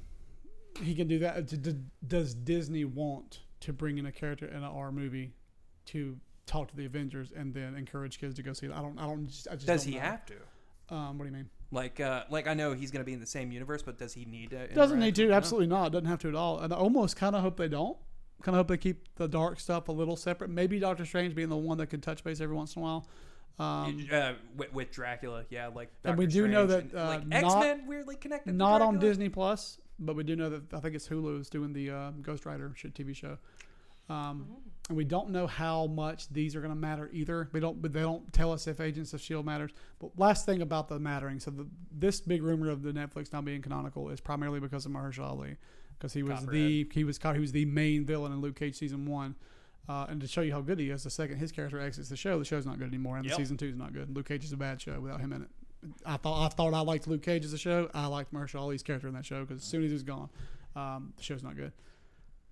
S1: he can do that. D- d- Does Disney want to bring in a character in an R movie to talk to the Avengers and then encourage kids to go see it? I don't. I don't. Just, I just
S3: Does
S1: don't
S3: he
S1: know.
S3: have to?
S1: Um, what do you mean?
S3: Like, uh, like I know he's going to be in the same universe, but does he need to?
S1: Doesn't need
S3: interact?
S1: to. Absolutely not. Doesn't have to at all. And I almost kind of hope they don't. Kind of hope they keep the dark stuff a little separate. Maybe Doctor Strange being the one that can touch base every once in a while. Um,
S3: uh, with, with Dracula, yeah, like
S1: And
S3: Doctor
S1: we do know
S3: Strange
S1: that,
S3: and,
S1: uh,
S3: like
S1: not-
S3: X Men weirdly connected. to
S1: not on
S3: Dracula.
S1: Disney Plus, but we do know that I think it's Hulu is doing the uh, Ghost Rider shit TV show. Um, and we don't know how much these are going to matter either. We don't, but they don't tell us if Agents of Shield E matters. But last thing about the mattering, so the, this big rumor of the Netflix not being canonical is primarily because of Mahershala Ali, because he was the he was he was the main villain in Luke Cage season one. Uh, and to show you how good he is, the second his character exits the show, the show's not good anymore, and
S3: Yep.
S1: the season two's not good. Luke Cage is a bad show without him in it. I thought I thought I liked Luke Cage as a show. I liked Marshall Ali's character in that show because as soon as he was gone, um, the show's not good.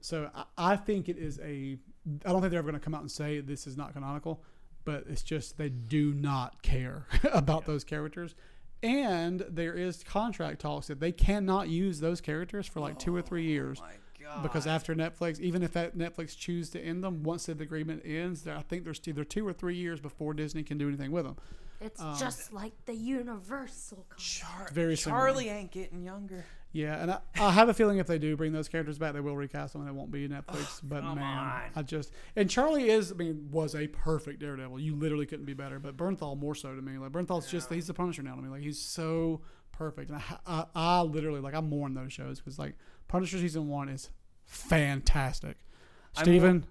S1: So I, I think it is a. I don't think they're ever going to come out and say this is not canonical, but it's just they do not care about those characters, and there is contract talks that they cannot use those characters for like two or three years
S3: Oh My God.
S1: because after Netflix, even if that Netflix choose to end them, once the agreement ends, there, I think there's either two or three years before Disney can do anything with them.
S4: It's
S1: Um,
S4: just like the universal. con-
S3: Char-
S1: very similar.
S3: Charlie ain't getting younger.
S1: Yeah, and I, I have a feeling if they do bring those characters back, they will recast them, and it won't be Netflix. but
S3: come
S1: man,
S3: on.
S1: I just and Charlie is, I mean, was a perfect Daredevil. You literally couldn't be better. But Bernthal more so to me. Like Bernthal's just he's the Punisher now to me. Like he's so perfect, and I, I, I literally like I mourn those shows because like Punisher season one is fantastic.
S3: I'm-
S1: Steven,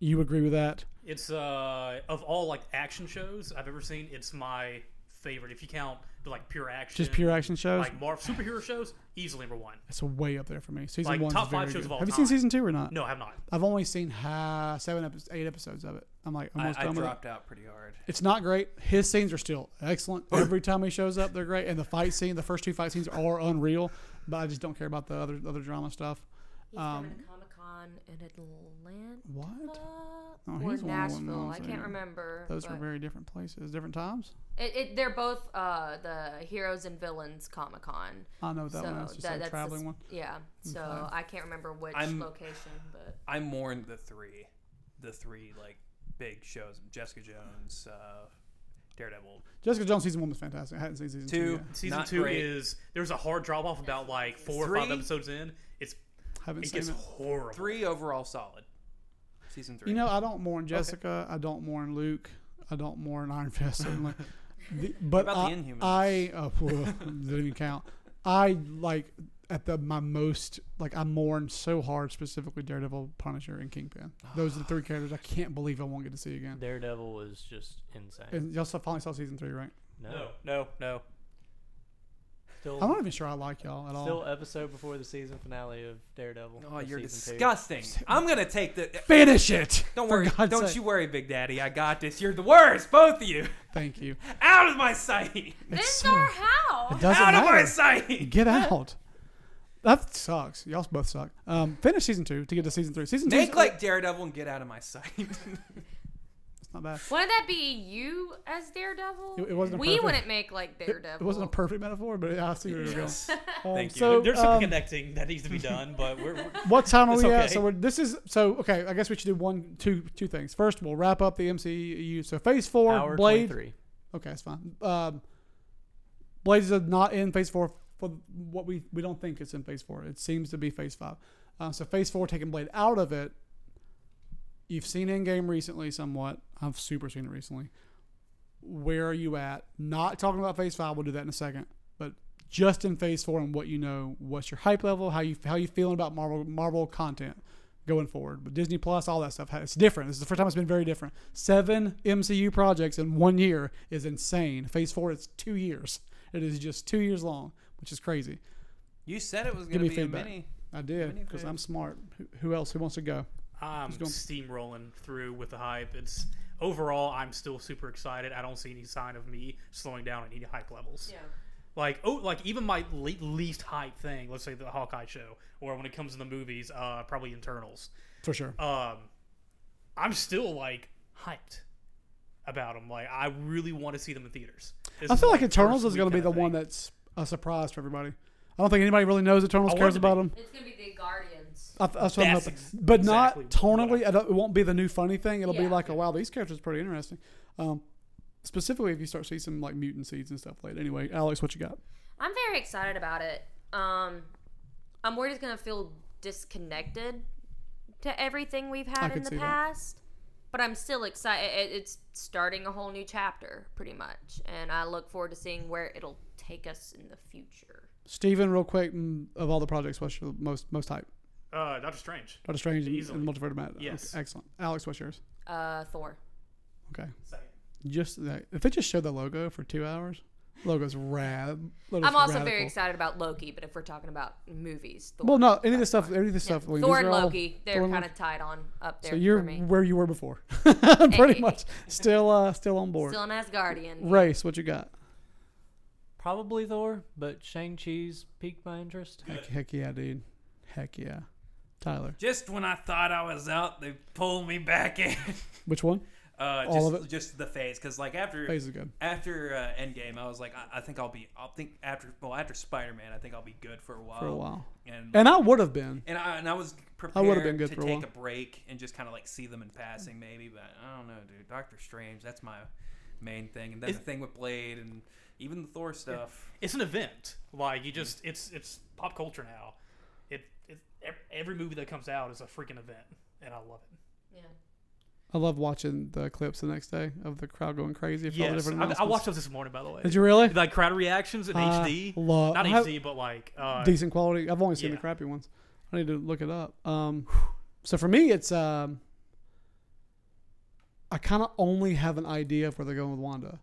S1: you agree with that?
S5: It's uh of all like action shows I've ever seen, it's my favorite. If you count the, like pure action,
S1: Just pure action shows.
S5: like Marvel superhero shows, easily number one.
S1: it's way up there for me. Season
S5: Like,
S1: one's
S5: top five
S1: very
S5: shows
S1: good.
S5: of all
S1: Have you seen
S5: time.
S1: season two or not?
S5: No, I have not.
S1: I've only seen ha seven, epi- eight episodes of it. I'm like
S3: I,
S1: almost
S3: I
S1: done with it.
S3: dropped out pretty hard.
S1: It's not great. His scenes are still excellent. Every time he shows up, they're great. And the fight scene, the first two fight scenes are unreal. But I just don't care about the other other drama stuff.
S4: He's coming to Comic Con in Atlanta
S1: um, What? Oh,
S4: or
S1: he's the one that wasn't
S4: Nashville.
S1: on
S4: I
S1: Saturday.
S4: can't remember.
S1: Those are
S4: but-
S1: very different places, different times.
S4: It, it, they're both uh, the heroes and villains Comic Con.
S1: I know that
S4: so
S1: one. It's just
S4: that-
S1: like
S4: that's
S1: a traveling
S4: the,
S1: one.
S4: s- Yeah. So I can't remember which
S3: I'm-
S4: location, but
S3: I mourned the three, the three like big shows: Jessica Jones, uh, Daredevil.
S1: Jessica Jones season one was fantastic. I hadn't seen season two.
S3: Two.
S1: yet.
S5: Season
S3: Not
S5: two
S3: great.
S5: is there's a hard drop off about like four or five
S3: Three?
S5: episodes in. It's
S1: Haven't
S5: it
S1: seen
S5: gets
S1: it.
S5: horrible.
S3: Three overall solid. Season three.
S1: You know, I don't mourn Jessica. I don't mourn Luke. I don't mourn Iron Fist. Certainly. The- but
S3: about
S1: I,
S3: the Inhumans?
S1: I uh, phew, didn't even count. I like at the my most like I mourn so hard specifically Daredevil, Punisher, and Kingpin. Those are the three characters I can't believe I won't get to see again.
S2: Daredevil was just insane.
S1: And y'all saw, finally saw season three, right?
S2: no,
S5: No, no, no.
S2: still
S1: I'm not even sure I like y'all at all.
S2: still episode before the season finale of Daredevil.
S3: oh,
S2: of
S3: you're
S2: season two.
S3: disgusting. I'm gonna take the.
S1: Finish it.
S3: Don't
S1: For
S3: worry.
S1: God's
S3: don't
S1: sake.
S3: you worry, Big Daddy. I got this. You're the worst, both of you.
S1: Thank you.
S3: Out of my sight.
S1: It's
S4: this is
S1: so-
S4: our house.
S1: It doesn't
S3: Out of my
S1: matter.
S3: sight.
S1: Get out. That sucks. Y'all both suck. Um, finish season two to get to season three. Season two. oh,
S3: Make like Daredevil and get out of my sight.
S1: it's not bad.
S4: Wouldn't that be you as Daredevil?
S1: It- it wasn't a
S4: we
S1: perfect-
S4: wouldn't make like
S1: It-
S4: Daredevil.
S1: It wasn't a perfect metaphor, but I see where you're going. Um,
S3: Thank you.
S1: So,
S5: There's some
S1: um,
S5: connecting that needs to be done, but we're, we're
S1: what time are
S5: It's
S1: we at?
S5: okay.
S1: So we're, this is so okay. I guess we should do one, two, two things. First, we'll wrap up the MCU. So Phase Four,
S2: Hour
S1: Blade.
S2: 23.
S1: Okay, that's fine. Um, Blade is not in Phase Four for what we we don't think it's in Phase Four. It seems to be Phase Five. Um, so Phase Four taking Blade out of it. You've seen Endgame recently, somewhat. I've super seen it recently. Where are you at? Not talking about Phase Five. We'll do that in a second. But just in Phase Four and what you know, what's your hype level? How you how you feeling about Marvel Marvel content? Going forward, but Disney Plus, all that stuff, it's different. This is the first time it's been very different. Seven MCU projects in one year is insane. Phase four is two years. It is just two years long, which is crazy.
S3: You said it was
S1: Give
S3: gonna
S1: me
S3: be
S1: feedback.
S3: a mini.
S1: I did because I'm smart. Who, who else? Who wants to go?
S5: I'm
S1: going-
S5: steamrolling through with the hype. It's overall I'm still super excited. I don't see any sign of me slowing down at any hype levels.
S4: Yeah.
S5: Like oh, like even my le- least hype thing, let's say the Hawkeye show, or when it comes to the movies, uh, probably Internals.
S1: For sure.
S5: Um, I'm still like hyped about them. Like I really want to see them in theaters. This
S1: I
S5: is
S1: feel
S5: like
S1: like Eternals
S5: first
S1: is going to be the
S5: weekend thing.
S1: one that's a surprise for everybody. I don't think anybody really knows Eternals
S5: I
S1: cares
S5: wanted to
S1: about them.
S4: It's gonna be the Guardians.
S1: I, that's what I'm
S5: That's
S1: hoping.
S5: ex-
S1: But not
S5: exactly what
S1: tonally. I don't, it won't be the new funny thing. It'll be
S4: Yeah.
S1: like, oh, wow, these characters are pretty interesting. Um, specifically if you start seeing some like mutant seeds and stuff later. Anyway, Alex, what you got?
S4: I'm very excited about it. Um, I'm worried it's gonna feel disconnected to everything we've
S1: I
S4: had in
S1: could
S4: the
S1: see that.
S4: past. but I'm still excited. It- It's starting a whole new chapter, pretty much, and I look forward to seeing where it'll take us in the future.
S1: Steven, real quick, mm, of all the projects, what's your most most hype?
S5: Uh, Doctor Strange.
S1: Doctor Strange and-
S5: Easily.
S1: and Multiverse Matt.
S5: Yes.
S1: excellent. Alex, what's yours?
S4: Uh, Thor.
S1: Okay.
S5: Second.
S1: Just that. If they just showed the logo for two hours, logo's rad. logo's
S4: I'm also
S1: radical.
S4: very excited about Loki, but if we're talking about movies, Thor.
S1: Well, no, any of this stuff, any of this
S4: Yeah,
S1: stuff. like,
S4: Thor
S1: these
S4: and
S1: are all-
S4: Loki,
S1: Thor
S4: they're
S1: and
S4: kind
S1: Loki.
S4: of tied on up there
S1: So you're
S4: for me.
S1: where you were before, pretty
S4: Hey.
S1: much. Still, uh, still on board.
S4: Still an Asgardian.
S1: Race, what you got?
S2: Probably Thor, but Shang Chi's piqued my interest.
S1: Heck, heck yeah, dude. Heck yeah, Tyler.
S3: Just when I thought I was out, they pulled me back in.
S1: Which one?
S3: Uh,
S1: All
S3: just,
S1: of it?
S3: just the phase, because like after
S1: Phase is good.
S3: after uh, Endgame, I was like, I, I think I'll be, I'll think after, well, after Spider Man, I think I'll be good for a while.
S1: For
S5: Um,
S1: a while,
S3: And
S1: and I would have been.
S3: and I, and I was
S1: I
S3: prepared
S1: would've been good
S3: to
S1: for a
S3: take
S1: while.
S3: a break and just kind of like see them in passing, maybe. But I don't know, dude. Doctor Strange, that's my main thing, and then
S5: Is-
S3: the thing with Blade and even the Thor stuff.
S5: It's an event. Like you just, it's it's pop culture now. It, it ev- every movie that comes out is a freaking event, and I love it.
S4: Yeah.
S1: I love watching the clips the next day of the crowd going crazy for all the
S5: Yes,
S1: different.
S5: I, I
S1: announcements.
S5: watched those this morning, by the way.
S1: Did you really?
S5: like crowd reactions in
S1: I
S5: HD?
S1: love-
S5: Not
S1: I have-
S5: HD, but like uh,
S1: Decent quality. I've only seen the
S5: yeah.
S1: crappy ones. I need to look it up. Um, so for me, it's um, I kind of only have an idea of where they're going with Wanda.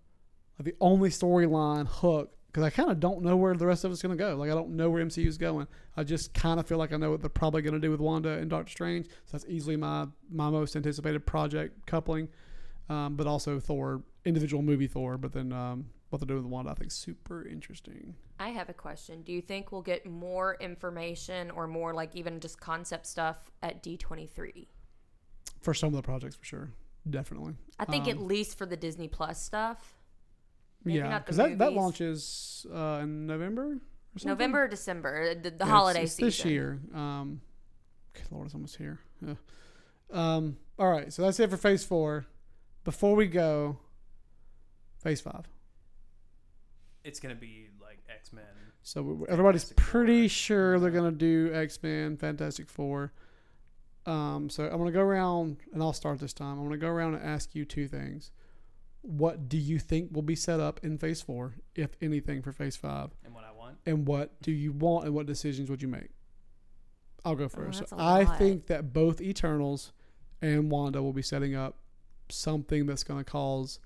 S1: Like the only storyline hook, because I kind of don't know where the rest of it's going to go. Like I don't know where MCU's going. I just kind of feel like I know what they're probably going to do with Wanda and Doctor Strange. So that's easily my my most anticipated project coupling. Um, but also Thor, individual movie Thor. But then um, what they're doing with Wanda, I think, is super interesting.
S4: I have a question. Do you think we'll get more information or more like even just concept stuff at D23?
S1: for some of the projects for sure definitely
S4: I think
S1: Um,
S4: at least for the Disney Plus stuff, Maybe
S1: yeah
S4: not the
S1: because that, that
S4: movies.
S1: launches uh, in november or something?
S4: November or December, uh, the, the
S1: Yeah, it's-
S4: holiday
S1: it's
S4: season.
S1: this year um good lord it's almost here Ugh. um all right so that's it for phase four before we go phase five
S3: It's gonna be like X Men.
S1: so we- everybody's
S3: Fantastic Four.
S1: pretty sure they're gonna do x-men fantastic four um so i'm gonna go around and i'll start this time i'm gonna go around and ask you two things what do you think will be set up in phase four if anything for phase five
S3: And what I want,
S1: and what do you want and what decisions would you make? I'll go first.
S4: that's a
S1: I
S4: lot.
S1: think that both Eternals and Wanda will be setting up something that's going to cause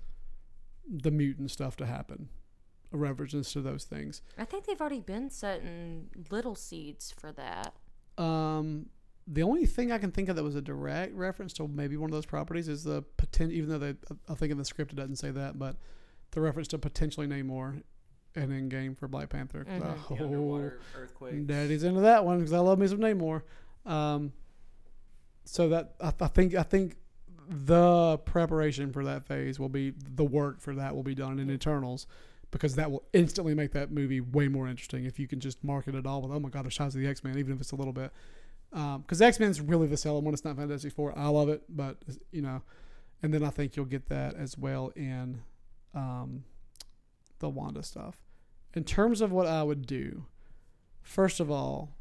S1: the mutant stuff to happen. A reference to those things.
S4: I think they've already been setting little seeds for that.
S1: Um, the only thing I can think of that was a direct reference to maybe one of those properties is the potential, even though they, I think in the script it doesn't say that, but the reference to potentially Namor and in game for Black Panther. Oh. 'Cause I-
S3: the underwater earthquake.
S1: Daddy's into that one because I love me some Namor. Um, so that I, I think I think the preparation for that phase will be the work for that will be done in Eternals because that will instantly make that movie way more interesting if you can just market it all with oh my god there's shots of the X Men even if it's a little bit because X Men's really the selling one it's not Fantastic Four I love it but you know and then I think you'll get that as well in um, the Wanda stuff in terms of what I would do first of all,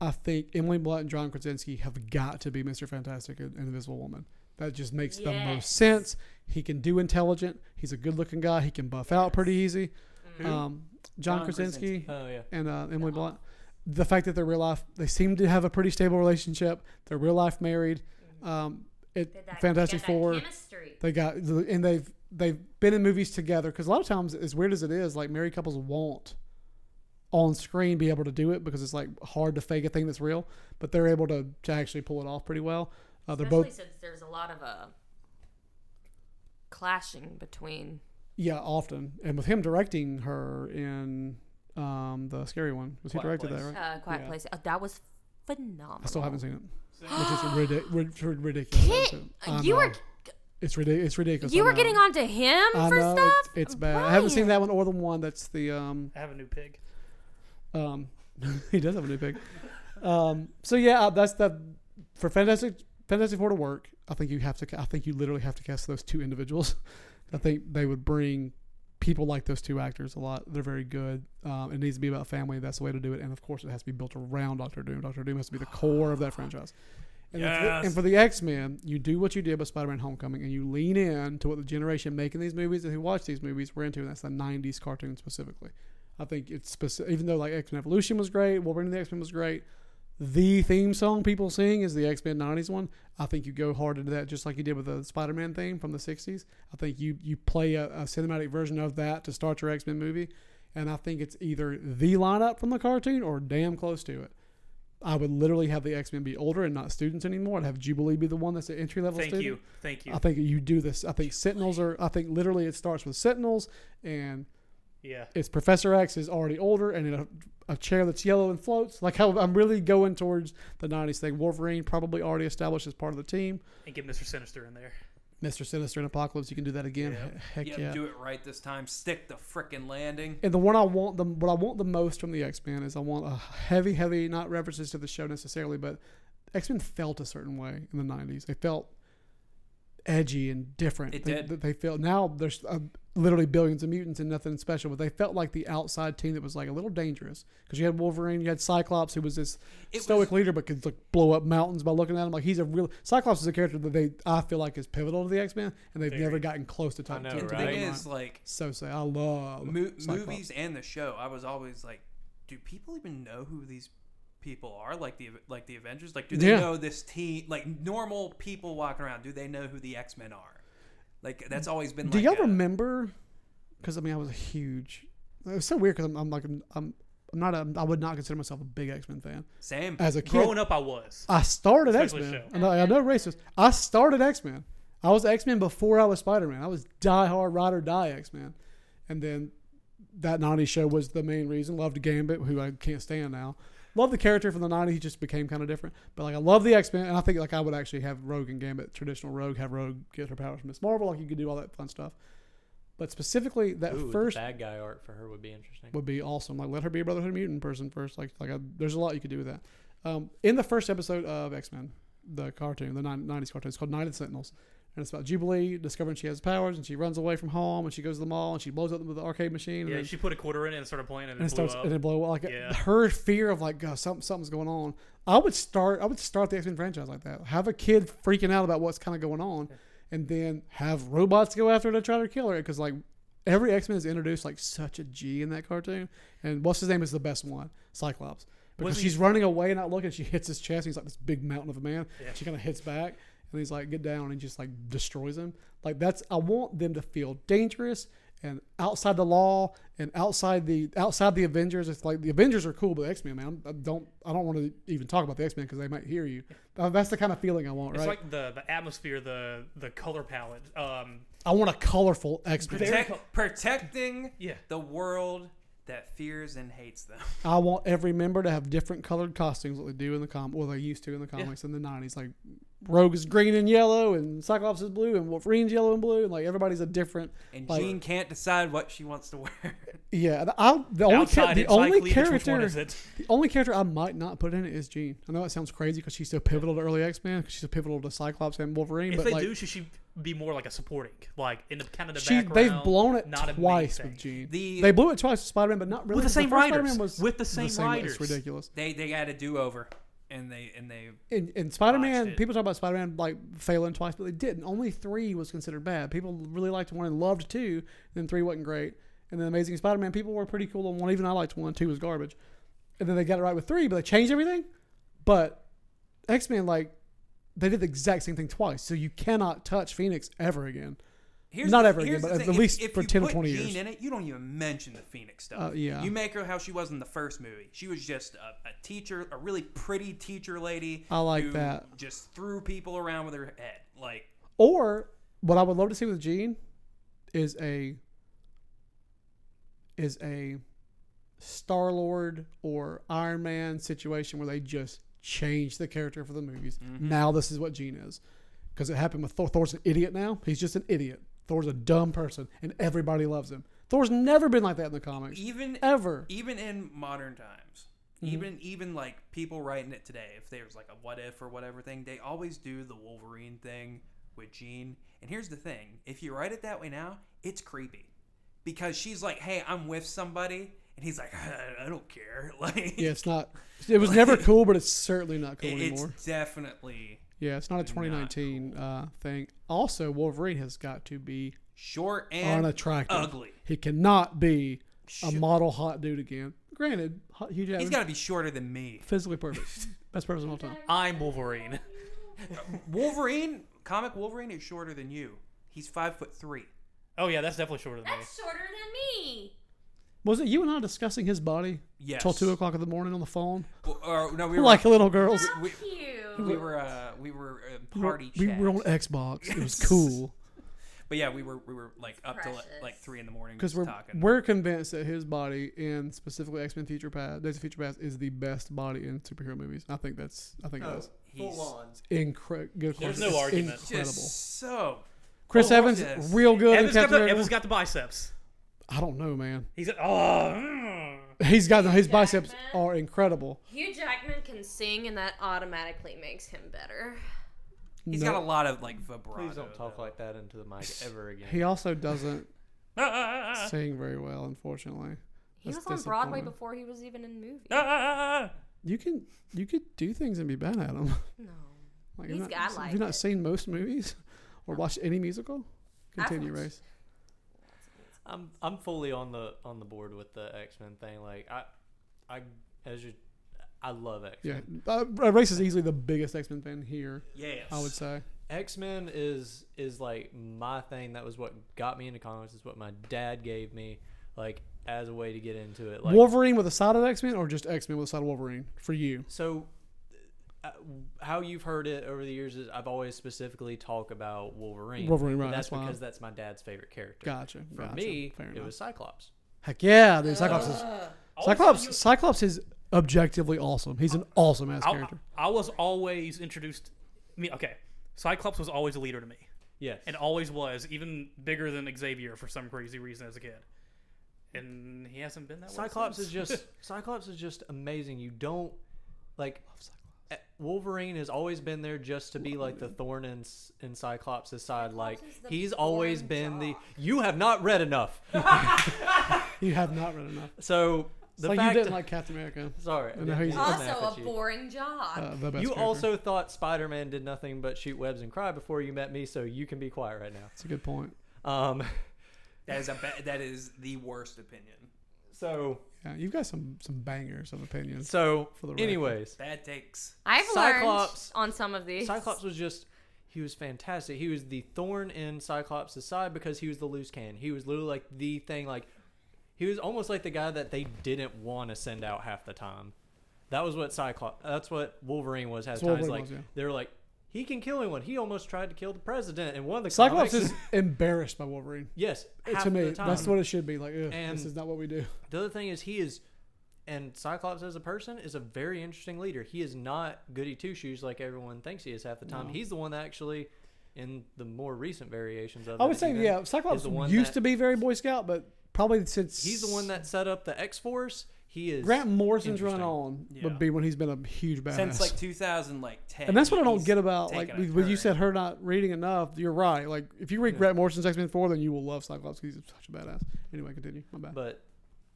S1: I think Emily Blunt and John Krasinski have got to be Mr. Fantastic and Invisible Woman. That just makes the most
S4: Yes.
S1: sense. He can do intelligent. He's a good-looking guy. He can buff out pretty easy.
S5: Who?
S1: Um, John,
S3: John
S1: Krasinski,
S3: Krasinski.
S2: Oh yeah.
S1: and uh, Emily Blunt. The fact that they're real life, they seem to have a pretty stable relationship. They're real life married. Um, it Fantastic Four. They got and they've they've been in movies together because a lot of times, as weird as it is, like married couples won't on screen be able to do it because it's like hard to fake a thing that's real, but they're able to, to actually pull it off pretty well. Uh, they're
S4: Especially
S1: both
S4: since there's a lot of uh, clashing between.
S1: yeah often, and with him directing her in um, the scary one was he
S3: Quiet
S1: directed
S3: Place.
S1: that right?
S4: Uh, Quiet
S1: Yeah.
S4: Place. Oh, that was phenomenal.
S1: I still haven't seen it, which is ridic- rid- rid- ridiculous.
S4: Kid,
S1: I
S4: Uh, you
S1: know.
S4: were
S1: It's ridiculous. It's ridiculous.
S4: you
S1: I
S4: were
S1: know.
S4: getting onto him
S1: I
S4: for
S1: know it-
S4: stuff.
S1: it's bad. I haven't seen that
S4: Brian.
S1: one or the one that's the um
S5: I have a new pig.
S1: um. he does have a new pick. Um. So yeah, uh, that's the for Fantastic Fantastic Four to work. I think you have to. ca- I think you literally have to cast those two individuals. I think they would bring people like those two actors a lot. They're very good. Um, it needs to be about family. That's the way to do it. And of course, it has to be built around Doctor Doom. Doctor Doom has to be the core of that franchise. And, the-
S5: Yes.
S1: and for the X Men, you do what you did with Spider Man Homecoming and you lean in to what the generation making these movies and who watch these movies were into, and that's the 90s cartoon specifically. I think it's specific, even though like X Men Evolution was great, Wolverine and the X Men was great. The theme song people sing is the X Men 90s one. I think you go hard into that just like you did with the Spider Man theme from the 60s. I think you, you play a, a cinematic version of that to start your X Men movie. And I think it's either the lineup from the cartoon or damn close to it. I would literally have the X Men be older and not students anymore. I'd have Jubilee be the one that's the entry level
S5: Thank
S1: student.
S5: you. Thank you.
S1: I think you do this. I think Sentinels are. I think literally it starts with Sentinels, and
S5: yeah.
S1: it's Professor X is already older and in a, a chair that's yellow and floats. Like how I'm really going towards the '90s thing. Wolverine probably already established as part of the team.
S5: And get Mr. Sinister in there.
S1: Mister Sinister and Apocalypse. You can do that again.
S5: Yeah.
S1: Heck
S3: Yep,
S1: yeah.
S3: do it right this time. Stick the frickin' landing.
S1: And the one I want the what I want the most from the X Men is I want a heavy, heavy not references to the show necessarily, but X Men felt a certain way in the '90s. They felt edgy and different.
S3: It
S1: they,
S3: did.
S1: They felt now there's uh, literally billions of mutants and nothing special, but they felt like the outside team that was like a little dangerous because you had Wolverine, you had Cyclops, who was this
S3: It
S1: stoic
S3: was-
S1: leader but could like blow up mountains by looking at him. Like he's a real Cyclops is a character that they I feel like is pivotal to the X Men, and they've
S5: Very.
S1: never gotten close to
S2: I
S1: talking
S2: know,
S1: to
S3: And
S1: him.
S3: the
S2: right?
S3: thing is, like,
S1: So say I love
S3: mo-
S1: Cyclops.
S3: movies and the show, I was always like, do people even know who these people are? Like the like the Avengers? Like, do they
S1: Yeah.
S3: know this team? Like normal people walking around, do they know who the X Men are? Like that's always been.
S1: Do
S3: like
S1: y'all
S3: a-
S1: remember? Because I mean, I was a huge. It was so weird because I'm, I'm like I'm I'm not a I would not consider myself a big X Men fan
S3: Same.
S1: as a kid.
S5: Growing up, I was.
S1: I started X
S5: Especially
S1: Men.
S5: show.
S1: I know, I know racist. I started X Men. I was X Men before I was Spider Man. I was die hard ride or die X Men, and then that '90s show was the main reason. Loved Gambit, who I can't stand now. Loved the character from the '90s. He just became kind of different. But like I love the X Men, and I think like I would actually have Rogue and Gambit, traditional Rogue, have Rogue get her powers from Miss Marvel. Like you could do all that fun stuff. But specifically that
S2: Ooh,
S1: first
S2: the bad guy art for her would be interesting.
S1: would be awesome. Like let her be a Brotherhood mutant person first. Like like I, there's a lot you could do with that. Um, in the first episode of X Men, the cartoon, the nin- '90s cartoon, it's called Night of Sentinels, and it's about Jubilee discovering she has powers and she runs away from home and she goes to the mall and she blows up the, the arcade machine. and
S5: Yeah,
S1: then-
S5: she put a quarter in it and started playing it and,
S1: and it
S5: it blew
S1: starts
S5: up.
S1: and it blow like
S5: Yeah.
S1: her fear of like God, something something's going on. I would start I would start the X Men franchise like that. Have a kid freaking out about what's kind of going on, and then have robots go after her to try to kill her because like every X Men is introduced like such a G in that cartoon. And what's his name is the best one, Cyclops, because
S5: Wasn't he-
S1: she's running away not looking. She hits his chest. And he's like this big mountain of a man. She kind of hits back. And he's like, get down, and just like destroys him. Like that's I want them to feel dangerous and outside the law and outside the outside the Avengers. It's like the Avengers are cool, but X Men, man, I'm, I don't I don't want to even talk about the X Men because they might hear you. Uh, That's the kind of feeling I want,
S5: It's
S1: right?
S5: like the, the atmosphere, the the color palette. Um,
S1: I want a colorful X Men.
S3: Protect- protecting
S5: Yeah.
S3: the world that fears and hates them.
S1: I want every member to have different colored costumes, like they do in the com, well, they used to in the comics in the '90s. Like Rogue is green and yellow, and Cyclops is blue, and Wolverine's yellow and blue, and like everybody's a different.
S3: And
S1: Like-
S3: Jean can't decide what she wants to wear.
S1: Yeah, the, I, the only cha-
S5: outside
S1: the
S5: encyclopedic,
S1: only
S5: Which one
S1: character
S5: is it?
S1: The only character I might not put in it is Jean. I know that sounds crazy because she's so pivotal to early X Men, because she's so pivotal to Cyclops and Wolverine.
S5: If
S1: but
S5: they
S1: like,
S5: do, she should be more like a supporting, like in the kind of the
S1: she,
S5: background.
S1: they've blown it
S5: not a main
S1: twice
S5: thing.
S1: with Jean.
S3: The-
S1: they blew it twice with Spider Man, but not really
S5: With the
S1: because
S5: same
S1: first
S5: writers.
S1: Spider-Man was
S5: with the same, writers.
S1: It's ridiculous.
S3: They they got a do over, and they and they
S1: And, and Spider Man,
S3: it.
S1: people talk about Spider Man like failing twice, but they didn't. Only three was considered bad. People really liked one and loved two, then three wasn't great. And then Amazing Spider Man, people were pretty cool on one. Even I liked one. Two was garbage. And then they got it right with three, but they changed everything. But X Men, like, they did the exact same thing twice. So you cannot touch Phoenix ever again.
S3: Here's
S1: Not
S3: the-
S1: ever again,
S3: here's the
S1: but at
S3: thing.
S1: least
S3: if, if
S1: for
S3: you
S1: 10 or
S3: put
S1: 20
S3: Jean
S1: years.
S3: in it, you don't even mention the Phoenix stuff.
S1: Uh, yeah.
S3: You make her how she was in the first movie. She was just a, a teacher, a really pretty teacher lady.
S1: I like
S3: who
S1: that.
S3: Just threw people around with her head. Like
S1: Or what I would love to see with Gene is a is a Star Lord or Iron Man situation where they just change the character for the movies.
S3: Mm-hmm.
S1: Now this is what Gene is. Because it happened with Thor. Thor's an idiot now. He's just an idiot. Thor's a dumb person and everybody loves him. Thor's never been like that in the comics.
S3: even
S1: Ever. Mm-hmm.
S3: even in modern times, even even like people writing it today, if there's like a what if or whatever thing, they always do the Wolverine thing with Jean. And here's the thing: if you write it that way now, it's creepy because she's like, "Hey, I'm with somebody," and he's like, I don't care. Like,
S1: Yeah, it's not. It was never cool, but it's certainly not cool
S3: it- it's
S1: anymore.
S3: definitely
S1: Yeah, it's not a 2019 uh, thing. Also, Wolverine has got to be
S3: short and
S1: unattractive.
S3: ugly.
S1: He cannot be a model hot dude again. Granted, hot- Hugh Jackman
S3: He's got to be shorter than me.
S1: physically perfect, best person of all time.
S5: I'm Wolverine.
S3: Wolverine, comic Wolverine is shorter than you. He's five foot three.
S5: Oh yeah, that's definitely shorter than me.
S4: That's shorter than me.
S1: Was it you and I discussing his body
S3: Yes.
S1: till two o'clock in the morning on the phone,
S3: Well, or, no, we were
S1: like little girls?
S4: How
S3: we-
S4: cute.
S3: we were uh, we were uh, party
S1: we
S3: chat.
S1: were on Xbox. It was cool
S3: but yeah, we were we were like up till
S4: precious.
S3: like three in the morning
S1: because
S3: just
S1: we're
S3: talking.
S1: we're convinced that his body and specifically X Men Future Past, Days of Future Past, is the best body in superhero movies. I think that's I think it is
S3: He's
S1: incredible.
S5: There's no
S3: Oh.
S5: argument.
S3: just
S1: Incredible.
S3: so
S1: Chris
S3: Oh,
S1: Evans,
S3: yes.
S1: real good. in
S5: Evan's got,
S1: Captain
S5: the,
S1: America.
S5: Evan's got the biceps.
S1: I don't know, man.
S5: He's like, oh. mm."
S1: He's got his biceps
S4: Jackman.
S1: are incredible.
S4: Hugh Jackman can sing, and that automatically makes him better.
S3: he's
S1: No.
S3: got a lot of like vibrato.
S2: Please don't talk like that into the mic ever again.
S1: He also doesn't
S5: Ah,
S1: sing very well, unfortunately.
S4: He
S1: That's
S4: was on Broadway
S1: disappointing.
S4: before he was even in movies.
S5: Ah,
S1: You can you could do things and be bad at them.
S4: No.
S1: Like,
S4: He's
S1: you've not,
S4: got
S1: have
S4: like
S1: you not
S4: it.
S1: seen most movies or watched any musical?
S4: I've
S1: Continue,
S4: watched-
S1: race.
S2: I'm I'm fully on the on the board with the X Men thing. Like I, I as you, I love X
S1: Yeah,
S2: Men.
S1: uh, race is easily the biggest X Men fan here.
S3: Yes.
S1: I would say.
S2: X Men is is like my thing. That was what got me into comics. Is what my dad gave me, like as a way to get into it. Like
S1: Wolverine with a side of X Men, or just X Men with a side of Wolverine for you.
S2: so uh, how you've heard it over the years is I've always specifically talk about Wolverine.
S1: Wolverine, right,
S2: That's
S1: that's why.
S2: because that's my dad's favorite character.
S1: Gotcha.
S2: For
S1: gotcha.
S2: me,
S1: Fair
S2: it
S1: enough.
S2: was Cyclops.
S1: Heck yeah, dude. Cyclops is
S5: Also,
S1: Cyclops.
S5: you-
S1: Cyclops is objectively awesome. He's an awesome ass
S5: I,
S1: character.
S5: I was always introduced. I mean, okay, Cyclops was always a leader to me,
S2: Yes.
S5: and always was, even bigger than Xavier for some crazy reason as a kid. And he hasn't been that. way
S2: Cyclops is
S5: since.
S2: just Cyclops is just amazing. You don't like eh, Wolverine has always been there just to be like the thorn in, s- in Cyclops' side. Like
S4: is the
S2: he's always
S4: thorn
S2: been the
S4: jaw.
S2: you have not read enough.
S1: You have not read enough.
S2: So the
S1: So you
S2: fact
S1: didn't like Captain America.
S2: sorry, I
S1: No,
S2: didn't
S1: he's-
S2: mean to snap at
S4: Also, a
S2: you.
S4: boring job.
S1: Uh, the best
S2: You
S1: character.
S2: also thought Spider Man did nothing but shoot webs and cry before you met me, so you can be quiet right now.
S1: That's a good point.
S2: Um,
S3: That is a ba- that is the worst opinion.
S2: so
S1: Yeah, you've got some some bangers of opinions.
S2: so
S1: For the record.
S2: anyways,
S3: Bad takes.
S4: I've
S2: Cyclops-
S4: learned on some of these.
S2: Cyclops was just he was fantastic. He was the thorn in Cyclops' side because he was the loose cannon. He was literally like the thing like he was almost like the guy that they didn't want to send out half the time. That was what Cyclops that's what Wolverine was half
S1: That's
S2: the
S1: what
S2: time. It's
S1: Wolverine
S2: Like
S1: was, yeah.
S2: they were like he can kill anyone. He almost tried to kill the president in one of the
S1: Cyclops
S2: comics.
S1: is embarrassed by Wolverine.
S2: yes, half
S1: to
S2: of
S1: me,
S2: the time.
S1: that's what it should be. Like, ugh,
S2: And-
S1: this is not what we do.
S2: The other thing is he is, and Cyclops as a person is a very interesting leader. He is not goody two shoes like everyone thinks he is half the time. He's the one that actually, in the more recent variations of,
S1: I would
S2: it
S1: say,
S2: even,
S1: yeah,
S2: is
S1: Cyclops
S2: the one
S1: used
S2: that-
S1: to be very Boy Scout, but probably since
S2: He's the one that set up the X Force. He is
S1: Grant Morrison's run
S2: Interesting.
S1: on
S5: Yeah.
S1: would be when he's been a huge badass.
S3: Since like 2010.
S1: and that's what I don't
S3: he's
S1: get about
S3: taken
S1: like
S3: a
S1: when you
S3: turn.
S1: said her not reading enough. You're right. Like if you read Grant Morrison's X Men Four, then you will love Cyclops because he's such a badass. Anyway, continue. My bad.
S2: but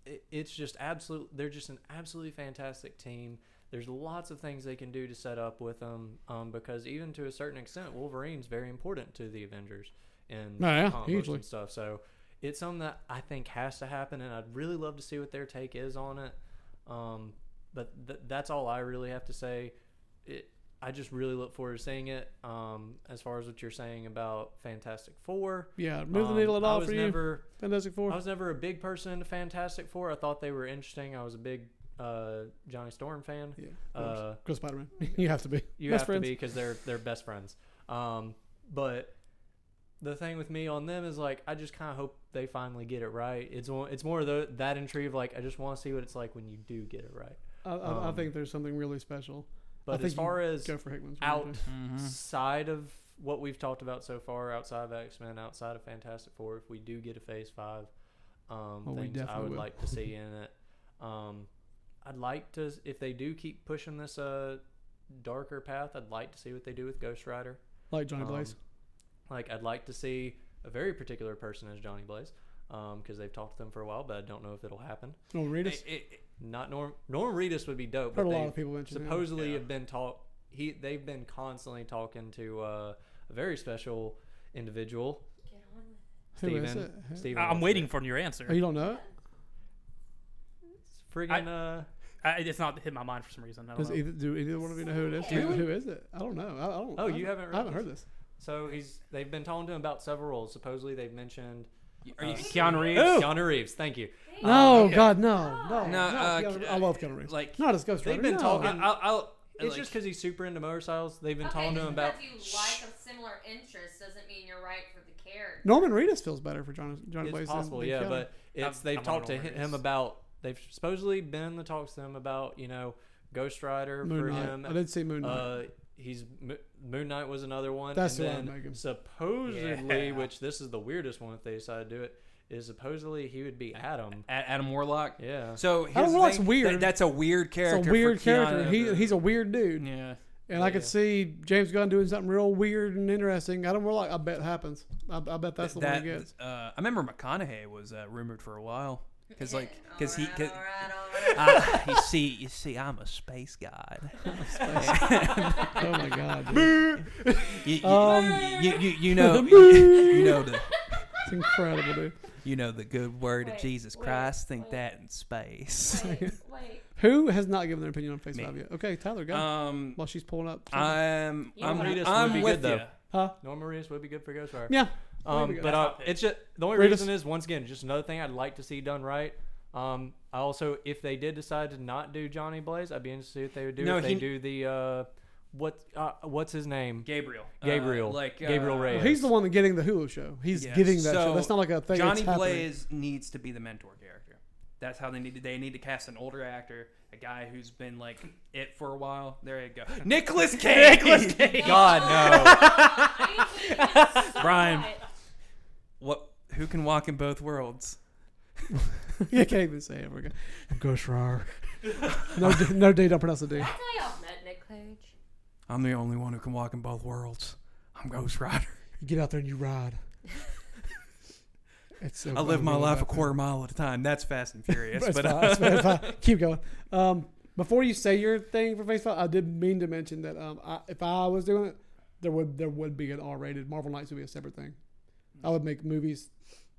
S2: it, it's just absolute. They're just an absolutely fantastic team. There's lots of things they can do to set up with them um, because even to a certain extent, Wolverine's very important to the Avengers and
S1: Oh, yeah,
S2: comic books
S1: hugely.
S2: and stuff. So it's something that I think has to happen, and I'd really love to see what their take is on it. Um, but th- that's all I really have to say. It, I just really look forward to seeing it. Um, as far as what you're saying about Fantastic Four,
S1: yeah, move
S2: um,
S1: the needle at
S2: I
S1: all
S2: was
S1: for you.
S2: never,
S1: Fantastic Four.
S2: I was never a big person into Fantastic Four. I thought they were interesting. I was a big uh, Johnny Storm fan.
S1: yeah,
S2: Uh,
S1: go Spider Man. you have to be.
S2: you
S1: Best
S2: have
S1: friends.
S2: to be because they're they're best friends. Um, but the thing with me on them is like I just kind of hope they finally get it right. It's one- it's more of tho- that intrigue. Of like I just want to see what it's like when you do get it right.
S1: I, I, I
S2: Um,
S1: think there's something really special. I
S2: But
S1: think
S2: as
S1: you
S2: far as
S1: Go for Hickman's.
S2: out
S1: really.
S3: Mm-hmm.
S2: side of what we've talked about so far, outside of X Men, outside of Fantastic Four, if we do get a Phase Five,
S1: Well,
S2: um,
S1: Oh, we
S2: things I
S1: definitely
S2: would
S1: will.
S2: like to see in it. Um, I'd like to, if they do keep pushing this uh, darker path, I'd like to see what they do with Ghost Rider.
S1: like Johnny Blaze.
S2: Um, Like I'd like to see a very particular person as Johnny Blaze. because they've talked to them for a while, but I don't know if it'll happen.
S1: No, read
S3: It,
S1: us.
S3: it-
S2: Not Norm Norm Reedus would be dope.
S1: Heard
S2: but
S1: a lot
S2: they
S1: of people mention him.
S2: supposedly
S3: Yeah.
S2: have been talk. He they've been constantly talking to uh, a very special individual,
S1: Who
S2: Steven.
S1: is it? Who-
S2: Steven
S5: I- I'm
S2: what's
S5: waiting
S2: it?
S5: for your
S1: Oh,
S5: answer.
S1: you don't know? it?
S2: It's friggin' uh,
S5: I, it's not hit my mind for some reason. I don't
S1: Does
S5: know.
S1: either, do either one of you know who it is?
S2: Do
S1: Who-
S2: we?
S1: Who is it? I don't know. I, I don't.
S2: Oh,
S1: I,
S2: you haven't
S1: I haven't
S2: read
S1: heard this.
S2: so he's they've been talking to him about several roles. Supposedly they've mentioned
S3: are
S1: Uh,
S3: you
S5: Keanu Reeves.
S1: Who?
S2: Keanu Reeves. Thank you.
S1: No,
S3: okay.
S1: Oh, God, no, no,
S3: No,
S1: no.
S3: uh,
S1: Keanu-
S3: Ke-
S1: I love Keanu Reeves.
S3: like
S1: Not as Ghost
S2: They've
S1: Rider,
S2: been
S1: no.
S2: talking-
S3: I'll, I'll,
S2: It's
S3: like,
S2: just because he's super into motorcycles. They've been talking to him about.
S4: Because you like a similar interest doesn't mean you're right for the character.
S1: Norman Reedus feels better for John. John
S2: It's
S1: Blaze than-
S2: possible,
S1: than
S2: yeah,
S1: Keanu.
S2: but it's
S5: I'm-
S2: they've
S5: I'm
S2: talked to
S5: wondering
S2: hi-
S5: where it
S2: him
S5: is.
S2: about. They've supposedly been in the talks to him about you know Ghost Rider
S1: Moon
S2: for
S1: Knight.
S2: him.
S1: I did see Moon Knight.
S2: Uh, he's Mo- Moon Knight was another one.
S1: That's
S2: and
S1: the one,
S2: then
S1: Megan.
S2: Supposedly,
S5: Yeah.
S2: which this is the weirdest one if they decide to do it, is supposedly he would be Adam.
S3: A- Adam Warlock.
S2: Yeah.
S3: So
S1: Adam
S3: here's the
S1: Warlock's
S3: thing,
S1: weird.
S3: that- that's a weird character.
S1: it's a
S3: for
S1: weird character.
S3: Keanu
S1: He,
S3: to-
S1: he's a weird dude,
S3: yeah.
S1: and I could
S2: Yeah.
S1: see James Gunn doing something real weird and interesting. I don't know. Like I bet happens. I, I bet that's the
S3: that,
S1: one he gets.
S3: Uh, I remember McConaughey was uh, rumored for a while because like because he.
S4: Alright,
S3: Cause,
S4: alright, alright.
S3: Ah, you see, you see, I'm a space god.
S1: oh my god, dude.
S3: You, you,
S1: Um,
S3: you, you, you know, you know the,
S1: it's incredible, dude.
S3: you know the good word
S4: Wait,
S3: of Jesus
S4: wait,
S3: Christ. Think
S4: wait.
S3: that in space.
S4: Wait, wait.
S1: Who has not given their opinion on Face
S3: Me.
S1: Value? Okay, Tyler, go.
S3: Um,
S1: While she's pulling up,
S3: I'm,
S4: You know
S3: I'm,
S4: what?
S2: Reedus would
S3: I'm
S2: be
S3: with
S2: good,
S3: you.
S2: though.
S1: huh?
S2: Norman Reedus would be good for Ghost Rider.
S1: Yeah,
S2: Um,
S1: Maybe
S2: but
S5: that's
S2: uh,
S5: my pick.
S2: it's just the only
S1: Reedus-
S2: reason is once again just another thing I'd like to see done right. Um, I also if they did decide to not do Johnny Blaze, I'd be interested if they would do
S3: No,
S2: if they
S3: he-
S2: do the uh, what uh, what's his name
S5: Gabriel.
S2: Gabriel
S3: like,
S2: Gabriel
S3: uh,
S2: Reyes.
S1: Well, he's the one that getting the Hulu show. He's
S3: Yes.
S1: getting that. show.
S3: So,
S1: That's not like a thing.
S3: Johnny
S1: that's happening.
S3: Blaze needs to be the mentor character. That's how they need to. They need to cast an older actor, a guy who's been like it for a while. There you go. Nicholas Cage. Nicholas Cage.
S2: God no.
S3: Brian. What? Who can walk in both worlds?
S1: you can't even say it. We're good. Ghost Rider. no, D- no D. Don't pronounce the D.
S4: That's how y'all met Nick Cage.
S3: I'm the only one who can walk in both worlds. I'm Ghost Rider.
S1: You get out there and you ride. It's so
S3: I live my
S1: unbelievable.
S3: life a quarter mile at a time. That's Fast and Furious.
S1: It's
S3: but uh,
S1: fine, it's fine, it's fine. Keep going. Um, before you say your thing for Facebook, I did mean to mention that um, I, if I was doing it, there would there would be an R-rated Marvel Knights would be a separate thing. I would make movies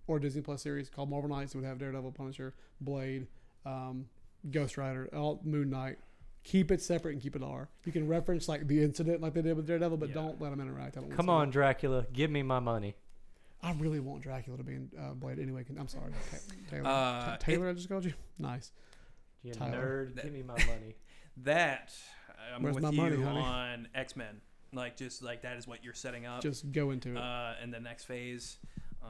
S1: or Disney Plus series called Marvel Knights. It would have Daredevil, Punisher, Blade, um, Ghost Rider, all, Moon Knight. Keep it separate and keep it R. You can reference like the incident like they did with Daredevil, but
S5: Yeah.
S1: don't let them interact. I don't want
S2: Come
S1: to.
S2: on, Dracula, give me my money.
S1: I really want Dracula to be in uh, Blade anyway. Can, I'm sorry, Ta- Taylor.
S3: Uh,
S1: Ta- Taylor, I just called you. Nice.
S2: You
S1: Tyler.
S2: nerd,
S3: That-
S2: give me my money.
S3: that I'm
S1: Where's
S3: with
S1: my
S3: you
S1: money, honey?
S3: on X Men. Like just like that is what you're setting up.
S1: Just go into it.
S3: uh, in the next phase, uh,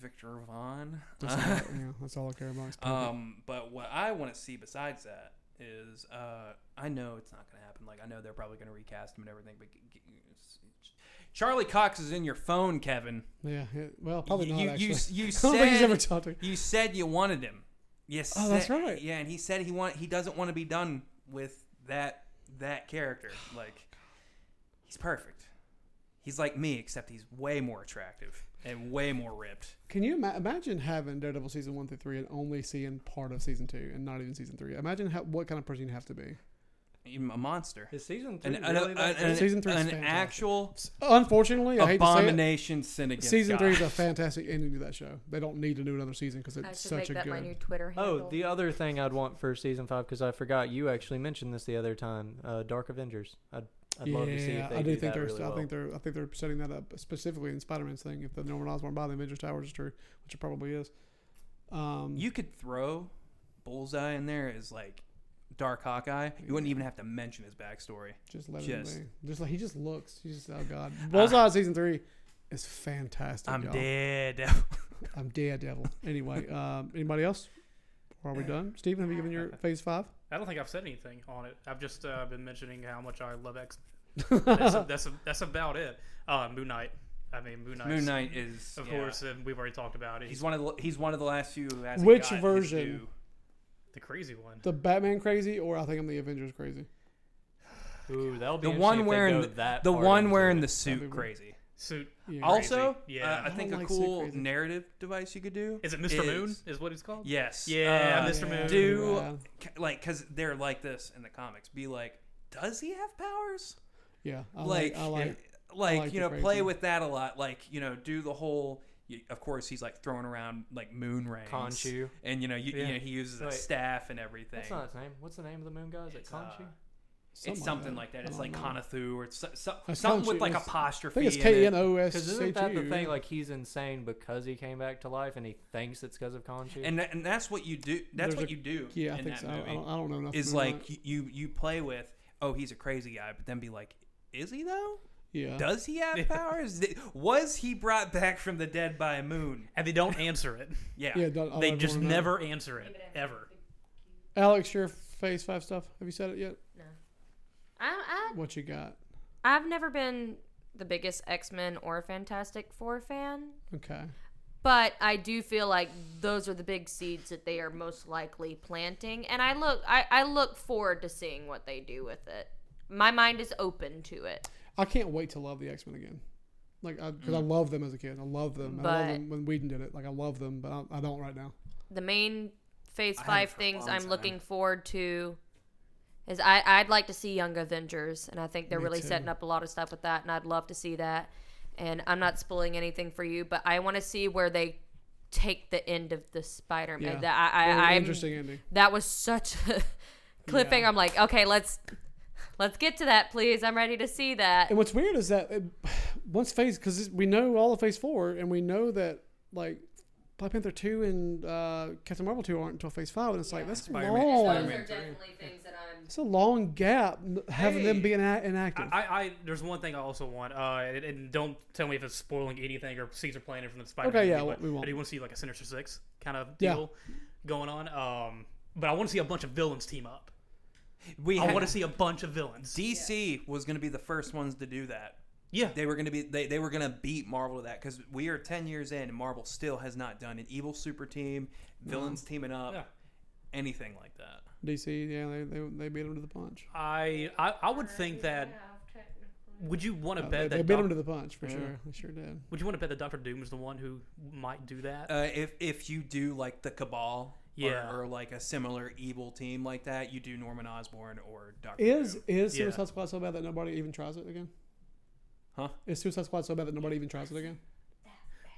S3: Victor Vaughn.
S1: That's, all, yeah, that's all I care about. is perfect.
S3: Um, but what I want to see besides that is, uh, I know it's not going to happen. Like I know they're probably going to recast him and everything. But g- g- it's- Charlie Cox is in your phone, Kevin.
S1: yeah, yeah, well, probably
S3: you,
S1: not.
S3: you,
S1: actually,
S3: You, you
S1: I don't think he's ever
S3: said
S1: talked to.
S3: you said you wanted him. Yes.
S1: Oh, that's right.
S3: Yeah, and he said he want he doesn't want to be done with that that character. Like he's perfect. He's like me, except he's way more attractive and way more ripped.
S1: Can you ima- imagine having Daredevil season one through three and only seeing part of season two and not even season three? Imagine how, what kind of person you have to be.
S3: Even a monster.
S2: Is season three
S3: An, an,
S2: really
S3: an,
S2: that
S3: an-
S2: good?
S1: Season three's
S3: an
S1: fantastic.
S3: actual
S1: Unfortunately, I hate to say it.
S3: abomination sin against
S1: Season
S3: God.
S1: three is a fantastic ending to that show. They don't need to do another season because
S4: I
S1: it's
S4: should
S1: such
S4: make
S1: a
S4: that
S1: good.
S4: my new Twitter handle.
S2: Oh, the other thing I'd want for season five because I forgot you actually mentioned this the other time. Uh, Dark Avengers. I'd, I'd
S1: yeah,
S2: love to see if they
S1: I do,
S2: do
S1: think
S2: that
S1: they're.
S2: really
S1: I
S2: well.
S1: think they're. I think they're setting that up specifically in Spider-Man's thing. If the Norman Osborn by the Avengers Tower is true, which it probably is. Um,
S3: You could throw Bullseye in there as like Dark Hawkeye. You wouldn't even have to mention his backstory.
S1: Just let
S3: Just- Ah.
S1: him be. Just like he just looks. He's just oh god. Bullseye season three is fantastic.
S3: I'm
S1: y'all.
S3: dead.
S1: I'm Daredevil. Anyway, um, anybody else? Or are we done? Steven, have you given your phase five?
S5: I don't think I've said anything on it. I've just uh, been mentioning how much I love X. that's, that's that's about it. Uh, Moon Knight. I mean, Moon Knight.
S3: Moon Knight is
S5: Of
S3: yeah.
S5: course, and we've already talked about it.
S3: He's
S5: He's
S3: one of the he's one of the last few who hasn't
S1: Which
S3: gotten his
S1: version?
S3: due.
S5: the crazy one.
S1: The Batman crazy, or I think I'm the Avengers crazy.
S2: Ooh, that'll be interesting
S3: The
S2: if
S3: one
S2: they
S3: wearing
S2: go
S3: the,
S2: that
S3: the
S2: far
S3: one
S2: into
S3: wearing
S2: it.
S3: the
S1: That'd
S3: suit
S1: be-
S3: crazy.
S5: suit.
S1: Yeah.
S3: Also,
S5: Yeah.
S3: uh, I
S5: I
S3: think
S1: don't
S3: a
S1: like Sick
S3: cool
S1: Crazy.
S3: narrative device you could do
S5: Is it Mr. Moon? Is what he's called?
S3: Yes.
S5: Yeah,
S3: Uh,
S5: Mr. Moon.
S3: Do
S1: Yeah.
S3: ca- like because they're like this in the comics. Be like, does he have powers?
S1: Yeah, I
S3: like,
S1: like, I like.
S3: like,
S1: like
S3: you
S1: the
S3: know, play
S1: phrasing.
S3: with that a lot. Like, you know, do the whole. You, of course, he's like throwing around like moon rings,
S2: Khonshu.
S3: and you know, you,
S5: Yeah.
S3: you know, he uses a
S2: Wait.
S3: staff and everything.
S2: That's not his name. What's the name of the moon guy? Is it
S3: It's, uh,
S2: Khonshu?
S3: it's something like that. It's like
S1: Kana.
S3: Konathu or it's so, so,
S1: That's
S3: something with
S1: Khonshu.
S3: like
S1: It's- I
S3: apostrophe.
S1: think it's
S3: in
S1: K
S3: it.
S1: N O S
S2: Because
S1: H U.
S2: isn't that the thing? Like he's insane because he came back to life, and he thinks it's because of Khonshu.
S3: And, tha- and that's what you do. That's
S1: There's
S3: what
S1: a-
S3: you do.
S1: Yeah, I
S3: in
S1: think
S3: that
S1: so. I
S3: Movie.
S1: don't, I don't- I don't know enough.
S3: is
S1: about
S3: like
S1: it.
S3: y- you you play with oh he's a crazy guy but then be like is he though
S1: Uh. yeah.
S3: does he have powers Th- was he brought back from the dead by a moon
S5: And they don't answer it.
S3: yeah,
S1: yeah, Oh, don't- I'll
S5: they
S1: never
S5: just
S1: know.
S5: never answer it ever.
S1: Alex, your phase five stuff. Have you said it yet?
S4: I, I,
S1: What you got?
S4: I've never been the biggest X Men or Fantastic Four fan,
S1: Okay.
S4: but I do feel like those are the big seeds that they are most likely planting, and I look, I, I look forward to seeing what they do with it. My mind is open to it.
S1: I can't wait to love the X Men again. Like, because I, love them as a kid. I love them. I
S4: But-
S1: love them when Whedon did it. Like, I love them, but I, I don't right now.
S4: the main phase
S3: haven't
S4: five
S3: for a
S4: things
S3: long
S4: I'm
S3: time.
S4: looking forward to is I, I'd like to see Young Avengers, and I think they're
S1: Me
S4: really
S1: too.
S4: setting up a lot of stuff with that, and I'd love to see that. And I'm not spoiling anything for you, but I want to see where they take the end of the Spider Man.
S1: Yeah.
S4: That I,
S1: Very
S4: I, I'm,
S1: interesting ending.
S4: That was such a cliffhanger. I'm like, okay, let's let's get to that, please. I'm ready to see that.
S1: And what's weird is that it, once phase, because we know all of phase four, and we know that like Black Panther two and uh, Captain Marvel two aren't until phase five, and it's like that's
S3: Spider-Man-
S1: long.
S3: Spider-Man.
S4: definitely things that I'm.
S1: It's a long gap n- having them
S5: Hey.
S1: being a- inactive.
S5: I, I there's one thing I also want, uh, and, and don't tell me if it's spoiling anything or Caesar planning from the Spider.
S1: Okay, yeah,
S5: but,
S1: we won't.
S5: I do want to see like a Sinister Six kind of
S1: Yeah.
S5: deal going on. Um, but I want to see a bunch of villains team up.
S3: we
S5: I
S3: had-
S5: want to see a bunch of villains.
S3: DC was going to be the first ones to do that
S5: yeah,
S3: they were going to be they, they were going to beat Marvel to that cuz we are 10 years in and Marvel still has not done an evil super team villains teaming up
S5: Yeah.
S3: anything like that
S1: DC, yeah, they, they, they beat them to the punch.
S5: I, I I would think that. Would you want to
S1: Uh, they
S5: bet
S1: they
S5: that?
S1: beat
S5: Doc-
S1: them to the punch for sure. They sure did.
S5: would you want to bet that Doctor Doom is the one who might do that?
S3: uh, if if you do like the cabal
S5: Yeah.
S3: or, or like a similar evil team like that you do norman osborn or dr
S1: Is
S3: Doom.
S1: is
S5: Yeah.
S1: Suicide Squad so bad that nobody even tries it again?
S3: Huh?
S1: Is Suicide Squad so bad that nobody even tries it again?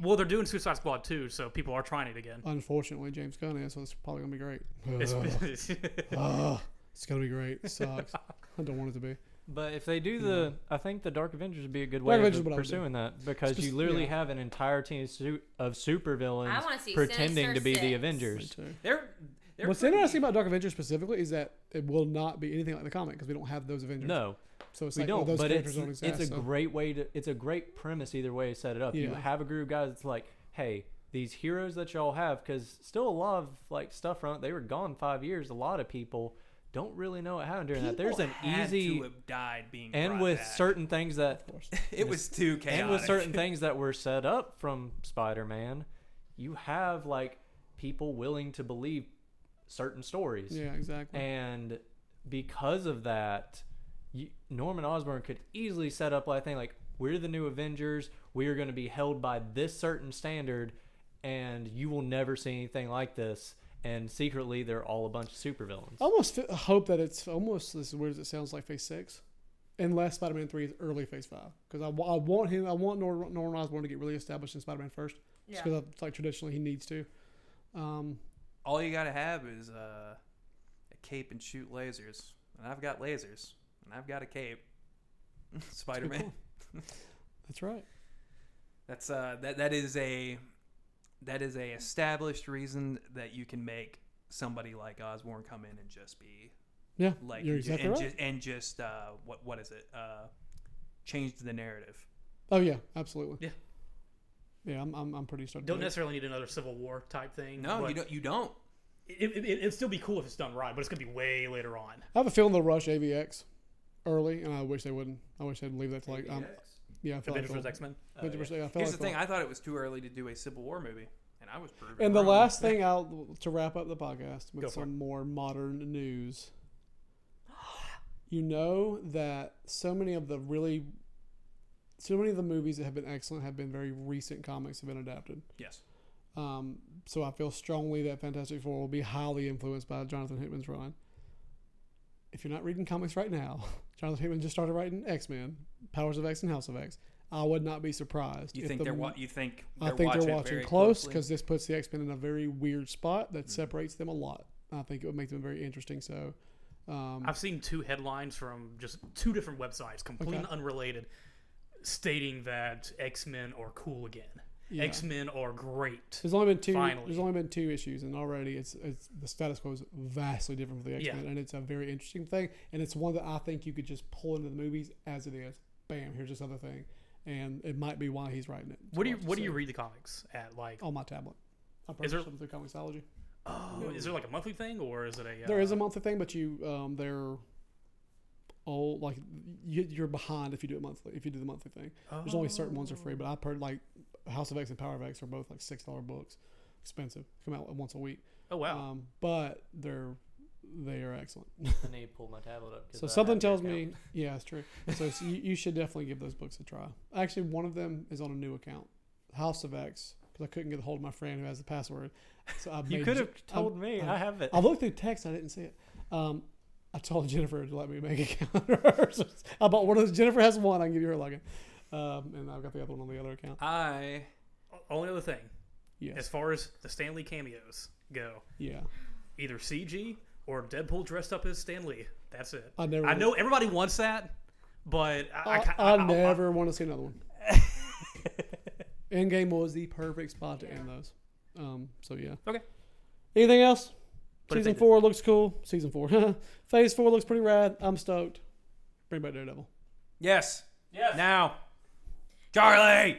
S5: well, they're doing Suicide Squad too, so people are trying it again.
S1: Unfortunately, James Gunn is, so it's probably gonna be great.
S5: It's-
S1: Ugh. Ugh. it's gonna be great. It sucks. I don't want it to be.
S2: But if they do the, I think the Dark Avengers would be a good
S1: Dark
S2: way
S1: Avengers is
S2: of
S1: what I would do.
S2: pursuing that because
S1: Spec-
S2: you literally
S1: yeah.
S2: have an entire team of, su- of supervillains
S4: I wanna see
S2: pretending to
S4: Sinister
S2: be the
S4: Six.
S1: Me
S2: Avengers.
S1: too.
S3: They're, they're
S1: What's
S3: pretty-
S1: interesting about Dark Avengers specifically is that it will not be anything like the comic because we don't have those Avengers.
S2: No,
S1: so it's
S2: we
S1: like well,
S2: don't.
S1: those
S2: but it's
S1: characters don't exist.
S2: it's a
S1: so-
S2: great way to. It's a great premise either way to set it up. You
S1: Yeah.
S2: have a group of guys. that's like, hey, these heroes that y'all have, because still a lot of like stuff from it. They were gone five years. A lot of people don't really know what happened during that.
S3: people
S2: There's an
S3: had
S2: easy
S3: to have died being
S2: and
S3: brought
S2: with
S3: back.
S2: certain things that
S3: it was too chaotic
S2: and with certain things that were set up from Spider-Man, you have like people willing to believe certain stories,
S1: yeah, exactly.
S2: and because of that, you, Norman Osborn could easily set up like a thing like we're the new Avengers, we are going to be held by this certain standard, and you will never see anything like this. And secretly, they're all a bunch of supervillains.
S1: I almost f- hope that it's almost as weird as it sounds like Phase Six, unless Spider-Man Three is early Phase Five, because I, wa- I want him, I want Nor- Norman Osborn to get really established in Spider-Man first, just because it's like traditionally he needs to. Um,
S3: all you gotta have is uh, a cape and shoot lasers and i've got lasers and i've got a cape spider-man
S1: that's right.
S3: that's uh that that is a that is a established reason that you can make somebody like osborn come in and just be
S1: Yeah,
S3: like
S1: you're
S3: and ju-
S1: exactly
S3: and,
S1: right.
S3: just and just uh what what is it uh changed the narrative
S1: oh yeah, absolutely.
S5: Yeah.
S1: yeah, I'm, I'm, I'm pretty stoked.
S5: Don't
S1: about it.
S5: necessarily need another Civil War type thing.
S3: no
S5: but
S3: you don't you don't
S5: It, it, it, it'd still be cool if it's done right, but it's gonna be way later on.
S1: I have a feeling they'll rush AVX early, and I wish they wouldn't. I wish they'd leave that to like um, yeah, I feel
S5: Avengers
S1: like
S5: vs
S1: they'll-
S5: X Men.
S1: Avengers vs. X- I feel
S3: uh, here's
S1: like
S3: the thing
S1: they'll-
S3: i thought it was too early to do a civil war movie and i was proven
S1: And the
S3: wrong.
S1: last thing I'll to wrap up the podcast
S5: Go
S1: with
S5: for
S1: some more modern news. You know that so many of the really so many of the movies that have been excellent have been very recent comics have been adapted.
S3: Yes.
S1: Um, so I feel strongly that Fantastic Four will be highly influenced by Jonathan Hickman's run. If you're not reading comics right now, Jonathan Hickman just started writing X Men, Powers of X, and House of X. I would not be surprised.
S3: You
S1: if
S3: think
S1: the-
S3: they're wa- you think
S1: I
S3: they're
S1: think
S3: watching,
S1: they're
S3: it
S1: watching
S3: very
S1: close
S3: closely?
S1: because this puts the X Men in a very weird spot
S5: Mm-hmm.
S1: that separates them a lot. I think it would make them very interesting. So, um,
S5: I've seen two headlines from just two different websites, completely
S1: Okay.
S5: unrelated, stating that X Men are cool again.
S1: Yeah.
S5: X Men are great.
S1: There's only been two.
S5: Finally.
S1: There's only been two issues, and already it's, it's the status quo is vastly different for the X Men,
S5: Yeah.
S1: and it's a very interesting thing. And it's one that I think you could just pull into the movies as it is. Bam, here's this other thing, and it might be why he's writing it.
S5: What do you
S1: Watch it,
S5: What do you
S1: so-
S5: read the comics at? Like,
S1: on my tablet? I
S5: Is
S1: purchased
S5: there-
S1: them through Comixology.
S5: oh, is there like a monthly thing or is it a? Uh,
S1: There is a monthly thing, but you um, they're all like you, you're behind if you do it monthly. If you do the monthly thing, there's only certain ones are free. But I've heard like House of X and Power of X are both like six dollar books, expensive. Come out once a week.
S5: Oh wow.
S1: Um, but they're they are excellent.
S2: I need to pull my tablet up. 'cause
S1: So
S2: I
S1: something
S2: have your
S1: tells
S2: account.
S1: me, yeah, it's true. So, so you, you should definitely give those books a try. Actually, one of them is on a new account, House of X, because I couldn't get a hold of my friend who has the password. So I
S2: You
S1: made
S2: could
S1: Ju-
S2: have told me.
S1: I-
S2: I have it.
S1: I looked through text. I didn't see it. Um, I told Jennifer to let me make a counter. I bought one of those. Jennifer has one. I can give you her login. Um, and I've got the other one on the other account.
S3: I
S5: only other thing,
S1: Mm. Yes.
S5: as far as the Stanley cameos go,
S1: Yeah.
S5: either CG or Deadpool dressed up as Stanley. That's it.
S1: I never
S5: I know everybody wants that, but I, I,
S1: I,
S5: ki-
S1: I,
S5: I- I-
S1: never want to see another one. Endgame was the perfect spot to end those. Um, so yeah.
S5: Okay.
S1: Anything else?
S5: But if
S1: Season
S5: they-
S1: four looks cool. Season four, Phase four looks pretty rad. I'm stoked. Bring back Daredevil.
S3: yes
S5: Yes.
S3: now, Charlie.